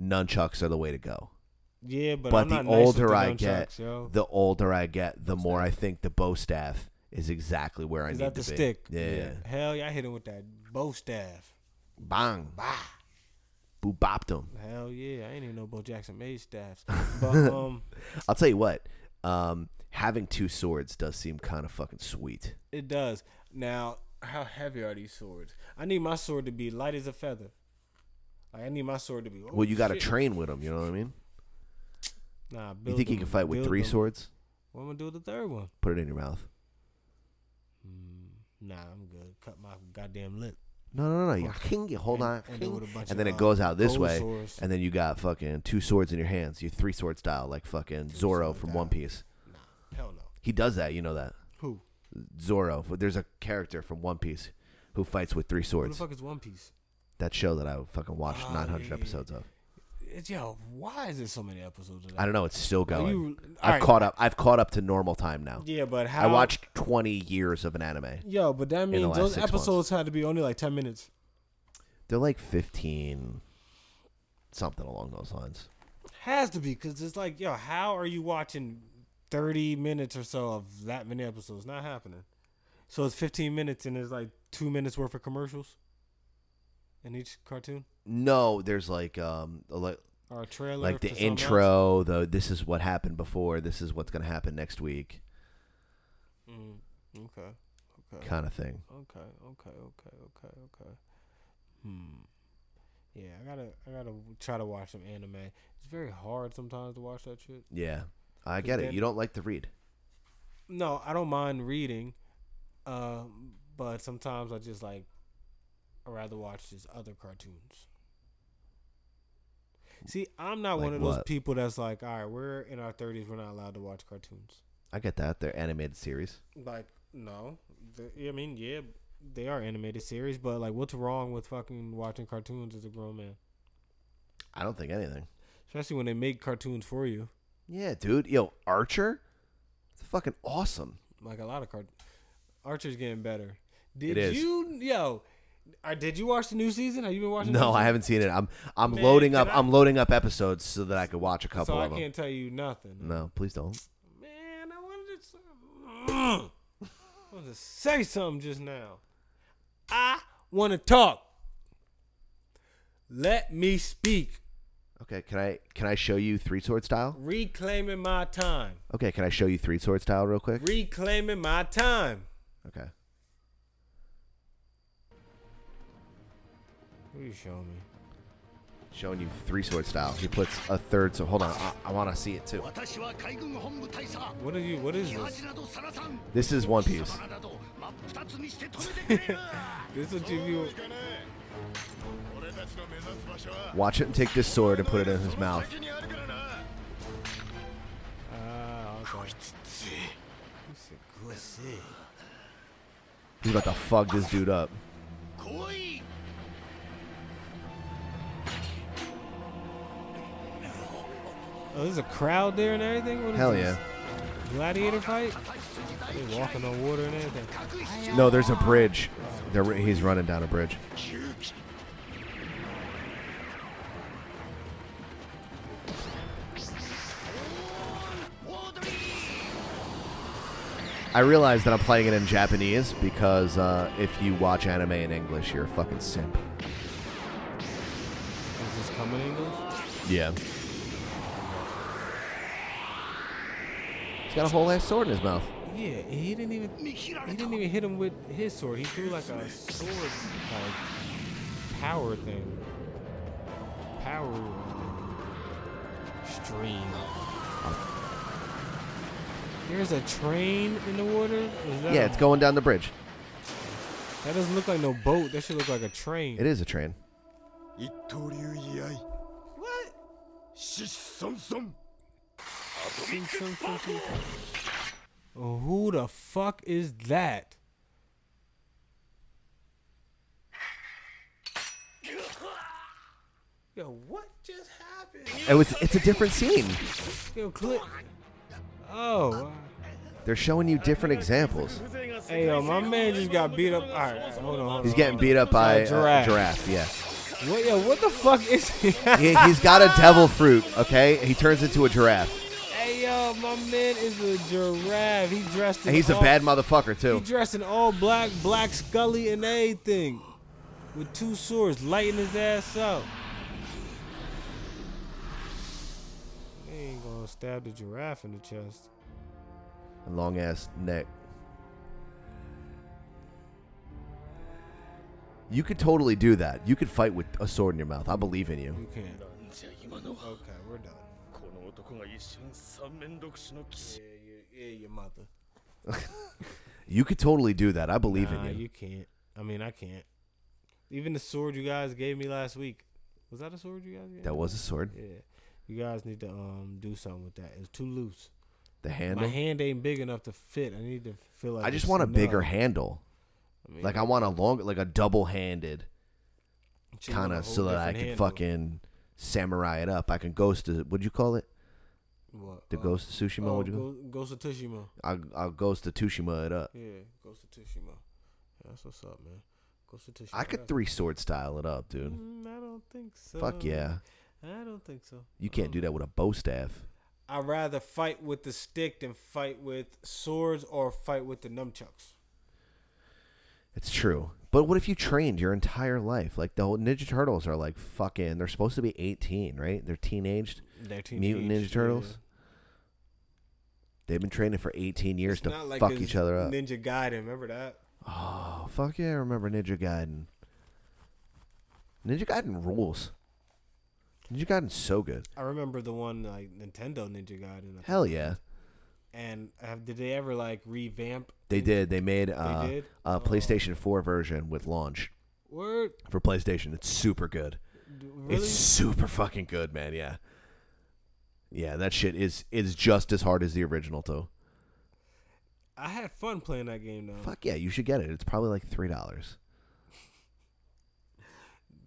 [SPEAKER 5] nunchucks are the way to go
[SPEAKER 9] yeah, but,
[SPEAKER 5] but
[SPEAKER 9] I'm
[SPEAKER 5] the
[SPEAKER 9] not nice with
[SPEAKER 5] older
[SPEAKER 9] the
[SPEAKER 5] i
[SPEAKER 9] nunchucks,
[SPEAKER 5] get
[SPEAKER 9] yo.
[SPEAKER 5] the older i get the more i think the bow staff is exactly where i
[SPEAKER 9] is
[SPEAKER 5] need
[SPEAKER 9] that the
[SPEAKER 5] to be
[SPEAKER 9] stick?
[SPEAKER 5] yeah,
[SPEAKER 9] Hell yeah, I hit him with that bow staff.
[SPEAKER 5] bang bah boo bopped him
[SPEAKER 9] Hell yeah, I ain't even know Bo Jackson made staffs. But um,
[SPEAKER 5] i'll tell you what um having two swords does seem kind of fucking sweet
[SPEAKER 9] it does. Now, how heavy are these swords? I need my sword to be light as a feather. Like I need my sword to be. oh,
[SPEAKER 5] well you got to
[SPEAKER 9] shit.
[SPEAKER 5] train with them you know what i mean
[SPEAKER 9] Nah,
[SPEAKER 5] You
[SPEAKER 9] build
[SPEAKER 5] think you
[SPEAKER 9] them,
[SPEAKER 5] can fight with
[SPEAKER 9] build
[SPEAKER 5] three
[SPEAKER 9] them.
[SPEAKER 5] swords?
[SPEAKER 9] What am I gonna do with the third one? Hmm,
[SPEAKER 5] Put it in your mouth.
[SPEAKER 9] Nah, I'm good. Cut my goddamn lip.
[SPEAKER 5] No, no, no, no. You king, you hold on,
[SPEAKER 9] and
[SPEAKER 5] king,
[SPEAKER 9] with a bunch
[SPEAKER 5] and then
[SPEAKER 9] of,
[SPEAKER 5] it goes
[SPEAKER 9] uh,
[SPEAKER 5] out this
[SPEAKER 9] gold
[SPEAKER 5] way,
[SPEAKER 9] swords.
[SPEAKER 5] and then you got fucking two swords in your hands. You three sword style, like fucking Zoro
[SPEAKER 9] sword
[SPEAKER 5] from
[SPEAKER 9] style.
[SPEAKER 5] One Piece.
[SPEAKER 9] Hell no.
[SPEAKER 5] He does that. You know that.
[SPEAKER 9] Who?
[SPEAKER 5] Zorro. There's a character from One Piece who fights with three
[SPEAKER 9] What the
[SPEAKER 5] swords.
[SPEAKER 9] fuck is One Piece?
[SPEAKER 5] That show that I fucking watched
[SPEAKER 9] Oh,
[SPEAKER 5] 900
[SPEAKER 9] yeah.
[SPEAKER 5] episodes of.
[SPEAKER 9] It's, yo, why is there so many episodes of that?
[SPEAKER 5] I don't know. It's still going.
[SPEAKER 9] you-
[SPEAKER 5] I've
[SPEAKER 9] alright.
[SPEAKER 5] caught up. I've caught up to normal time now.
[SPEAKER 9] Yeah, but
[SPEAKER 5] I
[SPEAKER 9] how-
[SPEAKER 5] watched 20 years of an anime.
[SPEAKER 9] Yo, but that
[SPEAKER 5] in the
[SPEAKER 9] means
[SPEAKER 5] last
[SPEAKER 9] those
[SPEAKER 5] six months.
[SPEAKER 9] episodes had to be only like ten minutes.
[SPEAKER 5] They're like 15, something along those lines.
[SPEAKER 9] Has to be because it's like, yo, how are you watching thirty minutes or so of that many episodes? Not happening. So it's fifteen minutes and it's like two minutes worth of commercials in each cartoon
[SPEAKER 5] No, there's like um a li-
[SPEAKER 9] or a trailer.
[SPEAKER 5] like
[SPEAKER 9] for
[SPEAKER 5] the
[SPEAKER 9] something else?
[SPEAKER 5] intro, the this is what happened before, this is what's gonna happen next week,
[SPEAKER 9] Mm, okay. Okay.
[SPEAKER 5] kind of thing.
[SPEAKER 9] Okay, okay, okay, okay, okay. Hmm. Yeah, I gotta, I gotta w- try to watch some anime. It's very hard sometimes to watch that shit.
[SPEAKER 5] Yeah, I
[SPEAKER 9] 'Cause
[SPEAKER 5] get it.
[SPEAKER 9] then-
[SPEAKER 5] You don't like to read.
[SPEAKER 9] No, I don't mind reading, uh, but sometimes I just like, I would rather watch just other cartoons. See, I'm not
[SPEAKER 5] Like
[SPEAKER 9] one of those
[SPEAKER 5] what?
[SPEAKER 9] people that's like, all right, we're in our 30s, we're not allowed to watch cartoons.
[SPEAKER 5] I get that. They're animated series.
[SPEAKER 9] Like, no. The- I mean, yeah, they are animated series, but like, what's wrong with fucking watching cartoons as a grown man?
[SPEAKER 5] I don't think anything.
[SPEAKER 9] Especially when they make cartoons for you.
[SPEAKER 5] Yeah, dude. Yo, Archer, it's fucking awesome.
[SPEAKER 9] Like a lot of cart. Archer's getting better.
[SPEAKER 5] It
[SPEAKER 9] Did
[SPEAKER 5] is.
[SPEAKER 9] you yo? Or did you watch the new season? Have you been watching? the
[SPEAKER 5] No,
[SPEAKER 9] new
[SPEAKER 5] I
[SPEAKER 9] season?
[SPEAKER 5] haven't seen it. I'm I'm
[SPEAKER 9] Man,
[SPEAKER 5] loading
[SPEAKER 9] can
[SPEAKER 5] up.
[SPEAKER 9] I-
[SPEAKER 5] I... am loading up episodes so that I could watch a couple
[SPEAKER 9] So I
[SPEAKER 5] of them.
[SPEAKER 9] can't tell you nothing.
[SPEAKER 5] No, please don't.
[SPEAKER 9] Man, I wanted to. I wanted to say something just now. I want to talk. Let me speak.
[SPEAKER 5] Okay, can I can I show you three sword style?
[SPEAKER 9] Reclaiming my time.
[SPEAKER 5] Okay, can I show you three sword style real quick?
[SPEAKER 9] Reclaiming my time.
[SPEAKER 5] Okay.
[SPEAKER 9] What are you showing me?
[SPEAKER 5] Showing you three sword style. He puts a third. So hold on, I, I want to see it too.
[SPEAKER 9] What are you? What is this?
[SPEAKER 5] This is One Piece.
[SPEAKER 9] This is what you view.
[SPEAKER 5] Watch it and take this sword and put it in his mouth.
[SPEAKER 9] Ah, okay. You said, "Good shit."
[SPEAKER 5] He's about to fuck this dude up.
[SPEAKER 9] Oh, there's a crowd there and everything? What is
[SPEAKER 5] Hell
[SPEAKER 9] this?
[SPEAKER 5] yeah.
[SPEAKER 9] Gladiator fight? They walking on water and everything.
[SPEAKER 5] No, there's a bridge. They're, he's running down a bridge. I realize that I'm playing it in Japanese because uh, if you watch anime in English, you're a fucking simp.
[SPEAKER 9] Is this coming English?
[SPEAKER 5] Yeah. He's got a whole ass sword in his mouth.
[SPEAKER 9] Yeah, and he didn't even he didn't even hit him with his sword. He threw like a sword like power thing. Power um, stream. There's a train in the water? Is that
[SPEAKER 5] Yeah,
[SPEAKER 9] a-
[SPEAKER 5] it's going down the bridge.
[SPEAKER 9] That doesn't look like no boat. That should look like a train.
[SPEAKER 5] It is a train.
[SPEAKER 9] What? Shit, some, some. Oh, Who the fuck is that? Yo, what just happened?
[SPEAKER 5] It was. It's a different scene.
[SPEAKER 9] Yo, click. Oh. uh,
[SPEAKER 5] They're showing you different examples.
[SPEAKER 9] Hey, yo, my man just got beat up. All right, hold on. Hold
[SPEAKER 5] He's
[SPEAKER 9] on,
[SPEAKER 5] getting
[SPEAKER 9] hold
[SPEAKER 5] beat up by a
[SPEAKER 9] giraffe.
[SPEAKER 5] giraffe. Yeah.
[SPEAKER 9] on. What, yo, what the fuck is he?
[SPEAKER 5] He, he's got a devil fruit. Okay. He turns into a giraffe.
[SPEAKER 9] hey, yo, my man is a giraffe. He dressed in
[SPEAKER 5] And he's a
[SPEAKER 9] all-
[SPEAKER 5] bad motherfucker
[SPEAKER 9] He
[SPEAKER 5] too.
[SPEAKER 9] dressed in all black, black Scully and everything, with two swords, lighting his ass up. They ain't gonna stab the giraffe in the chest.
[SPEAKER 5] Long ass neck. You could totally do that. You could fight with a sword in your mouth. I believe in you.
[SPEAKER 9] You can't. Okay, we're done. Yeah, yeah, yeah, your mother.
[SPEAKER 5] You could totally do that. I believe
[SPEAKER 9] Nah,
[SPEAKER 5] in you.
[SPEAKER 9] you can't. I mean, I can't. Even the sword you guys gave me last week. Was that a sword you guys gave me?
[SPEAKER 5] That was a sword.
[SPEAKER 9] Yeah. You guys need to um do something with that. It's too loose.
[SPEAKER 5] The handle.
[SPEAKER 9] My hand ain't big enough to fit. I need to feel like
[SPEAKER 5] I just
[SPEAKER 9] it's
[SPEAKER 5] want a
[SPEAKER 9] snug.
[SPEAKER 5] bigger handle.
[SPEAKER 9] mean-
[SPEAKER 5] like I want a long, like a double-handed
[SPEAKER 9] She want
[SPEAKER 5] kind
[SPEAKER 9] a
[SPEAKER 5] of,
[SPEAKER 9] whole
[SPEAKER 5] so that I
[SPEAKER 9] different
[SPEAKER 5] can
[SPEAKER 9] handle.
[SPEAKER 5] fucking samurai it up. I can ghost. it. What'd you call it?
[SPEAKER 9] What?
[SPEAKER 5] The
[SPEAKER 9] Uh,
[SPEAKER 5] ghost of Tsushima.
[SPEAKER 9] Oh,
[SPEAKER 5] what'd you? Call? it?
[SPEAKER 9] go, goes to Tushima.
[SPEAKER 5] I'll, I'll ghost of Tsushima it up.
[SPEAKER 9] Yeah, goes to Tushima. Yeah, that's what's up, man. Goes to Tushima.
[SPEAKER 5] I could three sword style it up, dude.
[SPEAKER 9] Mm, I don't think so.
[SPEAKER 5] Fuck yeah.
[SPEAKER 9] I don't think so. Um,
[SPEAKER 5] You can't do that with a bow staff.
[SPEAKER 9] I'd rather fight with the stick than fight with swords or fight with the nunchucks.
[SPEAKER 5] It's true. But what if you trained your entire life? Like the whole Ninja Turtles are like fucking. They're supposed to be eighteen, right? They're teenaged.
[SPEAKER 9] They're
[SPEAKER 5] Mutant
[SPEAKER 9] teenage,
[SPEAKER 5] Ninja Turtles.
[SPEAKER 9] yeah.
[SPEAKER 5] They've been training for eighteen years to
[SPEAKER 9] It's not like
[SPEAKER 5] fuck
[SPEAKER 9] in
[SPEAKER 5] each other up.
[SPEAKER 9] Ninja Gaiden, remember that?
[SPEAKER 5] Oh fuck yeah! I remember Ninja Gaiden. Ninja Gaiden rules. Ninja Gaiden's so good.
[SPEAKER 9] I remember the one like Nintendo Ninja Gaiden. I think.
[SPEAKER 5] Hell yeah!
[SPEAKER 9] And have, did they ever like revamp?
[SPEAKER 5] They did. They made uh,
[SPEAKER 9] did? Oh.
[SPEAKER 5] a PlayStation Four version with launch
[SPEAKER 9] Word.
[SPEAKER 5] for PlayStation. It's super good.
[SPEAKER 9] Really?
[SPEAKER 5] It's super fucking good, man. Yeah. Yeah, that shit is is just as hard as the original though.
[SPEAKER 9] I had fun playing that game though.
[SPEAKER 5] Fuck yeah, you should get it. It's probably like three dollars.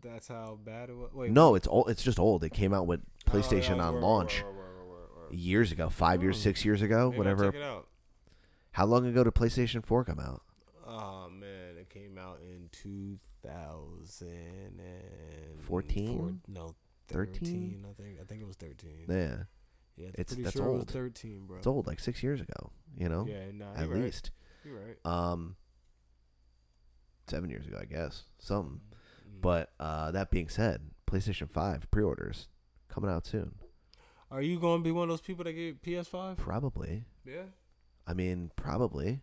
[SPEAKER 9] That's how bad it was. Wait.
[SPEAKER 5] No, it's old. It's just old. It came out with
[SPEAKER 9] oh, yeah,
[SPEAKER 5] PlayStation on
[SPEAKER 9] word,
[SPEAKER 5] launch
[SPEAKER 9] word, word, word, word, word.
[SPEAKER 5] years ago, five years, six years ago,
[SPEAKER 9] Maybe I'll
[SPEAKER 5] whatever.
[SPEAKER 9] Check it out.
[SPEAKER 5] How long ago did PlayStation Four come out?
[SPEAKER 9] Oh man, it came out in 2014.
[SPEAKER 5] 14?
[SPEAKER 9] no, 13?
[SPEAKER 5] 13?
[SPEAKER 9] I think. I think it was 13.
[SPEAKER 5] Yeah,
[SPEAKER 9] yeah,
[SPEAKER 5] it's-
[SPEAKER 9] pretty
[SPEAKER 5] that's
[SPEAKER 9] sure it was
[SPEAKER 5] old.
[SPEAKER 9] 13, bro.
[SPEAKER 5] it's old, like six years ago. You know,
[SPEAKER 9] Yeah, nah,
[SPEAKER 5] at
[SPEAKER 9] you're right.
[SPEAKER 5] least
[SPEAKER 9] You're right.
[SPEAKER 5] um, seven years ago, I guess, something.
[SPEAKER 9] Mm-hmm.
[SPEAKER 5] But uh, that being said, PlayStation Five pre-orders coming out soon,
[SPEAKER 9] Are you going to be one of those people that get PS5?
[SPEAKER 5] probably.
[SPEAKER 9] Yeah.
[SPEAKER 5] I mean, probably.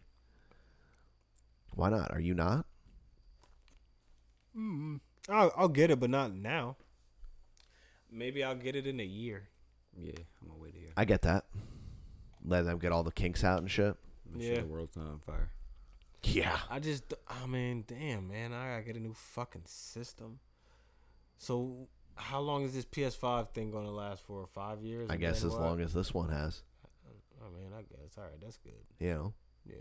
[SPEAKER 5] Why not? Are you not?
[SPEAKER 9] Mm-hmm. I'll, I'll get it, but not now. Maybe I'll get it in a year.
[SPEAKER 2] Yeah, I'm gonna wait here.
[SPEAKER 5] I get that. Let them get all the kinks out and shit.
[SPEAKER 2] Make sure
[SPEAKER 9] Yeah.
[SPEAKER 2] the world's not on fire.
[SPEAKER 5] Yeah.
[SPEAKER 9] I just, I mean, damn, man, I gotta get a new fucking system. So, how long is this PS5 thing gonna last for? Five years?
[SPEAKER 5] I
[SPEAKER 9] and
[SPEAKER 5] guess
[SPEAKER 9] then
[SPEAKER 5] as
[SPEAKER 9] what?
[SPEAKER 5] long as this one has,
[SPEAKER 9] I mean, I guess. All right, that's good.
[SPEAKER 5] you know.
[SPEAKER 9] Yeah.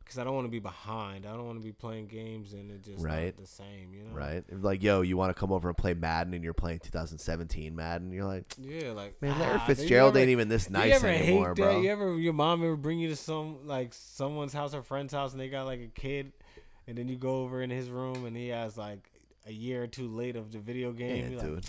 [SPEAKER 9] Because I don't want to be behind. I don't want to be playing games and it just
[SPEAKER 5] Right.
[SPEAKER 9] not the same, you know?
[SPEAKER 5] Right? If, Like, yo, you want to come over and play Madden, and you're playing 2017 Madden. You're like,
[SPEAKER 9] Yeah, like ah,
[SPEAKER 5] Man, Larry
[SPEAKER 9] do you
[SPEAKER 5] Fitzgerald ain't even this
[SPEAKER 9] you
[SPEAKER 5] nice
[SPEAKER 9] ever hate
[SPEAKER 5] anymore,
[SPEAKER 9] that?
[SPEAKER 5] bro.
[SPEAKER 9] You ever your mom ever bring you to some like someone's house or friend's house and they got like a kid, and then you go over in his room and he has like a year or two late of the video
[SPEAKER 5] yeah,
[SPEAKER 9] game.
[SPEAKER 5] dude.
[SPEAKER 9] You're like,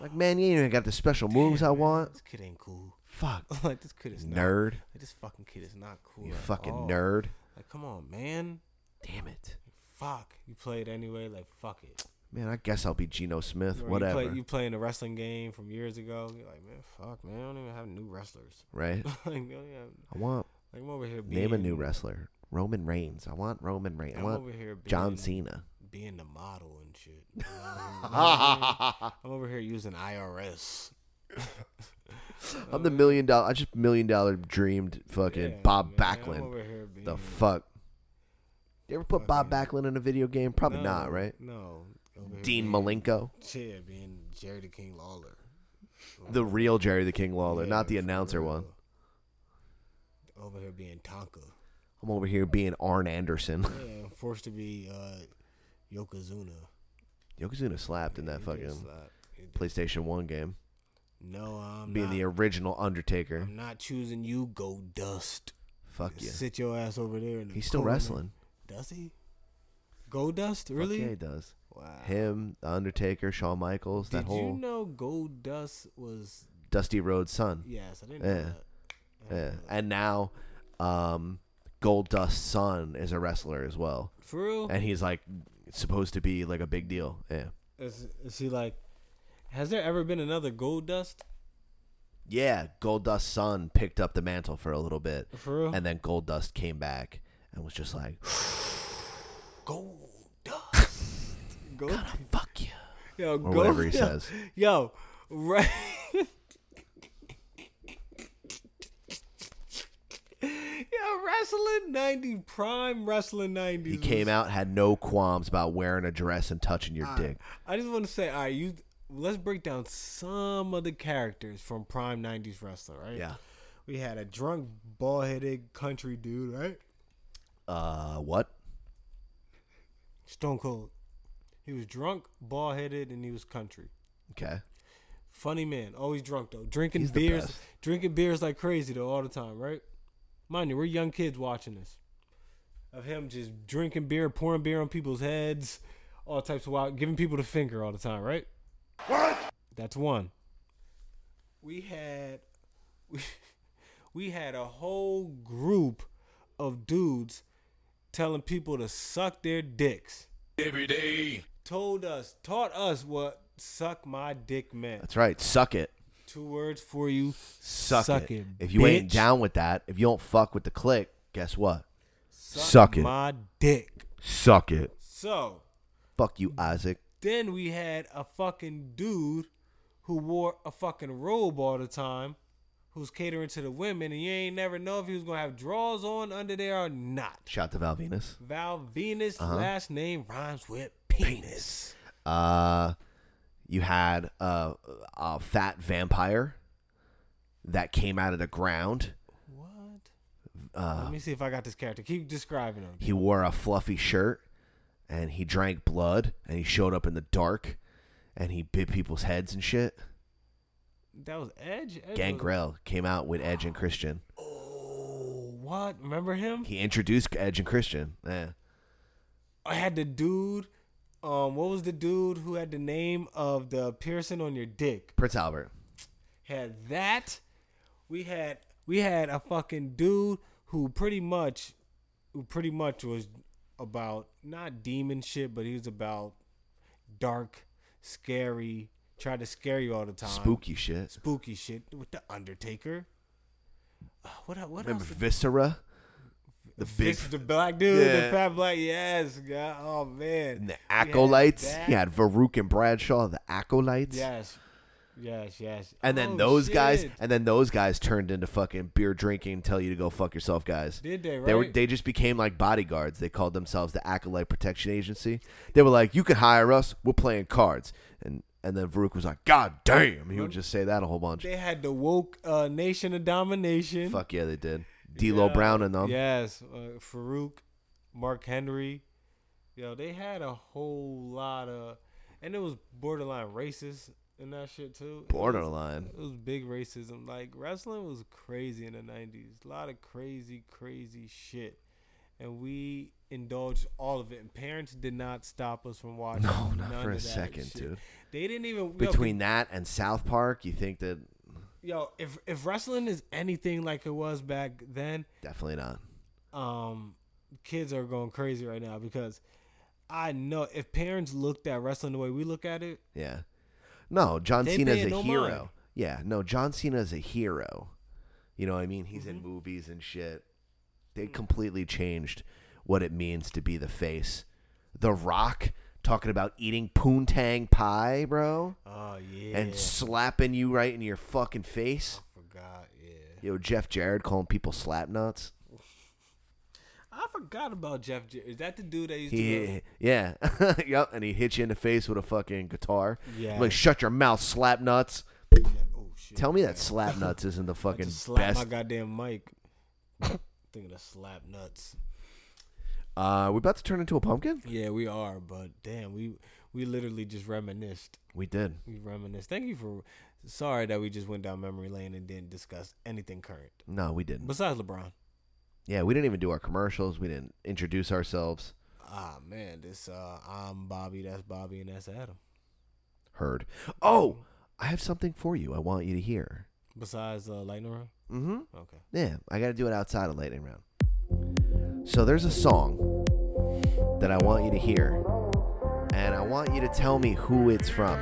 [SPEAKER 5] Like, man, you ain't even got the special moves I want.
[SPEAKER 9] This kid ain't cool.
[SPEAKER 5] Fuck,
[SPEAKER 9] like this kid is not-
[SPEAKER 5] nerd.
[SPEAKER 9] Like, this fucking kid is not cool.
[SPEAKER 5] You
[SPEAKER 9] at
[SPEAKER 5] fucking
[SPEAKER 9] all.
[SPEAKER 5] nerd.
[SPEAKER 9] Like come on, man.
[SPEAKER 5] Damn it,
[SPEAKER 9] Fuck. You play it anyway. Like fuck it.
[SPEAKER 5] man. I guess I'll be Geno Smith.
[SPEAKER 9] Or
[SPEAKER 5] Whatever,
[SPEAKER 9] You, play, you playing a wrestling game from years ago. You're like, man, fuck, man. I don't even have new wrestlers.
[SPEAKER 5] right?
[SPEAKER 9] like, we don't even have-
[SPEAKER 5] I want
[SPEAKER 9] like, I'm over here. Being,
[SPEAKER 5] name a new wrestler. Roman Reigns. I want Roman Reigns. I
[SPEAKER 9] I'm
[SPEAKER 5] want
[SPEAKER 9] over here
[SPEAKER 5] John
[SPEAKER 9] being-
[SPEAKER 5] Cena.
[SPEAKER 9] being the model and shit. You know what I mean? I'm over here using IRS.
[SPEAKER 5] I'm the million dollar. I just million dollar dreamed fucking
[SPEAKER 9] Yeah,
[SPEAKER 5] Bob
[SPEAKER 9] man, I'm
[SPEAKER 5] Backlund.
[SPEAKER 9] over here being
[SPEAKER 5] The fuck. You ever put Bob Backlund in a video game? Probably
[SPEAKER 9] No,
[SPEAKER 5] not, right?
[SPEAKER 9] No. Over here
[SPEAKER 5] Dean
[SPEAKER 9] being-
[SPEAKER 5] Malenko,
[SPEAKER 9] Yeah, being Jerry the King Lawler.
[SPEAKER 5] the real Jerry the King Lawler,
[SPEAKER 9] Yeah,
[SPEAKER 5] not the
[SPEAKER 9] for
[SPEAKER 5] announcer
[SPEAKER 9] real.
[SPEAKER 5] one.
[SPEAKER 9] Over here being Tonka.
[SPEAKER 5] I'm over here being Arn Anderson.
[SPEAKER 9] Yeah, I'm forced to be uh, Yokozuna.
[SPEAKER 5] Yokozuna slapped in that
[SPEAKER 9] He
[SPEAKER 5] fucking
[SPEAKER 9] just like, it-
[SPEAKER 5] PlayStation One game,
[SPEAKER 9] No, I'm
[SPEAKER 5] being
[SPEAKER 9] not,
[SPEAKER 5] the original Undertaker.
[SPEAKER 9] I'm not choosing you, Go Dust.
[SPEAKER 5] Fuck yeah,
[SPEAKER 9] Sit your ass over there. In the
[SPEAKER 5] he's still
[SPEAKER 9] corner.
[SPEAKER 5] wrestling.
[SPEAKER 9] Does he? Go Dust? Really?
[SPEAKER 5] Fuck yeah, he does.
[SPEAKER 9] Wow.
[SPEAKER 5] Him, the Undertaker, Shawn Michaels, that
[SPEAKER 9] Did
[SPEAKER 5] whole
[SPEAKER 9] you know Gold Dust was
[SPEAKER 5] Dusty Rhodes son.
[SPEAKER 9] yes, I didn't know
[SPEAKER 5] Yeah.
[SPEAKER 9] that.
[SPEAKER 5] Yeah. And now, um, Gold Dust son is a wrestler as well,
[SPEAKER 9] For real?
[SPEAKER 5] and he's like supposed to be like a big deal. Yeah.
[SPEAKER 9] Is, is he like has there ever been another Gold Dust?
[SPEAKER 5] Yeah, Gold Dust Sun picked up the mantle for a little bit.
[SPEAKER 9] For real?
[SPEAKER 5] And then Gold Dust came back and was just like,
[SPEAKER 9] Gold Dust. Gold
[SPEAKER 5] fuck you.
[SPEAKER 9] Yo,
[SPEAKER 5] Or
[SPEAKER 9] Gold
[SPEAKER 5] whatever he
[SPEAKER 9] Dust.
[SPEAKER 5] says.
[SPEAKER 9] Yo, right Yo, wrestling ninety prime wrestling ninety.
[SPEAKER 5] He came out, had no qualms about wearing a dress and touching
[SPEAKER 9] Ah.
[SPEAKER 5] your dick.
[SPEAKER 9] I just want to say, all right, you let's break down some of the characters from prime '90s wrestling, right?
[SPEAKER 5] Yeah.
[SPEAKER 9] We had a drunk, bald headed country dude, right?
[SPEAKER 5] Uh, what?
[SPEAKER 9] Stone Cold. He was drunk, bald headed, and he was country.
[SPEAKER 5] Okay.
[SPEAKER 9] Funny man, always drunk though. Drinking
[SPEAKER 5] He's the
[SPEAKER 9] beers,
[SPEAKER 5] best.
[SPEAKER 9] drinking beers like crazy though, all the time, right? Mind you, we're young kids watching this. Of him just drinking beer, pouring beer on people's heads, all types of wild, giving people the finger all the time, right? What? That's one. We had, we, we had a whole group of dudes telling people to suck their dicks. Every day. Told us, taught us what suck my dick meant.
[SPEAKER 5] That's right. Suck it.
[SPEAKER 9] Two words for you.
[SPEAKER 5] Suck,
[SPEAKER 9] Suck
[SPEAKER 5] it.
[SPEAKER 9] it,
[SPEAKER 5] If you ain't
[SPEAKER 9] bitch.
[SPEAKER 5] down with that, if you don't fuck with the click, guess what?
[SPEAKER 9] Suck,
[SPEAKER 5] it.
[SPEAKER 9] My dick.
[SPEAKER 5] Suck it.
[SPEAKER 9] So
[SPEAKER 5] Fuck you, Isaac.
[SPEAKER 9] then we had a fucking dude who wore a fucking robe all the time, who's catering to the women, and you ain't never know if he was gonna have drawers on under there or not.
[SPEAKER 5] Shout to Val Venus.
[SPEAKER 9] Val Venus
[SPEAKER 5] Uh-huh.
[SPEAKER 9] last name rhymes with penis.
[SPEAKER 5] Uh, you had a, a fat vampire that came out of the ground. Uh,
[SPEAKER 9] What? Let me see if I got this character. Keep describing him.
[SPEAKER 5] He wore a fluffy shirt and he drank blood and he showed up in the dark and he bit people's heads and shit.
[SPEAKER 9] That was Edge. Edge was-
[SPEAKER 5] Gangrel came out with Edge and Christian.
[SPEAKER 9] Oh, what? Remember him?
[SPEAKER 5] He introduced Edge and Christian. Yeah.
[SPEAKER 9] I had the dude. Um, what was the dude who had the name of the piercing on your dick?
[SPEAKER 5] Prince Albert.
[SPEAKER 9] Had that. We had we had a fucking dude who pretty much, who pretty much was about not demon shit, but he was about dark, scary, tried to scare you all the time,
[SPEAKER 5] Spooky shit.
[SPEAKER 9] spooky shit with the Undertaker. Uh, what el- what
[SPEAKER 5] Remember
[SPEAKER 9] else?
[SPEAKER 5] Viscera? The big
[SPEAKER 9] Fix the black dude,
[SPEAKER 5] Yeah.
[SPEAKER 9] the fat black. Yes, God, oh man.
[SPEAKER 5] and the
[SPEAKER 9] We had
[SPEAKER 5] acolytes.
[SPEAKER 9] that.
[SPEAKER 5] He had Varuk and Bradshaw, the acolytes.
[SPEAKER 9] Yes. Yes, yes.
[SPEAKER 5] And then
[SPEAKER 9] Oh,
[SPEAKER 5] those guys,
[SPEAKER 9] shit.
[SPEAKER 5] and then those guys turned into fucking beer drinking, tell you to go fuck yourself, guys.
[SPEAKER 9] Did they,
[SPEAKER 5] They, were,
[SPEAKER 9] right?
[SPEAKER 5] they just became like bodyguards. They called themselves the Acolyte Protection Agency. They were like, "You can hire us. We're playing cards." And and then Varuk was like, "God damn!" He would just say that a whole bunch.
[SPEAKER 9] They had the woke uh, nation of domination.
[SPEAKER 5] Fuck yeah, they did. D'Lo Brown and them.
[SPEAKER 9] Yes. Uh, Farouk, Mark Henry. Yo, they had a whole lot of. And it was borderline racist and that shit, too. It was-
[SPEAKER 5] Borderline.
[SPEAKER 9] It was big racism. Like, wrestling was crazy in the 90s. A lot of crazy, crazy shit. And we indulged all of it. And parents did not stop us from watching.
[SPEAKER 5] No, not
[SPEAKER 9] none
[SPEAKER 5] for
[SPEAKER 9] of
[SPEAKER 5] a
[SPEAKER 9] that
[SPEAKER 5] second,
[SPEAKER 9] shit.
[SPEAKER 5] dude.
[SPEAKER 9] They didn't even. yo,
[SPEAKER 5] Between that and South Park, you think that
[SPEAKER 9] yo if if wrestling is anything like it was back then
[SPEAKER 5] definitely not.
[SPEAKER 9] um kids are going crazy right now because i know if parents looked at wrestling the way we look at it
[SPEAKER 5] Yeah. No, John
[SPEAKER 9] They
[SPEAKER 5] Cena's
[SPEAKER 9] paying
[SPEAKER 5] a
[SPEAKER 9] no
[SPEAKER 5] hero.
[SPEAKER 9] mind.
[SPEAKER 5] Yeah, no, John Cena's a hero. You know what I mean? He's
[SPEAKER 9] Mm-hmm.
[SPEAKER 5] in movies and shit. They completely changed what it means to be the face. The Rock talking about eating poontang pie, bro,
[SPEAKER 9] oh yeah
[SPEAKER 5] and slapping you right in your fucking face.
[SPEAKER 9] forgot yeah
[SPEAKER 5] Yo, Jeff Jarrett calling people slap nuts.
[SPEAKER 9] i forgot about jeff Jar- is that the dude that used to
[SPEAKER 5] He,
[SPEAKER 9] go-
[SPEAKER 5] yeah, yep, and he hit you in the face with a fucking guitar.
[SPEAKER 9] Yeah.
[SPEAKER 5] like shut your mouth, slap nuts.
[SPEAKER 9] oh shit
[SPEAKER 5] Tell me that slap nuts isn't the
[SPEAKER 9] I
[SPEAKER 5] fucking
[SPEAKER 9] just slapped
[SPEAKER 5] best
[SPEAKER 9] my goddamn mic thinking of slap nuts
[SPEAKER 5] Uh, we about to turn into a pumpkin.
[SPEAKER 9] yeah we are but damn we we literally just reminisced
[SPEAKER 5] We did.
[SPEAKER 9] we reminisced thank you for sorry that we just went down memory lane and didn't discuss anything current
[SPEAKER 5] No, we didn't.
[SPEAKER 9] besides lebron
[SPEAKER 5] Yeah, we didn't even do our commercials. We didn't introduce ourselves.
[SPEAKER 9] Ah man, this uh I'm Bobby, that's Bobby, and that's Adam.
[SPEAKER 5] Heard. Oh, I have something for you. I want you to hear.
[SPEAKER 9] Besides uh lightning round?
[SPEAKER 5] Mm-hmm.
[SPEAKER 9] Okay.
[SPEAKER 5] Yeah, I got to do it outside of lightning round. So there's a song that I want you to hear, and I want you to tell me who it's from.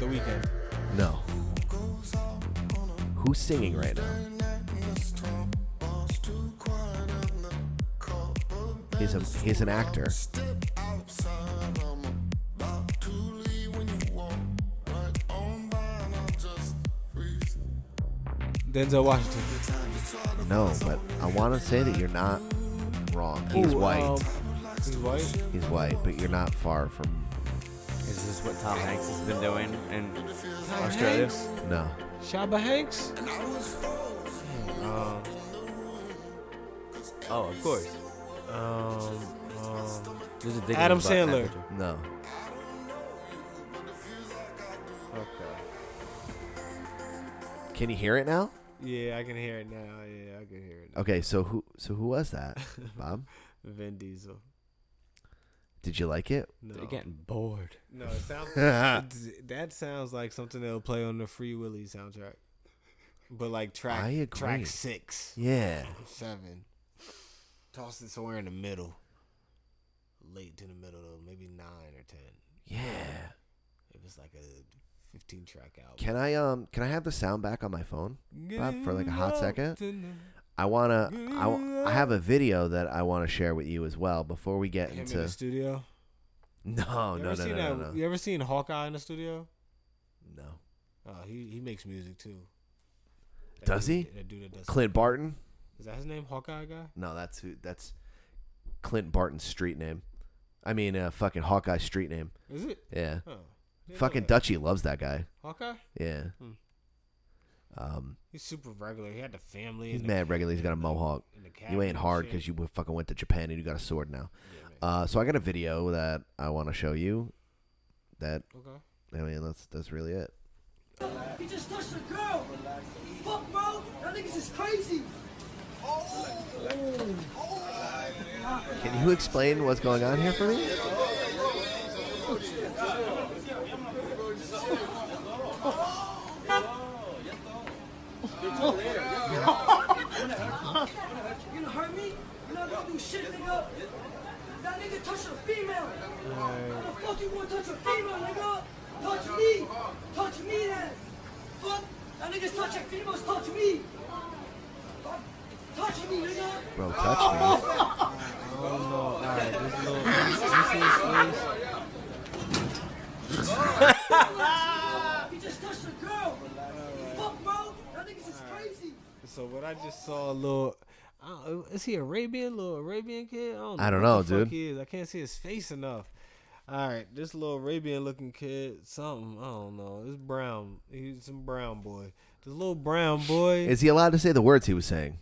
[SPEAKER 9] The weekend.
[SPEAKER 5] No. Who's singing right now? He's a he's an actor.
[SPEAKER 9] Denzel Washington.
[SPEAKER 5] No, but I want to say that you're not wrong. He's
[SPEAKER 9] Ooh,
[SPEAKER 5] white.
[SPEAKER 9] um, he's white?
[SPEAKER 5] he's white, but you're not far from.
[SPEAKER 2] Is this what Tom Hanks has been doing in Australia?
[SPEAKER 5] No.
[SPEAKER 9] Shaba Hanks?
[SPEAKER 2] Oh, of course.
[SPEAKER 9] Um, um,
[SPEAKER 2] There's a dick in
[SPEAKER 9] Adam
[SPEAKER 2] his butt in that
[SPEAKER 9] Sandler.
[SPEAKER 2] picture.
[SPEAKER 5] No.
[SPEAKER 2] Okay.
[SPEAKER 5] Can you hear it now?
[SPEAKER 9] yeah, I can hear it now. Yeah, I can hear it. Now.
[SPEAKER 5] Okay, so who so who was that? Bob?
[SPEAKER 9] Vin Diesel.
[SPEAKER 5] Did you like it?
[SPEAKER 9] No,
[SPEAKER 2] They're getting bored.
[SPEAKER 9] no, it sounds that sounds like something they'll play on the Free Willy soundtrack, but like track
[SPEAKER 5] I agree.
[SPEAKER 9] track six,
[SPEAKER 5] Yeah.
[SPEAKER 9] seven, toss it somewhere in the middle, late to the middle though, maybe nine or ten.
[SPEAKER 5] Yeah.
[SPEAKER 9] It was like a fifteen track album.
[SPEAKER 5] Can I um can I have the sound back on my phone? Bob, for like a hot second?
[SPEAKER 9] Tonight.
[SPEAKER 5] I wanna I, wa- I have a video that I wanna share with you as well before we get
[SPEAKER 9] Him in the
[SPEAKER 5] into
[SPEAKER 9] studio.
[SPEAKER 5] No,
[SPEAKER 9] You
[SPEAKER 5] no,
[SPEAKER 9] ever
[SPEAKER 5] no, no,
[SPEAKER 9] seen that-
[SPEAKER 5] no,
[SPEAKER 9] You
[SPEAKER 5] no.
[SPEAKER 9] ever seen Hawkeye in the studio?
[SPEAKER 5] No.
[SPEAKER 9] Oh, he he makes music too. That
[SPEAKER 5] Does
[SPEAKER 9] dude-
[SPEAKER 5] he?
[SPEAKER 9] That dude that does.
[SPEAKER 5] Clint Barton?
[SPEAKER 9] Is that his name? Hawkeye guy.
[SPEAKER 5] No, that's who that's Clint Barton's street name. I mean uh fucking Hawkeye street name.
[SPEAKER 9] Is it?
[SPEAKER 5] Yeah.
[SPEAKER 9] Huh. Didn't know
[SPEAKER 5] Fucking
[SPEAKER 9] that.
[SPEAKER 5] Dutchie loves that guy.
[SPEAKER 9] Hawkeye.
[SPEAKER 5] Yeah.
[SPEAKER 9] Hmm.
[SPEAKER 5] Um,
[SPEAKER 9] He's super regular. He had the family.
[SPEAKER 5] he's
[SPEAKER 9] and the-
[SPEAKER 5] mad regularly. He's got a
[SPEAKER 9] and the-
[SPEAKER 5] mohawk.
[SPEAKER 9] and the
[SPEAKER 5] You ain't hard
[SPEAKER 9] shit.
[SPEAKER 5] because you fucking went to Japan and you got a sword now. Uh, so I got a video that I want to show you. That
[SPEAKER 9] Okay.
[SPEAKER 5] I mean, that's that's really it.
[SPEAKER 8] He just touched a girl. Fuck, bro. That nigga's just crazy.
[SPEAKER 5] Can you explain what's going on here for me?
[SPEAKER 8] You gonna hurt me? You're not gonna do shit, nigga. That nigga touched a female. How the fuck you gonna touch a female, nigga? Touch me. Touch me then. Fuck. That nigga's touching females. Touch me. Touch me, nigga.
[SPEAKER 5] Bro, touch me.
[SPEAKER 8] He just touched a girl. Fuck, bro. That nigga's just crazy.
[SPEAKER 9] So what I just saw a little. I don't- Is he Arabian? Little Arabian kid? I don't know,
[SPEAKER 5] I don't
[SPEAKER 9] what
[SPEAKER 5] know,
[SPEAKER 9] the fuck
[SPEAKER 5] dude.
[SPEAKER 9] He is. I can't see his face enough. All right, this little Arabian looking kid, something I don't know. This brown, he's some brown boy. This little brown boy.
[SPEAKER 5] Is he allowed to say the words he was saying?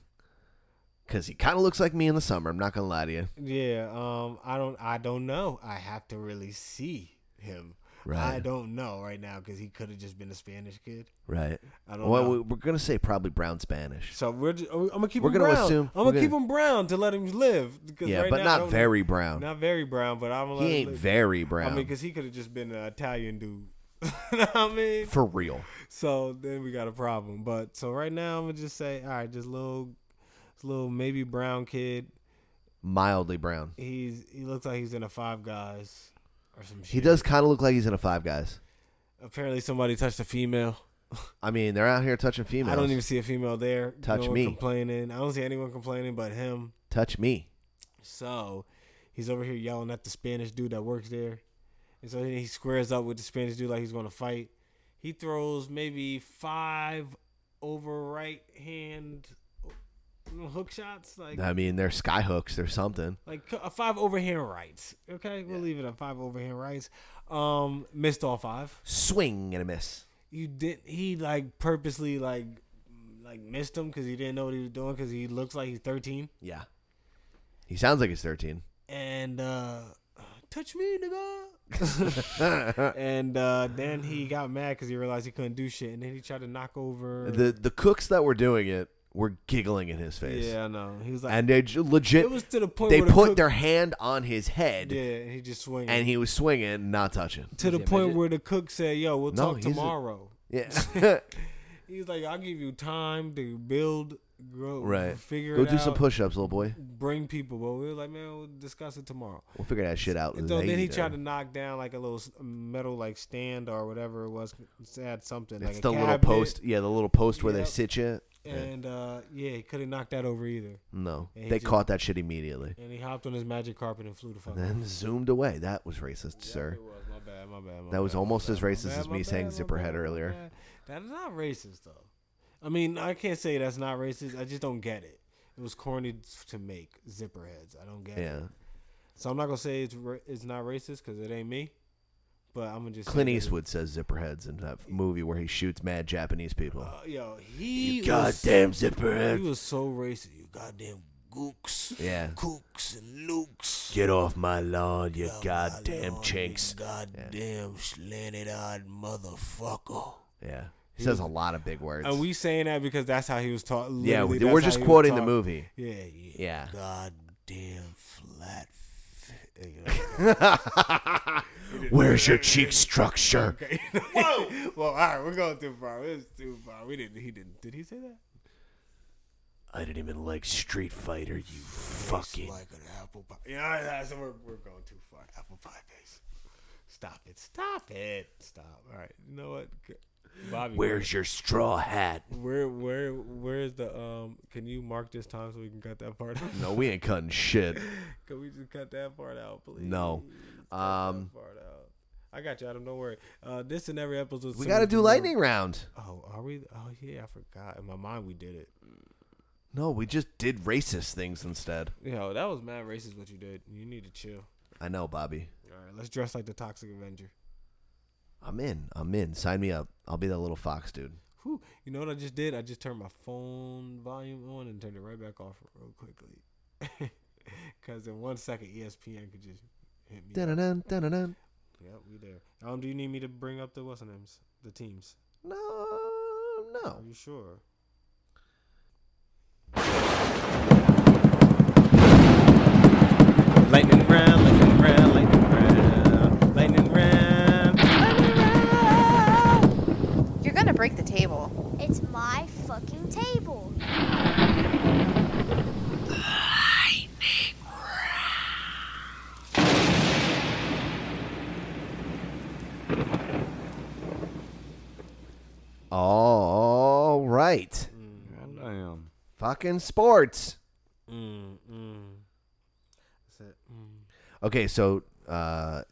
[SPEAKER 5] Because he kind of looks like me in the summer. I'm not gonna lie to you.
[SPEAKER 9] Yeah, um, I don't, I don't know. I have to really see him. I
[SPEAKER 5] Right.
[SPEAKER 9] don't know right now because he could have just been a Spanish kid.
[SPEAKER 5] Right.
[SPEAKER 9] I don't
[SPEAKER 5] well,
[SPEAKER 9] know.
[SPEAKER 5] we- we're gonna say probably brown Spanish.
[SPEAKER 9] So we're, just, I'm gonna keep
[SPEAKER 5] We're
[SPEAKER 9] him
[SPEAKER 5] gonna
[SPEAKER 9] brown.
[SPEAKER 5] assume-
[SPEAKER 9] I'm
[SPEAKER 5] we're
[SPEAKER 9] gonna keep
[SPEAKER 5] gonna-
[SPEAKER 9] him brown to let him live. because
[SPEAKER 5] Yeah,
[SPEAKER 9] right
[SPEAKER 5] but
[SPEAKER 9] now I
[SPEAKER 5] not
[SPEAKER 9] don't-
[SPEAKER 5] very brown.
[SPEAKER 9] Not very brown, but I'm. gonna
[SPEAKER 5] he
[SPEAKER 9] let him
[SPEAKER 5] ain't
[SPEAKER 9] live.
[SPEAKER 5] very
[SPEAKER 9] I
[SPEAKER 5] brown.
[SPEAKER 9] mean, because he could have just been an Italian dude. You know what I mean,
[SPEAKER 5] for real.
[SPEAKER 9] so then we got a problem. But so right now, I'm gonna just say, all right, this little, this little maybe brown kid.
[SPEAKER 5] Mildly brown.
[SPEAKER 9] He's he looks like he's in a Five Guys or some shit.
[SPEAKER 5] He does kind of look like he's in a Five Guys.
[SPEAKER 9] Apparently, somebody touched a female.
[SPEAKER 5] I mean, they're out here touching females.
[SPEAKER 9] I don't even see a female there.
[SPEAKER 5] Touch
[SPEAKER 9] no one
[SPEAKER 5] me.
[SPEAKER 9] complaining. I don't see anyone complaining but him.
[SPEAKER 5] touch me.
[SPEAKER 9] So he's over here yelling at the Spanish dude that works there, and so then he squares up with the Spanish dude like he's going to fight. He throws maybe five over right hand hook shots, like
[SPEAKER 5] I mean, they're skyhooks. They're something.
[SPEAKER 9] like a five overhand rights. Okay, we'll leave it at five overhand rights. Um, missed all five.
[SPEAKER 5] Swing and a miss.
[SPEAKER 9] you did he like purposely like like missed him because he didn't know what he was doing because he looks like he's 13
[SPEAKER 5] Yeah. He sounds like he's 13.
[SPEAKER 9] and uh touch me nigga and uh then he got mad because he realized he couldn't do shit and then he tried to knock over
[SPEAKER 5] The the cooks that were doing it were giggling in his face.
[SPEAKER 9] yeah i know he was like
[SPEAKER 5] And they j- legit
[SPEAKER 9] it was to the point
[SPEAKER 5] they
[SPEAKER 9] where the
[SPEAKER 5] put
[SPEAKER 9] cook-
[SPEAKER 5] their hand on his head
[SPEAKER 9] yeah and he just swinging
[SPEAKER 5] and he was swinging, not touching.
[SPEAKER 9] to the point where the cook said yo we'll
[SPEAKER 5] No,
[SPEAKER 9] talk
[SPEAKER 5] he's a-
[SPEAKER 9] tomorrow
[SPEAKER 5] Yeah.
[SPEAKER 9] He was like i'll give you time to build grow
[SPEAKER 5] right.
[SPEAKER 9] figure
[SPEAKER 5] Go
[SPEAKER 9] it
[SPEAKER 5] do some
[SPEAKER 9] out,
[SPEAKER 5] push-ups, little boy.
[SPEAKER 9] bring people but we were like man we'll discuss it tomorrow
[SPEAKER 5] We'll figure that shit out.
[SPEAKER 9] So
[SPEAKER 5] later.
[SPEAKER 9] then he tried to knock down like a little s- metal like stand or whatever it was. It had something like
[SPEAKER 5] It's
[SPEAKER 9] a
[SPEAKER 5] the little
[SPEAKER 9] cabinet,
[SPEAKER 5] post. Yeah, the little post where they
[SPEAKER 9] Yep.
[SPEAKER 5] sit you. Yeah.
[SPEAKER 9] And uh, yeah, he couldn't knock that over either.
[SPEAKER 5] No.
[SPEAKER 9] and he
[SPEAKER 5] They
[SPEAKER 9] just-
[SPEAKER 5] caught that shit immediately.
[SPEAKER 9] And he hopped on his magic carpet and flew the fuck.
[SPEAKER 5] Then zoomed away. That was racist, sir.
[SPEAKER 9] It was my bad, my bad. my
[SPEAKER 5] That was
[SPEAKER 9] bad, my
[SPEAKER 5] almost
[SPEAKER 9] bad,
[SPEAKER 5] as
[SPEAKER 9] my
[SPEAKER 5] racist
[SPEAKER 9] bad,
[SPEAKER 5] as
[SPEAKER 9] my
[SPEAKER 5] me saying
[SPEAKER 9] bad, my
[SPEAKER 5] zipper
[SPEAKER 9] bad,
[SPEAKER 5] head
[SPEAKER 9] my
[SPEAKER 5] earlier.
[SPEAKER 9] bad. That is not racist though. I mean, I can't say that's not racist. I just don't get it. It was corny to make zipper heads. I don't get
[SPEAKER 5] Yeah.
[SPEAKER 9] it. So I'm not gonna say it's ra- it's not racist because it ain't me. But I'm gonna just say
[SPEAKER 5] Clint
[SPEAKER 9] that it-
[SPEAKER 5] Eastwood says zipperheads in that movie where he shoots mad Japanese people.
[SPEAKER 9] Uh, yo, he was
[SPEAKER 5] goddamn zipperhead.
[SPEAKER 9] He was so racist. You goddamn
[SPEAKER 13] gooks,
[SPEAKER 5] Yeah.
[SPEAKER 13] cooks, and lukes.
[SPEAKER 5] Get off my lawn, you
[SPEAKER 13] Oh, my
[SPEAKER 5] goddamn
[SPEAKER 13] lord,
[SPEAKER 5] chinks.
[SPEAKER 13] you Goddamn slanted eyed motherfucker.
[SPEAKER 5] Yeah. He says a lot of big words.
[SPEAKER 9] Are we saying that because that's how he was taught?
[SPEAKER 5] Yeah,
[SPEAKER 9] literally,
[SPEAKER 5] we- we're just
[SPEAKER 9] that's how he was
[SPEAKER 5] quoting the
[SPEAKER 9] taught?
[SPEAKER 5] movie.
[SPEAKER 9] Yeah,
[SPEAKER 5] Yeah.
[SPEAKER 13] Goddamn flat.
[SPEAKER 5] Where's your cheek structure?
[SPEAKER 9] Okay. Whoa! well, all right, we're going too far. It's too far. We didn't. He didn't. Did he say that?
[SPEAKER 5] I didn't even like Street Fighter, you fucking.
[SPEAKER 9] Yeah, all right, all right, so we're, we're going too far. Apple pie face. Stop it. Stop it. Stop. All right. You know what? G- Bobby,
[SPEAKER 5] Where's your straw hat?
[SPEAKER 9] Where where where's the um? Can you mark this time so we can cut that part? out?
[SPEAKER 5] No, we ain't cutting shit.
[SPEAKER 9] Can we just cut that part out, please?
[SPEAKER 5] No. Um,
[SPEAKER 9] Part out. I got you, Adam. Don't worry. Uh, this and every episode.
[SPEAKER 5] we got to do lightning round.
[SPEAKER 9] Oh, are we? Oh yeah, I forgot. In my mind, we did it.
[SPEAKER 5] No, we just did racist things instead.
[SPEAKER 9] Yo, that was mad racist what you did. You need to chill.
[SPEAKER 5] I know, Bobby.
[SPEAKER 9] All right, let's dress like the Toxic Avenger.
[SPEAKER 5] I'm in. I'm in. Sign me up. I'll be that little fox dude.
[SPEAKER 9] Whew. You know what I just did? I just turned my phone volume on and turned it right back off real quickly. Because in one second, E ESPN could just hit me. up.
[SPEAKER 5] Dun-dun-dun, dun-dun-dun.
[SPEAKER 9] Yep, we there. Um, do you need me to bring up the what's the names? The teams.
[SPEAKER 5] No,
[SPEAKER 9] Are
[SPEAKER 5] no.
[SPEAKER 9] you sure? Lightning round, lightning round, lightning round, lightning round.
[SPEAKER 14] You're gonna break the table.
[SPEAKER 10] It's my fucking table.
[SPEAKER 5] All right.
[SPEAKER 2] Damn.
[SPEAKER 5] Fucking sports.
[SPEAKER 9] Mm, mm. That's it. Mm.
[SPEAKER 5] Okay, so uh,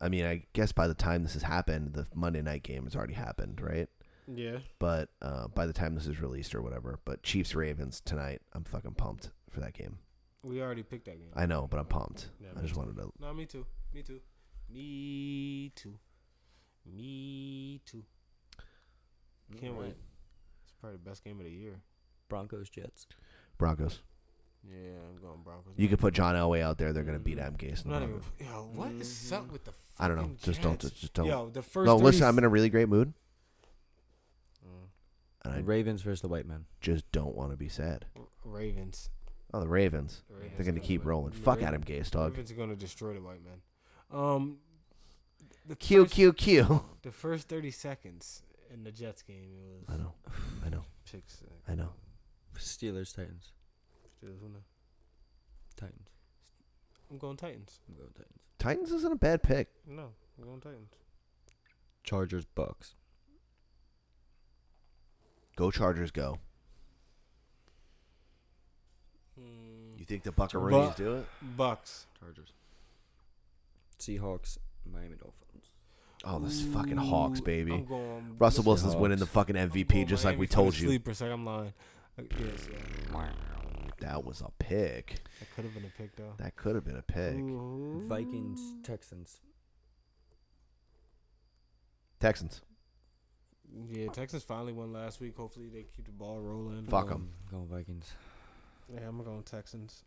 [SPEAKER 5] I mean, I guess by the time this has happened, the Monday night game has already happened, right?
[SPEAKER 9] Yeah.
[SPEAKER 5] But uh, by the time this is released or whatever, but Chiefs Ravens tonight, I'm fucking pumped for that game.
[SPEAKER 9] We already picked that game.
[SPEAKER 5] I know, but I'm pumped.
[SPEAKER 9] Yeah,
[SPEAKER 5] I
[SPEAKER 9] me
[SPEAKER 5] just
[SPEAKER 9] too.
[SPEAKER 5] wanted to.
[SPEAKER 9] No, me too. Me too. Me too. Me too. Can't wait. It's probably the best game of the year.
[SPEAKER 13] Broncos Jets.
[SPEAKER 5] Broncos.
[SPEAKER 9] Yeah, I'm going Broncos.
[SPEAKER 5] You could put John Elway out there; they're gonna beat Adam Gase.
[SPEAKER 9] I'm
[SPEAKER 5] and the
[SPEAKER 9] not even.
[SPEAKER 5] Broncos.
[SPEAKER 9] Yo, what is up with the?
[SPEAKER 5] I don't know.
[SPEAKER 9] fucking
[SPEAKER 5] Just don't.
[SPEAKER 9] Jets?
[SPEAKER 5] Just, just don't.
[SPEAKER 9] Yo, the first.
[SPEAKER 5] no,
[SPEAKER 9] three
[SPEAKER 5] listen.
[SPEAKER 9] s-
[SPEAKER 5] I'm in a really great mood,
[SPEAKER 9] Mm.
[SPEAKER 5] and I
[SPEAKER 13] Ravens versus the white men.
[SPEAKER 5] just don't want to be sad.
[SPEAKER 9] Ravens.
[SPEAKER 5] Oh, the Ravens.
[SPEAKER 9] The Ravens
[SPEAKER 5] They're gonna
[SPEAKER 9] are
[SPEAKER 5] keep
[SPEAKER 9] win.
[SPEAKER 5] rolling.
[SPEAKER 9] The
[SPEAKER 5] Fuck
[SPEAKER 9] Raven-
[SPEAKER 5] Adam Gase,
[SPEAKER 9] the
[SPEAKER 5] dog.
[SPEAKER 9] Ravens are gonna destroy the white man. Um, the
[SPEAKER 5] Q
[SPEAKER 9] first-
[SPEAKER 5] Q Q.
[SPEAKER 9] The first thirty seconds in the Jets game, it
[SPEAKER 5] I
[SPEAKER 9] was
[SPEAKER 5] know. I know.
[SPEAKER 9] six. uh,
[SPEAKER 5] I know.
[SPEAKER 13] Steelers Titans.
[SPEAKER 9] Steelers won that.
[SPEAKER 13] Titans.
[SPEAKER 9] I'm going Titans.
[SPEAKER 13] I'm going Titans.
[SPEAKER 5] Titans isn't a bad pick.
[SPEAKER 9] No, I'm going Titans.
[SPEAKER 13] Chargers Bucks.
[SPEAKER 5] Go Chargers, go. You think the Buccaroos
[SPEAKER 9] But-
[SPEAKER 5] do it?
[SPEAKER 9] Hmm, Bucks.
[SPEAKER 13] Chargers. Seahawks Miami Dolphins.
[SPEAKER 5] Oh, this fucking Hawks,
[SPEAKER 9] Ooh,
[SPEAKER 5] baby.
[SPEAKER 9] I'm going-
[SPEAKER 5] Russell
[SPEAKER 9] listen,
[SPEAKER 5] Wilson's
[SPEAKER 13] Hawks.
[SPEAKER 5] winning the fucking MVP,
[SPEAKER 9] I'm going
[SPEAKER 5] just like
[SPEAKER 9] Miami
[SPEAKER 5] we
[SPEAKER 9] for the
[SPEAKER 5] told you.
[SPEAKER 9] Sleeper, so I'm lying. Uh, Yes, yeah.
[SPEAKER 5] That was a pick.
[SPEAKER 9] That could have been a pick though.
[SPEAKER 5] That could have been a pick.
[SPEAKER 9] Ooh.
[SPEAKER 13] Vikings Texans.
[SPEAKER 5] Texans.
[SPEAKER 9] Yeah, Texas finally won last week. Hopefully they keep the ball rolling.
[SPEAKER 5] Fuck 'em.
[SPEAKER 13] Going Vikings.
[SPEAKER 9] Yeah, I'm going Texans.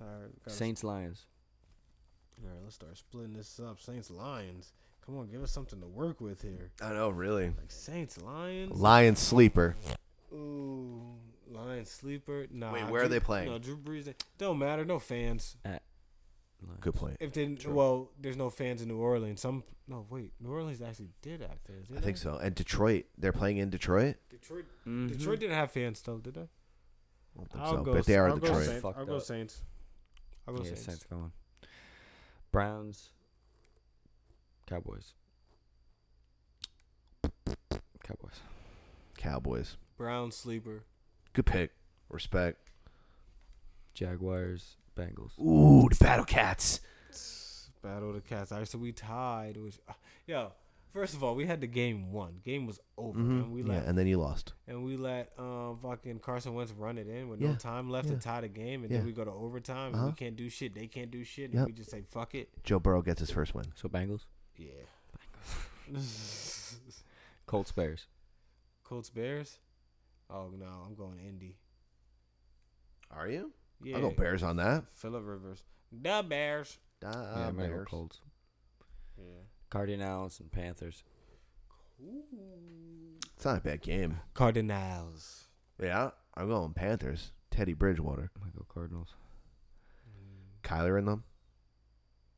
[SPEAKER 9] All right, gotta-
[SPEAKER 13] Saints Lions.
[SPEAKER 9] All right, let's start splitting this up. Saints Lions. Come on, give us something to work with here.
[SPEAKER 5] I know, really.
[SPEAKER 9] Like Saints Lions.
[SPEAKER 5] Lions sleeper.
[SPEAKER 9] Ooh, Lions sleeper. Nah.
[SPEAKER 5] Wait, where are
[SPEAKER 9] Drew-
[SPEAKER 5] they playing?
[SPEAKER 9] No, Drew Brees. Don't matter. No fans.
[SPEAKER 13] At Lions.
[SPEAKER 5] Good point.
[SPEAKER 9] If they well, there's no fans in New Orleans. Some no wait, New Orleans actually did have fans.
[SPEAKER 5] I think so. And Detroit. They're playing in Detroit?
[SPEAKER 9] Detroit,
[SPEAKER 13] Mm-hmm.
[SPEAKER 9] Detroit didn't have fans though, did they?
[SPEAKER 5] Mm-hmm. I don't think so. But they are
[SPEAKER 9] I'll Go
[SPEAKER 5] Detroit.
[SPEAKER 9] Saints.
[SPEAKER 13] Fucked
[SPEAKER 9] I'll go
[SPEAKER 13] up.
[SPEAKER 9] Saints. I'll go
[SPEAKER 13] Yeah,
[SPEAKER 9] Saints.
[SPEAKER 13] Saints going. Browns. Cowboys. Cowboys.
[SPEAKER 5] Cowboys.
[SPEAKER 9] Brown sleeper.
[SPEAKER 5] Good pick. Respect.
[SPEAKER 13] Jaguars. Bengals.
[SPEAKER 5] Ooh, the Battle Cats.
[SPEAKER 9] Battle of the Cats. All right, so we tied. Which, uh, yo, first of all, we had the game won. Game was over, and we
[SPEAKER 5] Mm-hmm. Yeah,
[SPEAKER 9] let
[SPEAKER 5] and then you lost.
[SPEAKER 9] and we let um fucking Carson Wentz run it in with no
[SPEAKER 5] Yeah,
[SPEAKER 9] time left
[SPEAKER 5] yeah.
[SPEAKER 9] to tie the game, and
[SPEAKER 5] Yeah.
[SPEAKER 9] then we go to overtime. and
[SPEAKER 5] Uh-huh.
[SPEAKER 9] We can't do shit. They can't do shit. And
[SPEAKER 5] Yep.
[SPEAKER 9] we just say fuck it.
[SPEAKER 5] Joe Burrow gets his first win.
[SPEAKER 13] So Bengals.
[SPEAKER 9] Yeah.
[SPEAKER 13] Colts Bears.
[SPEAKER 9] Colts Bears. Oh no, I'm going Indy.
[SPEAKER 5] Are you? I'll go Bears on that.
[SPEAKER 9] Philip Rivers. The Bears.
[SPEAKER 5] The
[SPEAKER 13] yeah, I'm gonna go Colts.
[SPEAKER 9] Uh, Yeah.
[SPEAKER 13] Cardinals and Panthers.
[SPEAKER 5] It's not a bad game.
[SPEAKER 9] Cardinals.
[SPEAKER 5] Yeah, I'm going Panthers. Teddy Bridgewater.
[SPEAKER 13] I'm gonna go Cardinals.
[SPEAKER 9] Mm.
[SPEAKER 5] Kyler in them.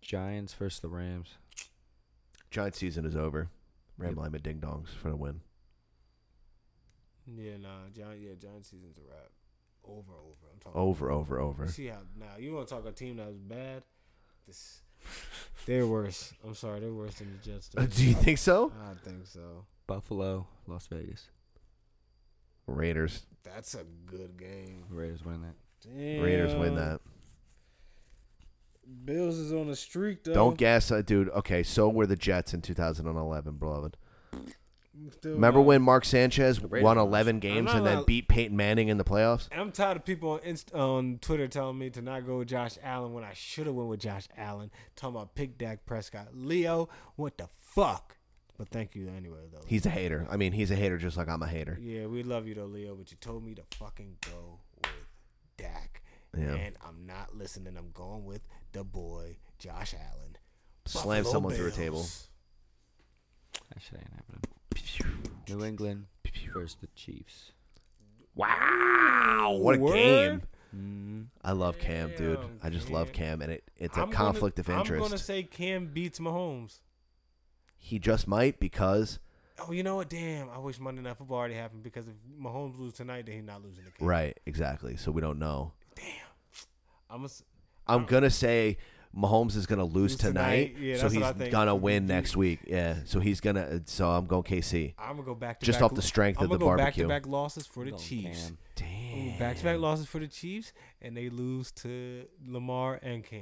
[SPEAKER 13] Giants versus the Rams.
[SPEAKER 5] Giant season is over. Ram Lima Ding Dongs for the win.
[SPEAKER 9] Yeah, nah. Giant, yeah, Giant season's a wrap. Over, over. I'm talking
[SPEAKER 5] Over, over, over.
[SPEAKER 9] See how now you want to talk a team that was bad? This, they're worse. I'm sorry, they're worse than the Jets.
[SPEAKER 5] Uh, do you think so?
[SPEAKER 9] I think so.
[SPEAKER 13] Buffalo, Las Vegas.
[SPEAKER 5] Raiders.
[SPEAKER 9] That's a good game.
[SPEAKER 13] Raiders win that.
[SPEAKER 9] Damn.
[SPEAKER 5] Raiders win that.
[SPEAKER 9] Bills is on a streak though.
[SPEAKER 5] Don't gas that dude. Okay, so were the Jets in 2011, beloved.
[SPEAKER 9] Still
[SPEAKER 5] Remember
[SPEAKER 9] not-
[SPEAKER 5] when Mark Sanchez
[SPEAKER 13] Raiders
[SPEAKER 5] won
[SPEAKER 13] lost.
[SPEAKER 5] 11
[SPEAKER 9] uh, I'm
[SPEAKER 5] games
[SPEAKER 9] not
[SPEAKER 5] and then
[SPEAKER 9] allowed-
[SPEAKER 5] beat Peyton Manning in the playoffs?
[SPEAKER 9] I'm tired of people on Inst- on Twitter telling me to not go with Josh Allen when I should have went with Josh Allen. Talking about pick Dak Prescott. Leo, what the fuck? But thank you anyway though.
[SPEAKER 5] He's a hater. I mean, he's a hater just like I'm a hater.
[SPEAKER 9] Yeah, we love you though, Leo, but you told me to fucking go with Dak.
[SPEAKER 5] Yeah.
[SPEAKER 9] And I'm not listening. I'm going with the boy, Josh Allen.
[SPEAKER 5] Slam
[SPEAKER 9] Buffalo
[SPEAKER 5] someone through a table.
[SPEAKER 9] Bills.
[SPEAKER 13] That shit ain't happening. New England versus the Chiefs.
[SPEAKER 5] Wow, Oh, what a
[SPEAKER 9] Word?
[SPEAKER 5] game.
[SPEAKER 9] Mm-hmm.
[SPEAKER 13] Mm.
[SPEAKER 5] I love Cam, dude.
[SPEAKER 9] Damn,
[SPEAKER 5] I just love Cam, and it, it's a
[SPEAKER 9] I'm gonna-
[SPEAKER 5] conflict of
[SPEAKER 9] I'm
[SPEAKER 5] interest.
[SPEAKER 9] going to say Cam beats Mahomes.
[SPEAKER 5] he just might because,
[SPEAKER 9] Oh, you know what? Damn, I wish Monday Night Football already happened because if Mahomes lose tonight, then he's not losing the game.
[SPEAKER 5] right, exactly. So we don't know.
[SPEAKER 9] I'm gonna, s-
[SPEAKER 5] I'm going to say Mahomes is going to lose
[SPEAKER 9] Oh. Lose tonight?
[SPEAKER 5] tonight,
[SPEAKER 9] Yeah,
[SPEAKER 5] so
[SPEAKER 9] that's what
[SPEAKER 5] he's
[SPEAKER 9] I think.
[SPEAKER 5] going to win next week. Yeah, so he's going to, so I'm going KC.
[SPEAKER 9] I'm gonna go back to
[SPEAKER 5] Just
[SPEAKER 9] back,
[SPEAKER 5] off the strength
[SPEAKER 9] I'm
[SPEAKER 5] of the
[SPEAKER 9] gonna go
[SPEAKER 5] barbecue.
[SPEAKER 9] Back to back losses for the
[SPEAKER 13] Going
[SPEAKER 9] Chiefs.
[SPEAKER 13] Cam.
[SPEAKER 5] Damn.
[SPEAKER 9] Back to back losses for the Chiefs, and they lose to Lamar and Cam.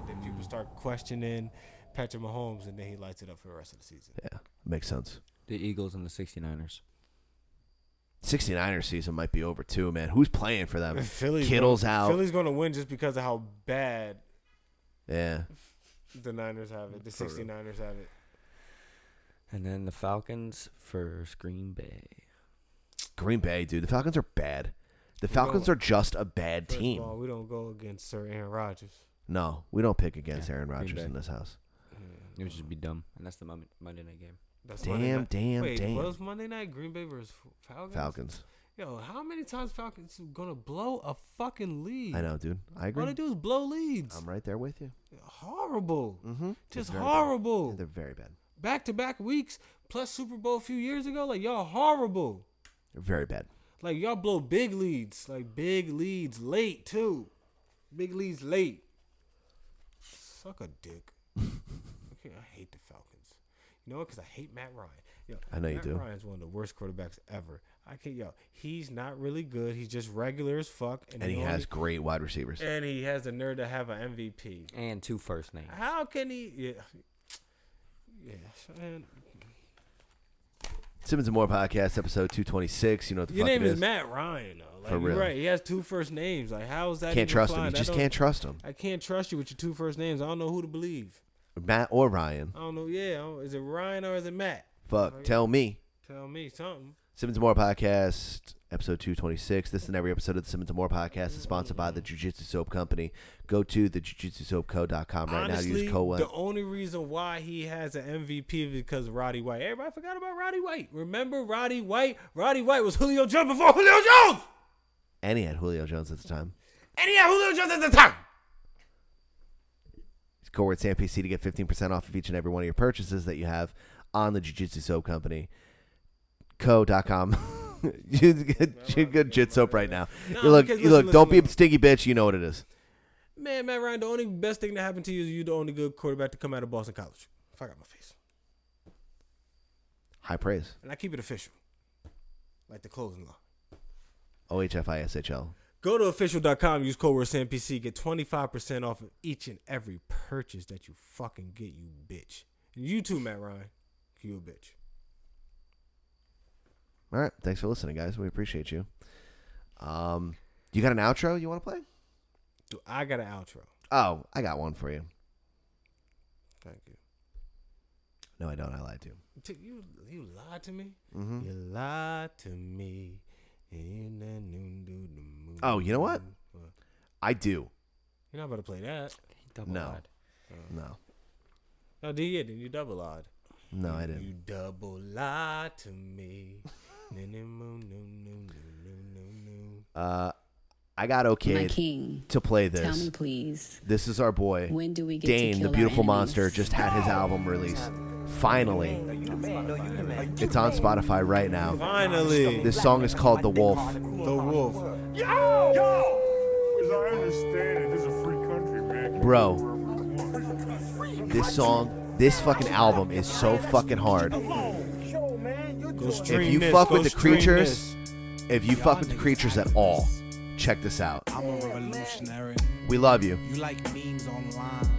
[SPEAKER 9] And then people start questioning Patrick Mahomes, and then he lights it up for the rest of the season.
[SPEAKER 5] Yeah, makes sense.
[SPEAKER 13] The Eagles and the 69ers.
[SPEAKER 5] 69ers season might be over too, man. Who's playing for them?
[SPEAKER 9] Philly's
[SPEAKER 5] Kittle's
[SPEAKER 9] gonna,
[SPEAKER 5] out.
[SPEAKER 9] Philly's going to win just because of how bad
[SPEAKER 5] yeah.
[SPEAKER 9] the Niners have it. The 69ers have it.
[SPEAKER 13] And then the Falcons versus Green Bay.
[SPEAKER 5] Green Bay, dude. The Falcons are bad. The Falcons are just a bad
[SPEAKER 9] First
[SPEAKER 5] team.
[SPEAKER 9] of all, we don't go against Sir Aaron Rodgers.
[SPEAKER 5] No, we don't pick against Aaron
[SPEAKER 13] Green
[SPEAKER 5] Rodgers
[SPEAKER 13] Bay.
[SPEAKER 5] in this house.
[SPEAKER 13] It would just be dumb. And that's the Mon- Monday night game.
[SPEAKER 9] That's
[SPEAKER 5] Damn,
[SPEAKER 9] night.
[SPEAKER 5] damn,
[SPEAKER 9] Wait,
[SPEAKER 5] damn.
[SPEAKER 9] What was Monday night? Green Bay versus Falcons?
[SPEAKER 5] Falcons.
[SPEAKER 9] Yo, how many times Falcons going to blow a fucking lead?
[SPEAKER 5] I know, dude. I
[SPEAKER 9] All
[SPEAKER 5] agree.
[SPEAKER 9] they do is blow leads.
[SPEAKER 5] I'm right there with you.
[SPEAKER 9] horrible.
[SPEAKER 5] Mm-hmm.
[SPEAKER 9] Just horrible.
[SPEAKER 5] They're very bad.
[SPEAKER 9] back to back weeks plus Super Bowl a few years ago. Like y'all horrible.
[SPEAKER 5] They're very bad.
[SPEAKER 9] Like y'all blow big leads. Like big leads late too. Big leads late. Suck a dick. okay, I hate the Falcons. You know what? Because I hate Matt Ryan. Yo,
[SPEAKER 5] I know you
[SPEAKER 9] Matt
[SPEAKER 5] do.
[SPEAKER 9] Ryan's one of the worst quarterbacks ever. I can't. Yo, he's not really good. He's just regular as fuck.
[SPEAKER 5] And he
[SPEAKER 9] only-
[SPEAKER 5] has great wide receivers.
[SPEAKER 9] And he has the nerve to have an MVP.
[SPEAKER 13] And two first names.
[SPEAKER 9] How can he? Yeah. Yeah. Man.
[SPEAKER 5] Simmons and More podcast, episode 226. You know what the
[SPEAKER 9] Your
[SPEAKER 5] fuck
[SPEAKER 9] name
[SPEAKER 5] it
[SPEAKER 9] is.
[SPEAKER 5] is.
[SPEAKER 9] Matt Ryan, though. Like,
[SPEAKER 5] For
[SPEAKER 9] you're
[SPEAKER 5] real.
[SPEAKER 9] right. He has two first names. Like, how is that?
[SPEAKER 5] Can't
[SPEAKER 9] even
[SPEAKER 5] trust
[SPEAKER 9] fine?
[SPEAKER 5] him. You
[SPEAKER 9] I
[SPEAKER 5] just
[SPEAKER 9] don't-
[SPEAKER 5] can't trust him.
[SPEAKER 9] I can't trust you with your two first names. I don't know who to believe.
[SPEAKER 5] Matt or Ryan.
[SPEAKER 9] I don't know. Yeah, I don't- is it Ryan or is it Matt?
[SPEAKER 5] Fuck. Tell me.
[SPEAKER 9] Tell me something.
[SPEAKER 5] Simmons and More podcast, episode 226. This and every episode of the Simmons and More podcast is sponsored by the Jiu Jitsu Soap Company. Go to the jujitsusoapco.com right now.
[SPEAKER 9] Honestly,
[SPEAKER 5] Use code
[SPEAKER 9] the only reason why he has an MVP is because of Roddy White. Everybody forgot about Roddy White. Remember Roddy White? Roddy White was Julio Jones before Julio Jones,
[SPEAKER 5] And he had Julio Jones at the time.
[SPEAKER 9] and he had Julio Jones at the time.
[SPEAKER 5] Go with SamPC to get 15% off of each and every one of your purchases that you have on the Jiu Jitsu Soap Company. Co.com. you good, you good jit soap right now.
[SPEAKER 9] No,
[SPEAKER 5] you look,
[SPEAKER 9] because
[SPEAKER 5] you
[SPEAKER 9] listen,
[SPEAKER 5] look don't
[SPEAKER 9] listen,
[SPEAKER 5] be a
[SPEAKER 9] listen.
[SPEAKER 5] stinky bitch. You know what it is.
[SPEAKER 9] Man, Matt Ryan, the only best thing that happened to you is you're the only good quarterback to come out of Boston College. Fuck out my face.
[SPEAKER 5] High praise.
[SPEAKER 9] And I keep it official. Like the closing line.
[SPEAKER 5] O H F I S H L.
[SPEAKER 9] Go to official.com, use code word SAMPC, get 25% off of each and every purchase that you fucking get, you bitch. And you too, Matt Ryan. You a bitch.
[SPEAKER 5] All right. Thanks for listening, guys. We appreciate you. Um, You got an outro you want to play?
[SPEAKER 9] Do I got an outro?
[SPEAKER 5] Oh, I got one for you.
[SPEAKER 9] Thank you.
[SPEAKER 5] No, I don't. I lied to you.
[SPEAKER 9] T- You, you lied to me?
[SPEAKER 5] Mhm.
[SPEAKER 9] You lied to me. In the noon, do the moon.
[SPEAKER 5] Oh, you know what?
[SPEAKER 9] What?
[SPEAKER 5] I do.
[SPEAKER 9] You're not about to play that.
[SPEAKER 5] no. No.
[SPEAKER 9] Oh, then, yeah, then you double odd.
[SPEAKER 5] No, I didn't.
[SPEAKER 9] You double lie to me. no, no, no, no, no, no, no, no.
[SPEAKER 5] Uh, I got okay
[SPEAKER 15] My king,
[SPEAKER 5] to play this.
[SPEAKER 15] tell me please.
[SPEAKER 5] This is our boy.
[SPEAKER 15] When do we get to
[SPEAKER 5] Dane,
[SPEAKER 15] kill
[SPEAKER 5] the
[SPEAKER 15] our
[SPEAKER 5] beautiful
[SPEAKER 15] enemies?
[SPEAKER 5] monster, just had his album released. Finally, it's on Spotify right now.
[SPEAKER 9] Finally.
[SPEAKER 5] this song is called "The Wolf."
[SPEAKER 9] The wolf.
[SPEAKER 1] Yo! Yo! As I understand it, this is a free country, man.
[SPEAKER 5] Bro, this song, this fucking album is so fucking hard. If you fuck with the creatures, if you fuck with the creatures at all, check this out.
[SPEAKER 6] I'm a revolutionary.
[SPEAKER 5] We love you.
[SPEAKER 6] You like memes online.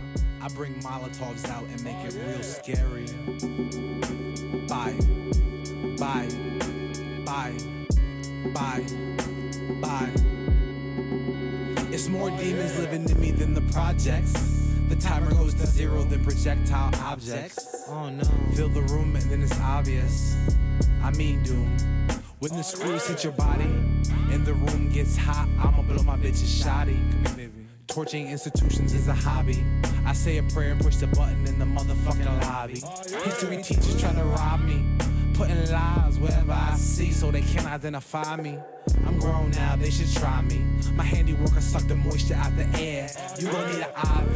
[SPEAKER 6] I bring Molotovs out and make it real scary. Bye. Bye. Bye. Bye. Bye. It's more demons living in me than the projects. The timer goes to zero, then projectile objects. Oh no. Fill the room and then it's obvious. I mean doom. When the screws hit your body and the room gets hot, I'ma blow my bitches shoddy. Torching institutions is a hobby. I say a prayer and push the button in the motherfucking lobby. History teachers trying to rob me, putting lies wherever I see so they can't identify me. I'm grown now, they should try me. My handiwork, I suck the moisture out the air. You gon' need an IV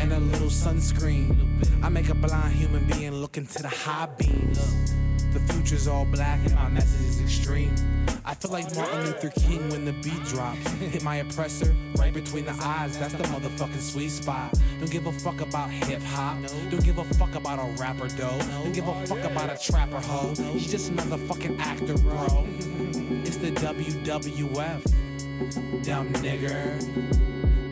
[SPEAKER 6] and a little sunscreen. I make a blind human being look into the high beam. Look, the future's all black and my message is extreme. I feel like Martin Luther King when the beat drops. Hit my oppressor right between the eyes. That's the motherfucking sweet spot. Don't give a fuck about hip hop. Don't give a fuck about a rapper though. Don't give a fuck about a trapper hoe. He's just another fucking actor, bro. It's the WWF. Dumb nigger.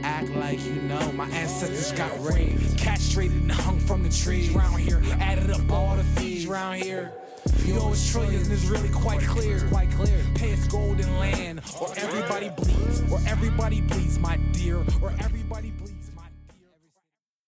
[SPEAKER 6] Act like you know my ancestors got raped, castrated and hung from the trees. Round here, added up all the fees. Round here. You know it's trillions and it's really quite clear. Quite clear. Pay us gold and land, or everybody bleeds, or everybody bleeds, my dear, or everybody bleeds.